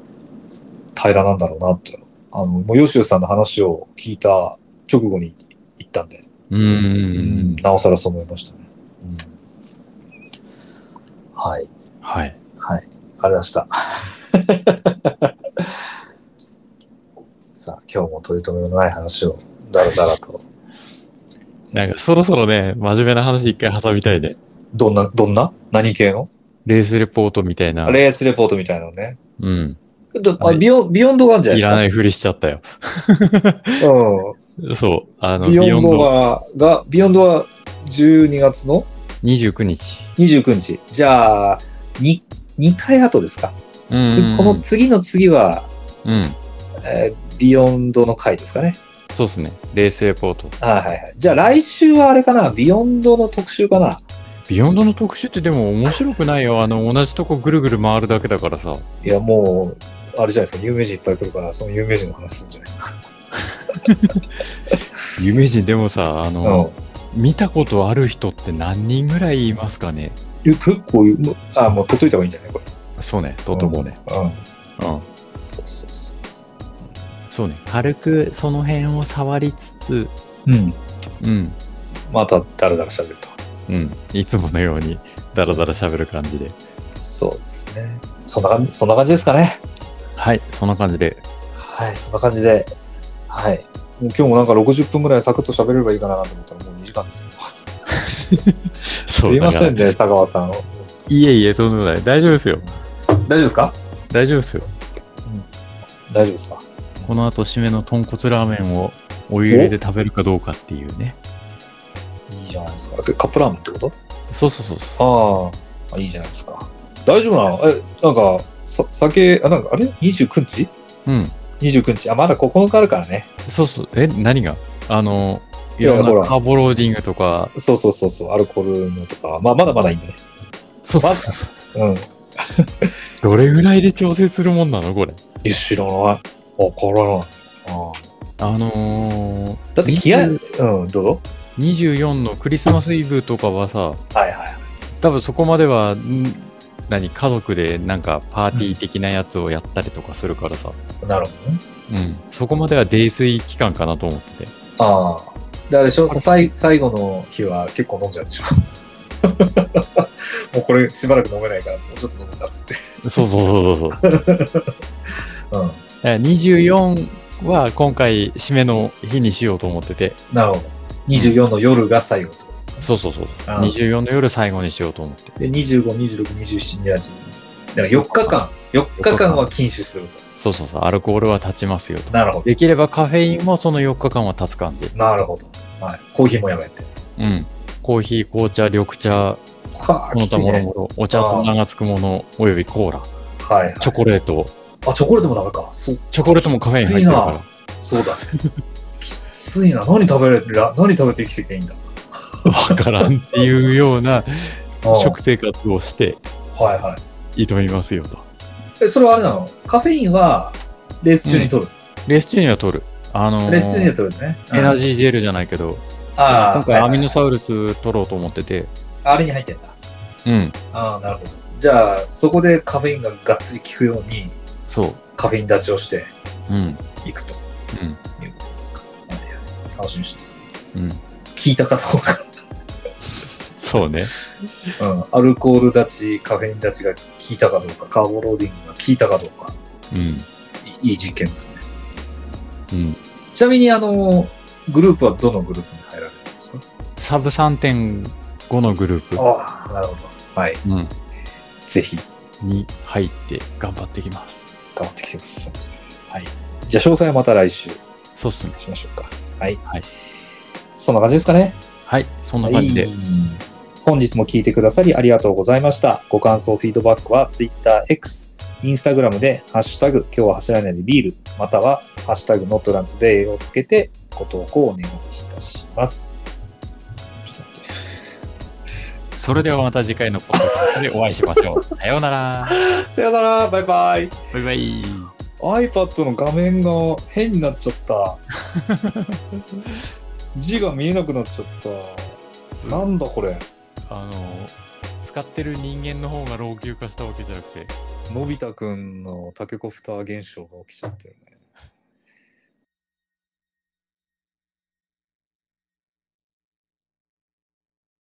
Speaker 2: 平らなんだろうなって。あの、もう、よしよしさんの話を聞いた直後に行ったんで、
Speaker 1: うん。うん。
Speaker 2: なおさらそう思いましたね。うん、はい。
Speaker 1: はい。
Speaker 2: はい。ありました。 [LAUGHS] さあ、今日も取り留めのない話を、だらだらと。
Speaker 1: なんかそろそろね、真面目な話一回挟みたいで。
Speaker 2: どんな、どんな何系の
Speaker 1: レースレポートみたいな。
Speaker 2: レースレポートみたいなのね。
Speaker 1: うん。
Speaker 2: だあ
Speaker 1: はい
Speaker 2: ビヨンビヨンドがあるんじゃない
Speaker 1: い
Speaker 2: です
Speaker 1: ら
Speaker 2: か。
Speaker 1: ないふりしちゃったよ。
Speaker 2: うん。
Speaker 1: そう。あの、
Speaker 2: ビ
Speaker 1: ビ
Speaker 2: ヨ
Speaker 1: ヨ
Speaker 2: ン
Speaker 1: ン
Speaker 2: ド
Speaker 1: ド
Speaker 2: はが、ビヨンドは12月の
Speaker 1: 29日。
Speaker 2: 29日。じゃあ、に2回後ですか。
Speaker 1: うん
Speaker 2: つこの次の次は、
Speaker 1: うん。
Speaker 2: えービヨンドの回ですかね。
Speaker 1: そうですね。
Speaker 3: レースレポート。
Speaker 2: はいはいはい。じゃあ来週はあれかなビヨンドの特集かな
Speaker 1: ビヨンドの特集ってでも面白くないよ。あの、同じとこぐるぐる回るだけだからさ。
Speaker 2: いや、もう、あれじゃないですか。有名人いっぱい来るから、その有名人の話するんじゃないですか。
Speaker 1: 有名人でもさ、あ
Speaker 2: うん
Speaker 1: の、見たことある人って何人ぐらいいますかね。
Speaker 2: いや結構、もうあ、もう取っといた方がいいんじゃないこれ。
Speaker 1: そうね、とてもね。
Speaker 2: うん。
Speaker 1: うん。
Speaker 2: そうそうそうそ
Speaker 1: そうね。軽くその辺を触りつつ、
Speaker 2: う。うん。
Speaker 1: うん。
Speaker 2: また、だらだら喋ると。
Speaker 1: うん。いつものように、だらだら喋る感じで。
Speaker 2: そうですね。そんな感じ、そんな感じですかね。
Speaker 1: はい、そんな感じで。
Speaker 2: はい、そんな感じで。はい。もう今日もなんか60分ぐらいサクッと喋ればいいかなと思ったらもう2時間ですよ。
Speaker 1: そ
Speaker 2: すいませ
Speaker 1: だ
Speaker 2: ん
Speaker 1: から
Speaker 2: ね、佐川さん。
Speaker 1: いえいえ、そんなことない。大丈夫ですよ。
Speaker 2: 大丈夫ですか
Speaker 1: 大丈夫ですよ。
Speaker 2: 大丈夫ですか
Speaker 1: この後、締めの豚骨ラーメンをお湯入れで食べるかどうかっていうね。
Speaker 2: いいじゃないですか。でカップラーメンってこと
Speaker 1: そうそうそうそう。
Speaker 2: あああ、いいじゃないですか。大丈夫なのえ、なんか、さ酒、あ、なんか、あれ ?29 日
Speaker 1: うん。
Speaker 2: ?29 日。あ、まだ9日あるからね。
Speaker 1: そうそう。え、何があの、
Speaker 2: い
Speaker 1: い
Speaker 2: や
Speaker 1: ろん
Speaker 2: ほ
Speaker 1: な
Speaker 2: ら
Speaker 1: カーボローディングとか、
Speaker 2: そうそうそうそう、アルコールのとか、まあ、まだまだいいんだね。
Speaker 1: そうそうそう。
Speaker 2: うん。い
Speaker 1: [LAUGHS] どれぐらいで調整するもんなのこれ。
Speaker 2: や、知らない。あ、変わらない。ああ
Speaker 1: あのー、
Speaker 2: だって、気合、う
Speaker 1: 20
Speaker 2: ん、どうぞ。
Speaker 1: 24のクリスマスイブとかはさ、
Speaker 2: はいはい。
Speaker 1: 多分そこまでは、ん何、家族でなんかパーティー的なやつをやったりとかするからさ、
Speaker 2: なるほどね。
Speaker 1: うん。そこまでは泥酔期間かなと思ってて。
Speaker 2: ああ。で、あれでしょさい最後の日は結構飲んじゃうでしょ [LAUGHS] もうこれしばらく飲めないから、もうちょっと飲むかっつって。
Speaker 1: そうそうそうそうそう。
Speaker 2: うん。
Speaker 1: [LAUGHS] えー24は今回締めの日にしようと思ってて
Speaker 2: なるほど。24の夜が最後ってことですね。
Speaker 1: そうそうそう
Speaker 2: あー
Speaker 1: 24の夜最後にしようと思って
Speaker 2: で、25、26、27、28。だから4日間、4日間は禁酒すると。
Speaker 1: そうそうそうアルコールは断ちますよと
Speaker 2: なるほど。
Speaker 1: できればカフェインもその4日間は断つ感じ
Speaker 2: なるほど。はい。コーヒーもやめて。
Speaker 1: うんコーヒー紅茶緑茶
Speaker 2: はあ、
Speaker 1: その
Speaker 2: き
Speaker 1: 他
Speaker 2: つい
Speaker 1: もろ
Speaker 2: ね。
Speaker 1: もろお茶と名がつくものおよびコーラ
Speaker 2: はい、はい。
Speaker 1: チョコレート
Speaker 2: あ、チョコレートもダメか。そう、
Speaker 1: チョコレートもカフェイン入ってるか
Speaker 2: きつい
Speaker 1: ら
Speaker 2: そうだね。きついな。何食べれる何食べて生きていけばいいんだ。
Speaker 1: わからんっていうよう
Speaker 2: [LAUGHS]
Speaker 1: な
Speaker 2: うん
Speaker 1: 食生活をして
Speaker 2: はいはい。
Speaker 1: 挑みますよと
Speaker 2: え、それはあれなのカフェインはレース中に取る。
Speaker 1: レース中には取るあのー
Speaker 2: レース中には取るね。
Speaker 1: エナ
Speaker 2: ー。
Speaker 1: ジージェルじゃないけど
Speaker 2: ああ、
Speaker 1: 今回ア
Speaker 2: はいはい
Speaker 1: ミノサウルス取ろうと思ってて、
Speaker 2: あれに入ってんだ。
Speaker 1: うん、
Speaker 2: ああ、なるほど。じゃあ、そこでカフェインががっつり効くように、
Speaker 1: そう、
Speaker 2: カフェイン立ちをして
Speaker 1: うん、
Speaker 2: いくということですか。はいはい楽しみにしてます。
Speaker 1: うん、うん、
Speaker 2: 効いたかどうか。
Speaker 1: そうね、
Speaker 2: うん。アルコール立ち、カフェイン立ちが効いたかどうか、カーボローディングが効いたかどうか、
Speaker 1: うん、
Speaker 2: いいい実験ですね。
Speaker 1: うん、
Speaker 2: ちなみに、あの、グループはどのグループに入られるんですか
Speaker 1: サブ3.5のグルー
Speaker 2: ああ、なるほど。はい。
Speaker 1: プ、うん、
Speaker 2: ぜひ、
Speaker 1: に入って頑張ってきます。
Speaker 2: 頑張ってきてください。はい。じゃあ、詳細はまた来週
Speaker 1: そうっすね。
Speaker 2: しましょうか。はい。
Speaker 1: はい
Speaker 2: そんな感じですかね。
Speaker 1: はい、そんな感じで、
Speaker 2: はい本日も聞いてくださりありがとうございました。ご感想、フィードバックは Twitter、X、Instagram で、ハッシュタグ、今日は走らないでビール、または、ハッシュタグ、ノットランズデーをつけて、ご投稿をお願いいたします。ちょっと待って
Speaker 1: それではまた次回のポッドキャストでお会いしましょう。さようなら。
Speaker 2: さよなら、バイバイ。
Speaker 1: バイバイ。
Speaker 2: iPad の画面が変になっちゃった。 [LAUGHS] 字が見えなくなっちゃった。なんだこれ。
Speaker 1: あの、使ってる人間の方が老朽化したわけじゃなくて、
Speaker 2: のび太くんのタケコプター現象が起きちゃってるね。